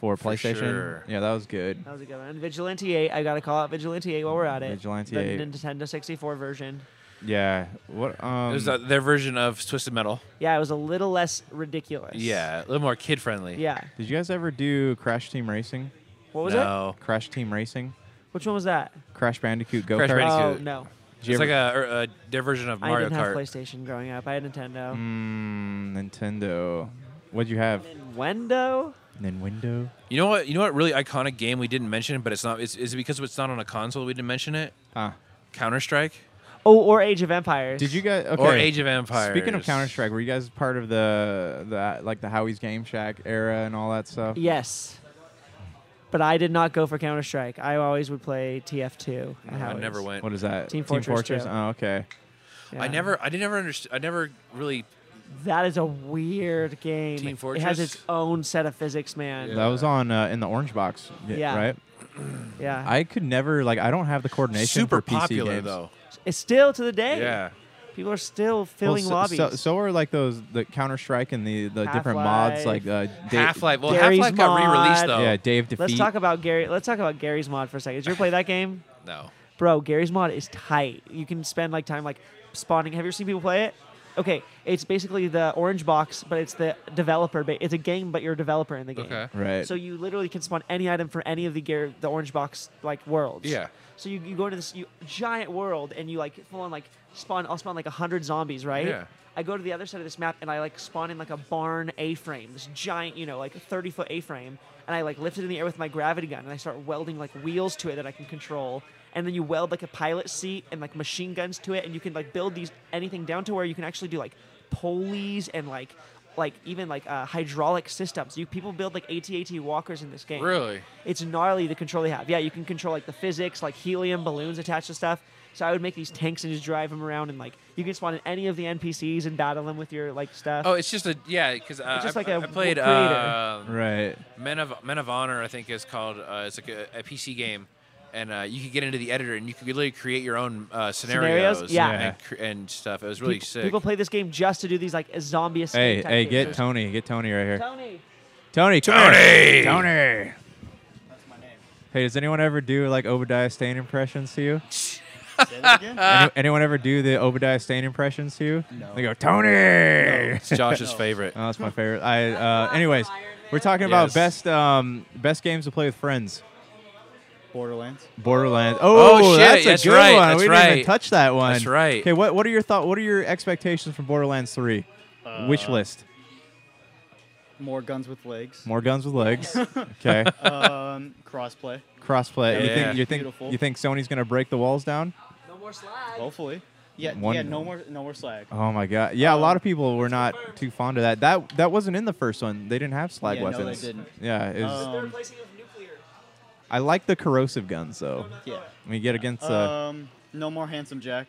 Speaker 1: for, PlayStation.
Speaker 5: sure.
Speaker 1: Yeah, that was good.
Speaker 2: that was a good one. And Vigilante 8, I gotta call out Vigilante 8 while we're at it.
Speaker 1: Vigilante
Speaker 2: the
Speaker 1: 8.
Speaker 2: Nintendo 64 version.
Speaker 1: Yeah. What? Um,
Speaker 5: it was uh, their version of Twisted Metal.
Speaker 2: Yeah, it was a little less ridiculous.
Speaker 5: Yeah, a little more kid friendly.
Speaker 2: Yeah.
Speaker 1: did you guys ever do Crash Team Racing?
Speaker 2: What was it?
Speaker 5: no.
Speaker 1: Crash Team Racing?
Speaker 2: Which one was that?
Speaker 1: Crash Bandicoot Go
Speaker 5: Crash
Speaker 1: Kart?
Speaker 5: Bandicoot.
Speaker 2: Oh
Speaker 5: Bandicoot.
Speaker 2: no,
Speaker 1: you
Speaker 5: It's like
Speaker 1: ever-
Speaker 5: a, or, uh, their version of
Speaker 2: I
Speaker 5: Mario
Speaker 2: didn't have
Speaker 5: Kart.
Speaker 2: PlayStation growing up. I had Nintendo.
Speaker 1: Mm, Nintendo. What'd you have?
Speaker 5: Mm.
Speaker 2: Wendo.
Speaker 1: Nintendo.
Speaker 5: You know what? You know what? Really iconic game we didn't mention, but it's not. Is, is it because it's not on a console we didn't mention it?
Speaker 1: Ah.
Speaker 5: Counter Strike
Speaker 2: Oh, or Age of Empires.
Speaker 1: Did you guys? Okay.
Speaker 5: or Age of Empires.
Speaker 1: Speaking of Counter Strike, were you guys part of the the like the Howie's Game Shack era and all that stuff?
Speaker 2: Yes. But I did not go for Counter Strike. I always would play TF2. at
Speaker 5: I
Speaker 2: Howie's.
Speaker 5: never went.
Speaker 1: What is that?
Speaker 2: Team Fortress 2.
Speaker 1: Oh, okay.
Speaker 5: I
Speaker 2: Yeah.
Speaker 5: never. I didn't ever understand. I never really.
Speaker 2: That is a weird game.
Speaker 5: Team
Speaker 2: It has
Speaker 5: Fortress?
Speaker 2: its own set of physics, man.
Speaker 1: That was on uh, in the orange box. y-
Speaker 2: Yeah.
Speaker 1: Right.
Speaker 2: Yeah.
Speaker 1: I could never like I don't have the coordination.
Speaker 5: Super
Speaker 1: for PC
Speaker 5: popular
Speaker 1: games.
Speaker 5: though.
Speaker 2: It's still to the day.
Speaker 5: Yeah.
Speaker 2: People are still
Speaker 1: Well,
Speaker 2: filling
Speaker 1: so,
Speaker 2: lobbies.
Speaker 1: So, so are like those the Counter Strike and the the different mods like uh, Da-
Speaker 5: Half Life. Well, Half
Speaker 2: Gary's
Speaker 5: Life got re-released
Speaker 2: Mod.
Speaker 5: though.
Speaker 1: Yeah, Dave defeat.
Speaker 2: Let's talk about Gary. Let's talk about Gary's mod for a second. Did you ever play that game,
Speaker 5: No.
Speaker 2: bro? Gary's mod is tight. You can spend like time like spawning. Have you ever seen people play it? Okay, it's basically the orange box, but it's the developer. Ba- it's a game, but you're a developer in the game.
Speaker 5: Okay.
Speaker 1: right.
Speaker 2: So you literally can spawn any item from any of the gear, the orange box like worlds.
Speaker 5: Yeah.
Speaker 2: So you, you go into this you, giant world and you like full on like spawn. I'll spawn like a hundred zombies, right?
Speaker 5: Yeah.
Speaker 2: I go to the other side of this map and I like spawn in like a barn A-frame, this giant, you know, like 30 foot A-frame, and I like lift it in the air with my gravity gun and I start welding like wheels to it that I can control. And then you weld like a pilot seat and like machine guns to it, and you can like build these anything down to where you can actually do like pulleys and like like even like uh, hydraulic systems. You people build like AT-AT walkers in this game.
Speaker 5: Really?
Speaker 2: It's gnarly the control they have. Yeah, you can control like the physics, like helium balloons attached to stuff. So I would make these tanks and just drive them around, and like you can spawn in any of the NPCs and battle them with your like stuff.
Speaker 5: Oh, it's just a yeah, because uh,
Speaker 2: It's just
Speaker 5: I,
Speaker 2: like a
Speaker 5: I played
Speaker 2: creator.
Speaker 5: uh,
Speaker 1: right.
Speaker 5: Men of Men of Honor, I think is called. Uh, it's like a, a PC game, and uh, you could get into the editor and you could literally create your own uh,
Speaker 2: Scenarios?
Speaker 5: scenarios,
Speaker 2: Yeah.
Speaker 5: And, cr- and stuff. It was really
Speaker 2: Pe-
Speaker 5: sick.
Speaker 2: People play this game just to do these like zombie escape.
Speaker 1: Hey,
Speaker 2: type
Speaker 1: hey,
Speaker 2: games.
Speaker 1: get Tony, get Tony right here.
Speaker 2: Tony.
Speaker 1: Tony, come here.
Speaker 5: Tony!
Speaker 1: Tony. Hey, does anyone ever do like Obadiah Stane impressions to you? Any- anyone ever do the Obadiah Stane impressions to you? No. They go Tony.
Speaker 5: it's Josh's favorite.
Speaker 1: Oh, that's my favorite. I. Uh, anyways, we're talking about
Speaker 5: Yes.
Speaker 1: best um, best games to play with friends.
Speaker 11: Borderlands.
Speaker 1: Borderlands. Oh,
Speaker 5: shit,
Speaker 1: that's a
Speaker 5: that's
Speaker 1: good
Speaker 5: right,
Speaker 1: one.
Speaker 5: that's
Speaker 1: we didn't even
Speaker 5: right.
Speaker 1: touch that one.
Speaker 5: That's right.
Speaker 1: Okay, what what are your thought? What are your expectations from Borderlands Three? Wish
Speaker 5: Uh,
Speaker 1: list:
Speaker 11: More guns with legs.
Speaker 1: more guns with legs. okay,
Speaker 11: um, crossplay.
Speaker 1: crossplay. You
Speaker 5: Yeah.
Speaker 1: think you think
Speaker 11: Beautiful.
Speaker 1: you think Sony's gonna break the walls down?
Speaker 2: No more slag.
Speaker 11: Hopefully. Yeah.
Speaker 1: One-
Speaker 11: yeah. No more. No more slag.
Speaker 1: Oh my god. Yeah, a lot of people were not too fond of that. That that wasn't in the first one. They didn't have slag
Speaker 11: Yeah, no, they
Speaker 1: weapons.
Speaker 11: didn't.
Speaker 1: Yeah, it was,
Speaker 11: Um,
Speaker 2: replacing it with nuclear.
Speaker 1: I like the corrosive guns though.
Speaker 11: yeah.
Speaker 1: When you get against uh,
Speaker 11: Um, no more handsome Jack.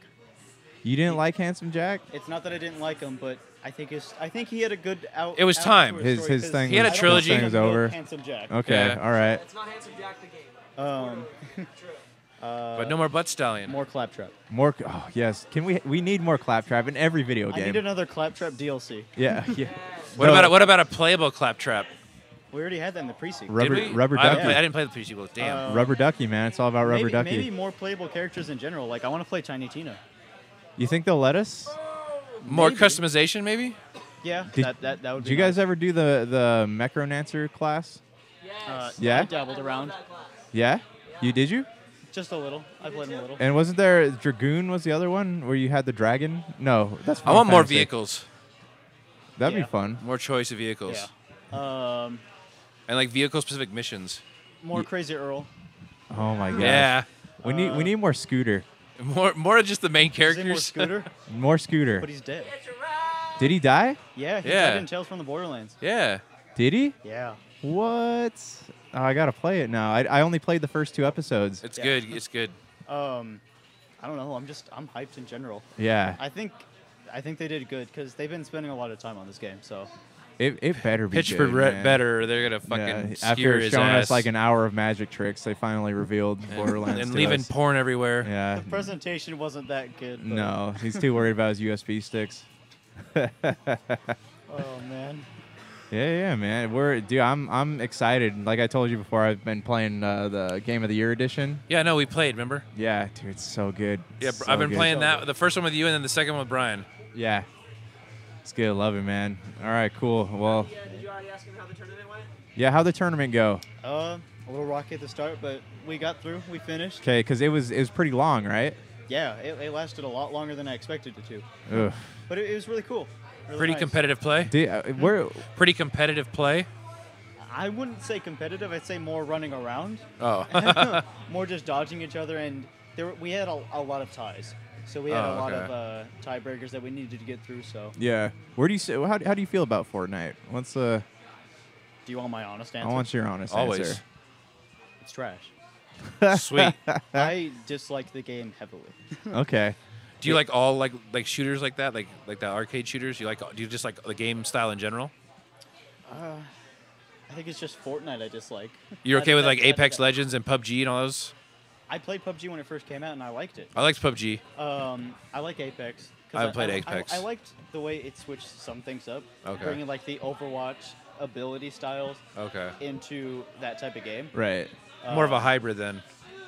Speaker 1: you didn't like Handsome Jack?
Speaker 11: It's not that I didn't like him, but I think his I think he had a good out.
Speaker 5: It was
Speaker 11: out
Speaker 5: time.
Speaker 11: to
Speaker 1: His-
Speaker 11: story,
Speaker 1: his
Speaker 11: 'cause
Speaker 1: thing
Speaker 5: He had
Speaker 11: I
Speaker 5: a
Speaker 11: don't
Speaker 5: trilogy.
Speaker 11: think
Speaker 1: thing was
Speaker 11: he
Speaker 1: over.
Speaker 11: loved Handsome Jack.
Speaker 1: Okay,
Speaker 5: Yeah.
Speaker 1: all right.
Speaker 2: It's not Handsome Jack the game.
Speaker 11: Um, uh,
Speaker 5: But no more butt stallion.
Speaker 11: more claptrap.
Speaker 1: More c- oh yes. Can we we need more claptrap in every video
Speaker 11: I
Speaker 1: game.
Speaker 11: need another claptrap DLC.
Speaker 1: yeah, yeah.
Speaker 5: what
Speaker 1: No,
Speaker 5: about a, what about a playable claptrap?
Speaker 11: We already had that in the preseason.
Speaker 1: Rubber,
Speaker 5: Did we?
Speaker 1: rubber
Speaker 5: I, haven't
Speaker 1: ducky.
Speaker 5: play- I didn't play the pre-sequel. Damn.
Speaker 11: Uh,
Speaker 1: Rubber ducky, man. It's all about rubber
Speaker 11: maybe,
Speaker 1: ducky.
Speaker 11: maybe more playable characters in general. Like I want to play Tiny Tina.
Speaker 1: You think they'll let us?
Speaker 5: More
Speaker 11: maybe.
Speaker 5: customization, maybe.
Speaker 11: Yeah,
Speaker 1: Did-
Speaker 11: that, that that would.
Speaker 1: Did
Speaker 11: be
Speaker 1: you guys
Speaker 11: nice.
Speaker 1: ever do the the Mechronancer class?
Speaker 11: Uh,
Speaker 1: Yeah?
Speaker 11: I dabbled around
Speaker 1: Yeah, you did you?
Speaker 11: just a little. I played him a little.
Speaker 1: And wasn't there Dragoon was the other one where you had the dragon? No, that's.
Speaker 5: I
Speaker 1: Final
Speaker 5: want more
Speaker 1: Fantasy.
Speaker 5: vehicles,
Speaker 1: That'd
Speaker 11: Yeah.
Speaker 1: be fun.
Speaker 5: more choice of vehicles,
Speaker 11: Yeah. Um,
Speaker 5: and like vehicle-specific missions.
Speaker 11: more Crazy Earl.
Speaker 1: Oh my god.
Speaker 5: Yeah.
Speaker 1: We need
Speaker 11: Uh,
Speaker 1: we need more scooter.
Speaker 5: More, more of just the main
Speaker 11: Is he more
Speaker 5: characters.
Speaker 11: Scooter,
Speaker 1: More scooter.
Speaker 11: but he's dead.
Speaker 1: Did he die?
Speaker 11: Yeah, he
Speaker 5: Yeah.
Speaker 11: died in Tales from the Borderlands.
Speaker 5: yeah.
Speaker 1: Did he?
Speaker 11: Yeah.
Speaker 1: What? Oh, I gotta play it now. I, I only played the first two episodes.
Speaker 5: It's
Speaker 11: Yeah.
Speaker 5: good. It's good.
Speaker 11: Um, I don't know. I'm just I'm hyped in general.
Speaker 1: Yeah.
Speaker 11: I think I think they did good because they've been spending a lot of time on this game. So
Speaker 1: It, it better be
Speaker 5: Pitch for
Speaker 1: good,
Speaker 5: re-
Speaker 1: man.
Speaker 5: better. or They're gonna fucking
Speaker 1: Yeah,
Speaker 5: skewer
Speaker 1: after
Speaker 5: his
Speaker 1: showing
Speaker 5: ass
Speaker 1: us like an hour of magic tricks, they finally revealed Borderlands.
Speaker 5: and
Speaker 1: to
Speaker 5: leaving
Speaker 1: us.
Speaker 5: porn everywhere.
Speaker 1: Yeah.
Speaker 11: the presentation wasn't that good. but-
Speaker 1: No, he's too worried about his USB sticks.
Speaker 11: Oh man.
Speaker 1: Yeah, yeah, man. We're dude. I'm I'm excited. Like I told you before, I've been playing uh, the Game of the Year edition.
Speaker 5: Yeah, no, we played. Remember?
Speaker 1: Yeah, dude, it's so good.
Speaker 5: Yeah,
Speaker 1: It's
Speaker 5: br- I've
Speaker 1: so
Speaker 5: been
Speaker 1: good.
Speaker 5: playing that the first one with you, and then the second one with Brian.
Speaker 1: Yeah, it's good. Love it, man. All right, cool. Well,
Speaker 2: Yeah, did you already ask him how the tournament went?
Speaker 1: yeah. How the tournament go?
Speaker 11: Uh, a little rocky at the start, but we got through. We finished.
Speaker 1: Okay, because it was it was pretty long, right?
Speaker 11: Yeah, it, it lasted a lot longer than I expected it to,
Speaker 1: Ugh.
Speaker 11: but it, it was really cool. really
Speaker 5: Pretty
Speaker 11: nice.
Speaker 5: competitive play.
Speaker 1: Dude, uh, where?
Speaker 5: Pretty competitive play.
Speaker 11: I wouldn't say competitive. I'd say more running around,
Speaker 5: Oh,
Speaker 11: more just dodging each other, and there were- we had a, a lot of ties. So we had
Speaker 5: Oh,
Speaker 11: a lot
Speaker 5: okay.
Speaker 11: of uh, tiebreakers that we needed to get through. So,
Speaker 1: Yeah. Where do you s- how, how do you feel about Fortnite? What's uh?
Speaker 11: do you want my honest
Speaker 1: I
Speaker 11: answer?
Speaker 1: want your honest
Speaker 5: always
Speaker 1: answer.
Speaker 11: It's trash.
Speaker 5: sweet.
Speaker 11: I dislike the game heavily.
Speaker 1: Okay.
Speaker 5: Do you like all like like shooters like that, like like the arcade shooters? You like do you just like the game style in general?
Speaker 11: I think it's just Fortnite I dislike.
Speaker 5: You're
Speaker 11: That-
Speaker 5: okay with
Speaker 11: that-
Speaker 5: like
Speaker 11: that-
Speaker 5: Apex
Speaker 11: that-
Speaker 5: Legends and PUBG and all those?
Speaker 11: I played PUBG when it first came out and I liked it.
Speaker 5: I liked PUBG.
Speaker 11: Um, I like Apex. 'cause
Speaker 5: I haven't Uh. played
Speaker 11: I,
Speaker 5: Apex.
Speaker 11: I, I liked the way it switched some things up,
Speaker 5: Okay.
Speaker 11: bringing like the Overwatch ability styles
Speaker 5: Okay,
Speaker 11: into that type of game.
Speaker 1: Right.
Speaker 5: more of
Speaker 1: Uh,
Speaker 5: a hybrid then.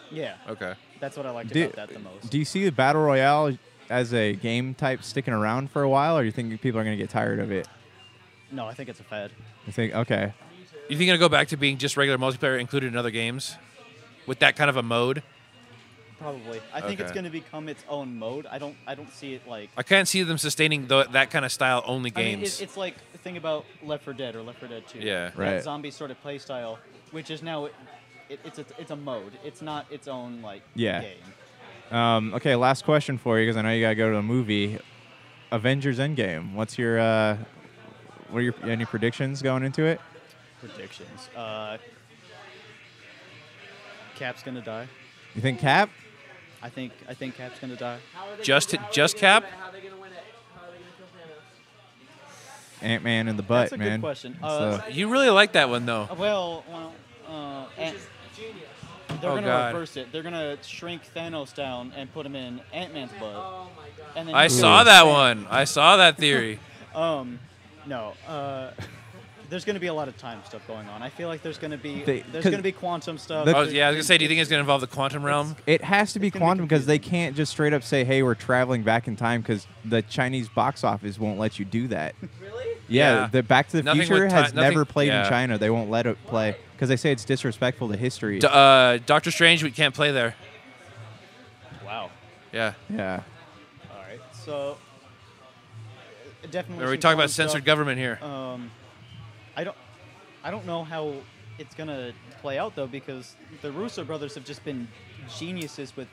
Speaker 11: Yeah,
Speaker 5: Okay,
Speaker 11: that's what I liked
Speaker 1: Do,
Speaker 11: about that the most.
Speaker 1: do you see the battle royale as a game type sticking around for a while, or you think people are gonna get tired of it?
Speaker 11: no, I think it's a fad.
Speaker 1: You think okay.
Speaker 5: you think it'll go back to being just regular multiplayer included in other games, with that kind of a mode?
Speaker 11: Probably. I think it's
Speaker 5: Okay.
Speaker 11: going to become its own mode. I don't. I don't see it like.
Speaker 5: I can't see them sustaining th- that kind of style only
Speaker 11: I mean,
Speaker 5: games.
Speaker 11: it, it's like the thing about Left 4 Dead or Left 4 Dead 2.
Speaker 5: Yeah.
Speaker 11: That
Speaker 1: Right.
Speaker 11: zombie sort of play style, which is now it, it, it's a, it's a mode. It's not its own like
Speaker 1: Yeah.
Speaker 11: game.
Speaker 1: Um, okay, last question for you because I know you gotta go to a movie. Avengers Endgame. What's your uh, what are your any predictions going into it?
Speaker 11: Predictions. Uh, Cap's gonna die.
Speaker 1: You think Cap?
Speaker 11: I think I think Cap's gonna die.
Speaker 2: How are they
Speaker 5: Just-
Speaker 2: gonna, how are
Speaker 5: just
Speaker 2: they gonna
Speaker 5: Cap?
Speaker 2: win it? How are they gonna win it? How are they gonna kill Thanos?
Speaker 1: Ant Man in the butt,
Speaker 11: That's a
Speaker 1: man.
Speaker 11: good question.
Speaker 1: So-
Speaker 11: Uh,
Speaker 5: you really like that one though.
Speaker 11: well, well, uh, Ant-
Speaker 2: Which is genius.
Speaker 11: they're
Speaker 5: Oh,
Speaker 11: gonna
Speaker 5: God.
Speaker 11: reverse it. They're gonna shrink Thanos down and put him in Ant Man's blood.
Speaker 2: Oh my god.
Speaker 11: And then
Speaker 5: I
Speaker 11: he's
Speaker 5: saw
Speaker 11: gonna-
Speaker 5: that one. I saw that theory.
Speaker 11: Um, no. Uh, there's gonna be a lot of time stuff going on. I feel like there's gonna be
Speaker 1: They-
Speaker 11: there's
Speaker 1: 'cause
Speaker 11: gonna be quantum stuff.
Speaker 1: the-
Speaker 5: I was, Oh, yeah, I was gonna say, do you think it's gonna involve the quantum realm?
Speaker 1: It has to be
Speaker 11: gonna be
Speaker 1: quantum because they can't just straight up say, "Hey, we're traveling back in time," because the Chinese box office won't let you do that.
Speaker 2: Really?
Speaker 1: Yeah,
Speaker 5: Yeah.
Speaker 1: the Back to the
Speaker 5: Nothing with
Speaker 1: Future
Speaker 5: ti-
Speaker 1: has
Speaker 5: nothing-
Speaker 1: never played
Speaker 5: yeah.
Speaker 1: in China. They won't let it play because they say it's disrespectful to history.
Speaker 5: D- uh, Doctor Strange, we can't play there.
Speaker 11: Wow.
Speaker 5: Yeah.
Speaker 1: yeah,
Speaker 11: All right. So uh, definitely.
Speaker 5: Or we
Speaker 11: some
Speaker 5: talk
Speaker 11: quantum
Speaker 5: about censored
Speaker 11: stuff.
Speaker 5: government here.
Speaker 11: Um, I don't, I don't know how it's gonna play out though because the Russo brothers have just been geniuses with,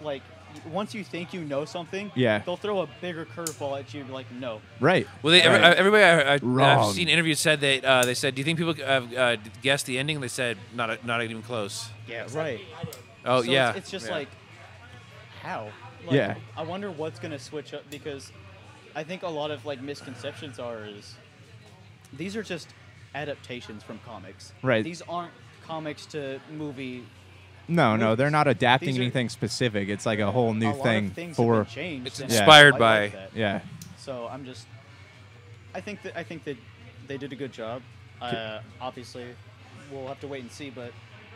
Speaker 11: like, y- once you think you know something,
Speaker 1: Yeah.
Speaker 11: they'll throw a bigger curveball at you. and be Like, no,
Speaker 1: right.
Speaker 5: Well, they, every,
Speaker 1: Right.
Speaker 5: everybody I, I, I've
Speaker 1: Wrong.
Speaker 5: seen interviews said that uh, they said, "Do you think people have uh, guessed the ending?" They said, "Not, a, not even close."
Speaker 11: yeah, right.
Speaker 5: Oh
Speaker 11: So
Speaker 5: yeah,
Speaker 11: it's, it's just
Speaker 5: Yeah.
Speaker 11: like, how? Like,
Speaker 1: Yeah.
Speaker 11: I wonder what's gonna switch up because, I think a lot of like misconceptions are is, these are just adaptations from comics.
Speaker 1: Right.
Speaker 11: These aren't comics to movie
Speaker 1: No, no, they're not adapting
Speaker 11: These are-
Speaker 1: anything specific. It's like a whole new
Speaker 11: a lot
Speaker 1: thing
Speaker 11: of things have
Speaker 1: for
Speaker 11: been changed.
Speaker 5: It's
Speaker 11: and
Speaker 5: inspired
Speaker 11: I like
Speaker 5: by-
Speaker 11: that.
Speaker 1: yeah.
Speaker 11: So I'm just, I think that I think that they did a good job. Uh, obviously, we'll have to wait and see. But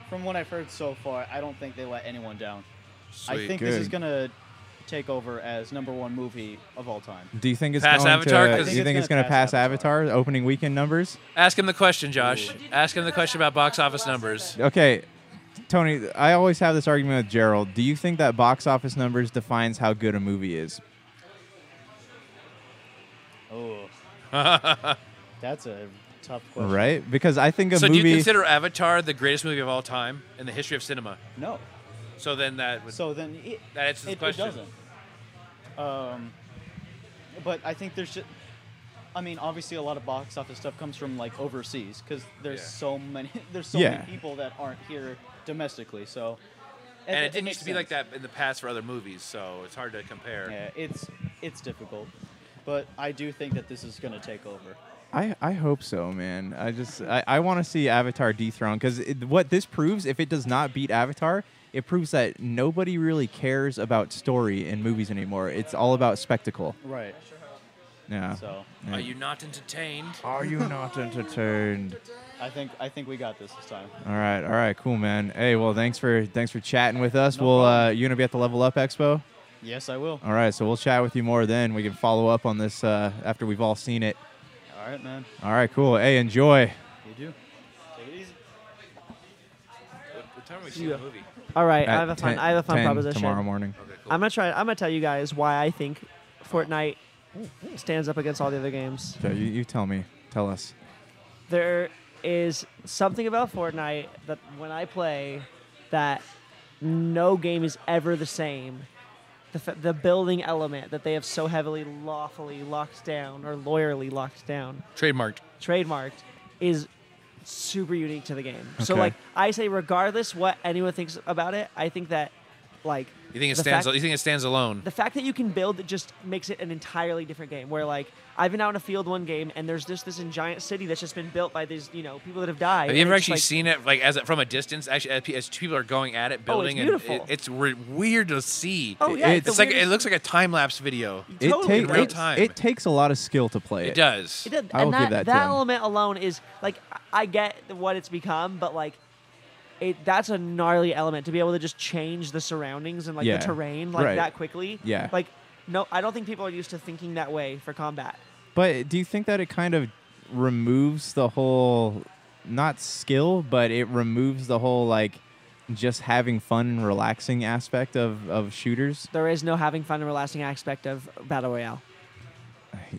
Speaker 11: from what I've heard so far, I don't think they let anyone down. I
Speaker 5: Sweet.
Speaker 11: think this is
Speaker 1: Good.
Speaker 11: gonna take over as number one movie of all time.
Speaker 1: Do you think it's
Speaker 5: Pass
Speaker 1: going
Speaker 5: Avatar?
Speaker 1: to?
Speaker 5: 'Cause
Speaker 1: Do
Speaker 5: I
Speaker 1: you
Speaker 11: think
Speaker 1: think
Speaker 11: it's
Speaker 1: it's going to
Speaker 11: gonna pass
Speaker 1: pass Avatar opening weekend numbers?
Speaker 5: Ask him the question, Josh. Ask him the question about box office numbers.
Speaker 1: Okay, Tony. I always have this argument with Gerald. Do you think that box office numbers defines how good a movie is?
Speaker 11: Oh, that's a tough question.
Speaker 1: Right? Because I think a
Speaker 5: So
Speaker 1: movie.
Speaker 5: do you consider Avatar the greatest movie of all time in the history of cinema?
Speaker 11: No.
Speaker 5: So then that would,
Speaker 11: So then it,
Speaker 5: that answers
Speaker 11: it,
Speaker 5: the
Speaker 11: it
Speaker 5: question.
Speaker 11: doesn't. Um, but I think there's just. I mean, obviously, a lot of box office stuff comes from like overseas because there's
Speaker 5: Yeah.
Speaker 11: so many there's so
Speaker 1: Yeah.
Speaker 11: many people that aren't here domestically. So,
Speaker 5: And it didn't
Speaker 11: makes
Speaker 5: used to be like
Speaker 11: sense.
Speaker 5: that in the past for other movies, so it's hard to compare.
Speaker 11: Yeah, it's it's difficult, but I do think that this is gonna take over.
Speaker 1: I, I hope so, man. I just I, I want to see Avatar dethroned because what this proves, if it does not beat Avatar, it proves that nobody really cares about story in movies anymore. It's all about spectacle.
Speaker 11: Right.
Speaker 1: Yeah.
Speaker 11: So
Speaker 1: Yeah.
Speaker 5: Are you not entertained?
Speaker 1: Are you not entertained?
Speaker 11: I think I think we got this this time.
Speaker 1: All right, all right, cool, man. Hey, well, thanks for thanks for chatting with us.
Speaker 11: No
Speaker 1: we'll uh,
Speaker 11: problem.
Speaker 1: you gonna be at the Level Up Expo?
Speaker 11: Yes, I will.
Speaker 1: All right, so we'll chat with you more then. We can follow up on this uh, after we've all seen it.
Speaker 11: All right, man.
Speaker 1: All right, cool. Hey, enjoy.
Speaker 11: You do. Take it easy.
Speaker 5: What, what time are we seeing the movie?
Speaker 2: All right, I
Speaker 1: At
Speaker 2: have a fun.
Speaker 1: 10
Speaker 2: I have a fun
Speaker 1: 10
Speaker 2: proposition.
Speaker 1: tomorrow morning.
Speaker 5: Okay, cool.
Speaker 2: I'm gonna try. I'm gonna tell you guys why I think Fortnite stands up against all the other games.
Speaker 1: Okay, you, you tell me. Tell us.
Speaker 2: There is something about Fortnite that when I play, that no game is ever the same. The, f- the building element that they have so heavily lawfully locked down or lawyerly locked down
Speaker 5: Trademarked.
Speaker 2: trademarked is super unique to the game. So
Speaker 1: Okay.
Speaker 2: like I say regardless what anyone thinks about it, I think that like
Speaker 5: You think it
Speaker 2: the
Speaker 5: stands?
Speaker 2: fact-
Speaker 5: you think it stands alone?
Speaker 2: the fact that you can build it just makes it an entirely different game where like I've been out in a field one game and there's this this giant city that's just been built by these, you know, people that have died.
Speaker 5: Have you
Speaker 2: and
Speaker 5: ever
Speaker 2: it's
Speaker 5: actually
Speaker 2: like- Oh,
Speaker 5: seen it like as a, from a distance? Actually, as, pe- as two people are going at it, building, and
Speaker 2: beautiful.
Speaker 5: it, it's re- weird to see.
Speaker 2: Oh yeah,
Speaker 1: It's
Speaker 5: it's
Speaker 2: the
Speaker 5: like it
Speaker 2: weirdest-
Speaker 5: looks like a time lapse video.
Speaker 1: It
Speaker 2: Totally,
Speaker 1: takes
Speaker 5: In real
Speaker 1: it,
Speaker 5: time.
Speaker 1: it takes a lot of skill to play it.
Speaker 5: It does.
Speaker 2: It did,
Speaker 1: I
Speaker 2: and
Speaker 1: will
Speaker 2: that,
Speaker 1: give that to him.
Speaker 2: element alone is like I- I get what it's become, but like it that's a gnarly element to be able to just change the surroundings and like
Speaker 1: Yeah,
Speaker 2: the terrain like
Speaker 1: right.
Speaker 2: that quickly.
Speaker 1: Yeah.
Speaker 2: Like no, I don't think people are used to thinking that way for combat.
Speaker 1: But do you think that it kind of removes the whole not skill, but it removes the whole like just having fun and relaxing aspect of, of shooters?
Speaker 2: There is no having fun and lasting aspect of battle royale.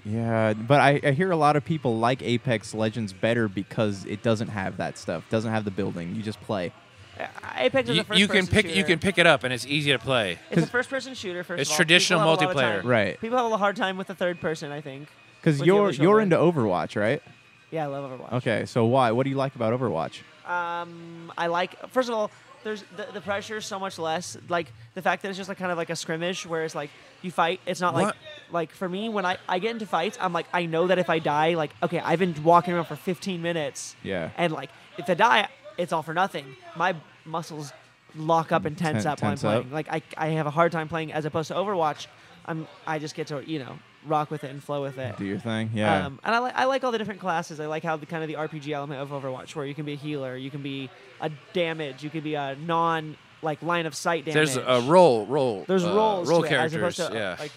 Speaker 1: Yeah, but I, I hear a lot of people like Apex Legends better because it doesn't have that stuff. Doesn't have the building. You just play.
Speaker 2: Uh, Apex is
Speaker 5: You,
Speaker 2: a first
Speaker 5: you can
Speaker 2: person
Speaker 5: pick. You
Speaker 2: shooter.
Speaker 5: can pick it up, and it's easy to play.
Speaker 2: It's a first person shooter. First,
Speaker 5: It's
Speaker 2: of all.
Speaker 5: traditional
Speaker 2: People have a lot of
Speaker 5: multiplayer.
Speaker 2: time-
Speaker 1: Right.
Speaker 2: People have a hard time with the third person. I think.
Speaker 1: Because
Speaker 2: With the
Speaker 1: you're
Speaker 2: initial
Speaker 1: you're
Speaker 2: one.
Speaker 1: into Overwatch, right?
Speaker 2: Yeah, I love Overwatch.
Speaker 1: Okay, so why? What do you like about Overwatch?
Speaker 2: Um, I like. First of all, there's the, the pressure is so much less. Like the fact that it's just like kind of like a scrimmage where it's like you fight. It's not like
Speaker 5: What?
Speaker 2: like for me when I I get into fights, I'm like I know that if I die, like okay, I've been walking around for 15 minutes.
Speaker 1: Yeah.
Speaker 2: And like if I die, it's all for nothing. My muscles lock up and tense
Speaker 1: Ten-
Speaker 2: up when I'm
Speaker 1: tense up.
Speaker 2: playing. Like I I have a hard time playing as opposed to Overwatch. I'm I just get to you know rock with it and flow with it.
Speaker 1: Do your thing. Yeah.
Speaker 2: Um, and I, li- I like all the different classes. I like how the kind of the RPG element of Overwatch, where you can be a healer, you can be a damage, you can be a non like line of sight damage.
Speaker 5: There's a role, role.
Speaker 2: There's
Speaker 5: uh,
Speaker 2: roles
Speaker 5: role
Speaker 2: to it, as
Speaker 5: characters.
Speaker 2: opposed to uh,
Speaker 5: yeah,
Speaker 2: like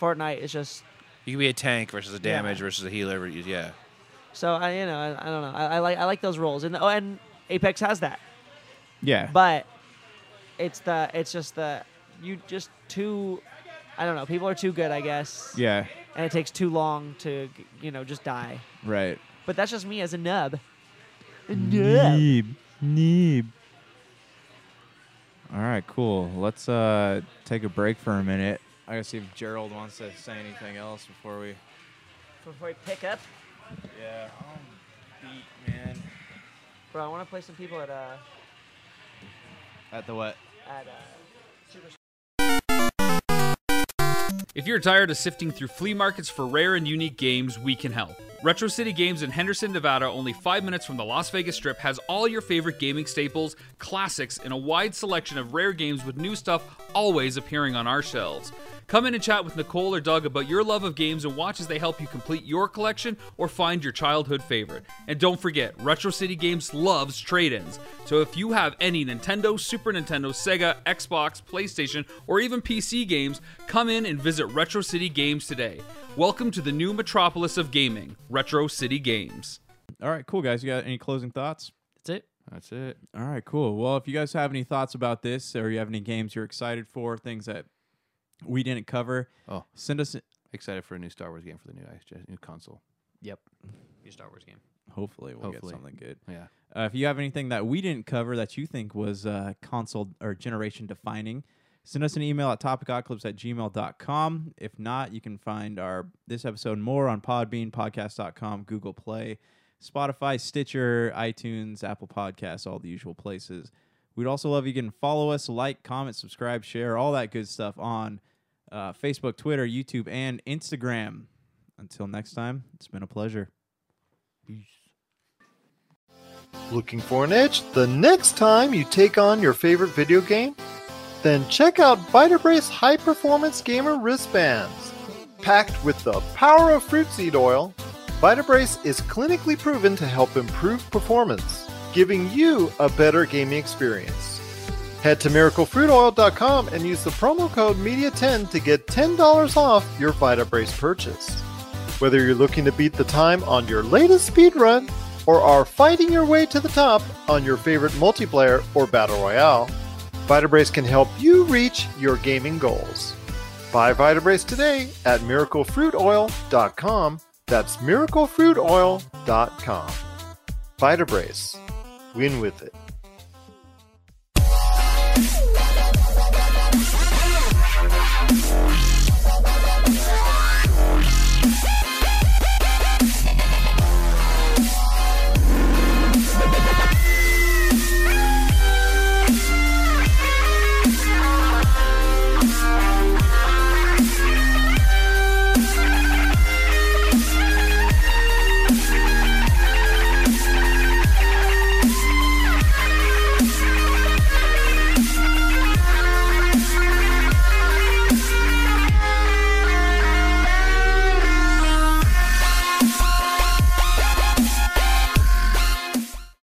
Speaker 2: Fortnite. It's just
Speaker 5: you can be a tank versus a
Speaker 2: Yeah.
Speaker 5: damage versus a healer. Yeah,
Speaker 2: so I you know I, I don't know I, I like I like those roles and oh and Apex has that,
Speaker 1: yeah.
Speaker 2: but it's the it's just the you just too I don't know people are too good I guess
Speaker 1: yeah.
Speaker 2: and it takes too long to g- you know just die.
Speaker 1: Right.
Speaker 2: But that's just me as a nub. A nub.
Speaker 1: Neeb. All right, cool. Let's uh, take a break for a minute. I gotta see if Gerald wants to say anything else before we.
Speaker 2: Before we pick up,
Speaker 1: Yeah, I'm beat, man.
Speaker 2: Bro, I want to play some people at uh
Speaker 1: At the what?
Speaker 2: at uh. Super
Speaker 12: If you're tired of sifting through flea markets for rare and unique games, we can help. Retro City Games in Henderson, Nevada, only five minutes from the Las Vegas Strip, has all your favorite gaming staples, classics, and a wide selection of rare games with new stuff always appearing on our shelves. Come in and chat with Nicole or Doug about your love of games and watch as they help you complete your collection or find your childhood favorite. And don't forget, Retro City Games loves trade ins. So if you have any Nintendo, Super Nintendo, Sega, Xbox, PlayStation, or even PC games, come in and visit Retro City Games today. Welcome to the new metropolis of gaming, Retro City Games.
Speaker 1: All right, cool guys. You got any closing thoughts?
Speaker 6: That's it.
Speaker 13: That's it.
Speaker 1: All right, cool. Well, if you guys have any thoughts about this or you have any games you're excited for, things that we didn't cover,
Speaker 13: Oh.
Speaker 1: send us
Speaker 13: Excited for a new Star Wars game for the new new console.
Speaker 12: Yep.
Speaker 6: New Star Wars game.
Speaker 1: hopefully we'll
Speaker 13: Hopefully.
Speaker 1: get something good.
Speaker 13: Yeah.
Speaker 1: Uh, if you have anything that we didn't cover that you think was uh, console or generation defining, send us an email at topicoclips at gmail.com. If not, you can find our this episode and more on Podbean, podcast.com, Google Play, Spotify, Stitcher, iTunes, Apple Podcasts, all the usual places. We'd also love you can follow us, like, comment, subscribe, share, all that good stuff on uh, Facebook, Twitter, YouTube, and Instagram. Until next time, it's been a pleasure.
Speaker 4: Looking for an edge the next time you take on your favorite video game? Then check out Vitabrace High Performance Gamer Wristbands. Packed with the power of fruit seed oil, Vitabrace is clinically proven to help improve performance, giving you a better gaming experience. Head to miraclefruitoil.com and use the promo code MEDIA10 to get $10 off your Vitabrace purchase. Whether you're looking to beat the time on your latest speedrun or are fighting your way to the top on your favorite multiplayer or battle royale, Vitabrace can help you reach your gaming goals. Buy Vitabrace today at miraclefruitoil.com. That's miraclefruitoil.com. Vitabrace. Win with it.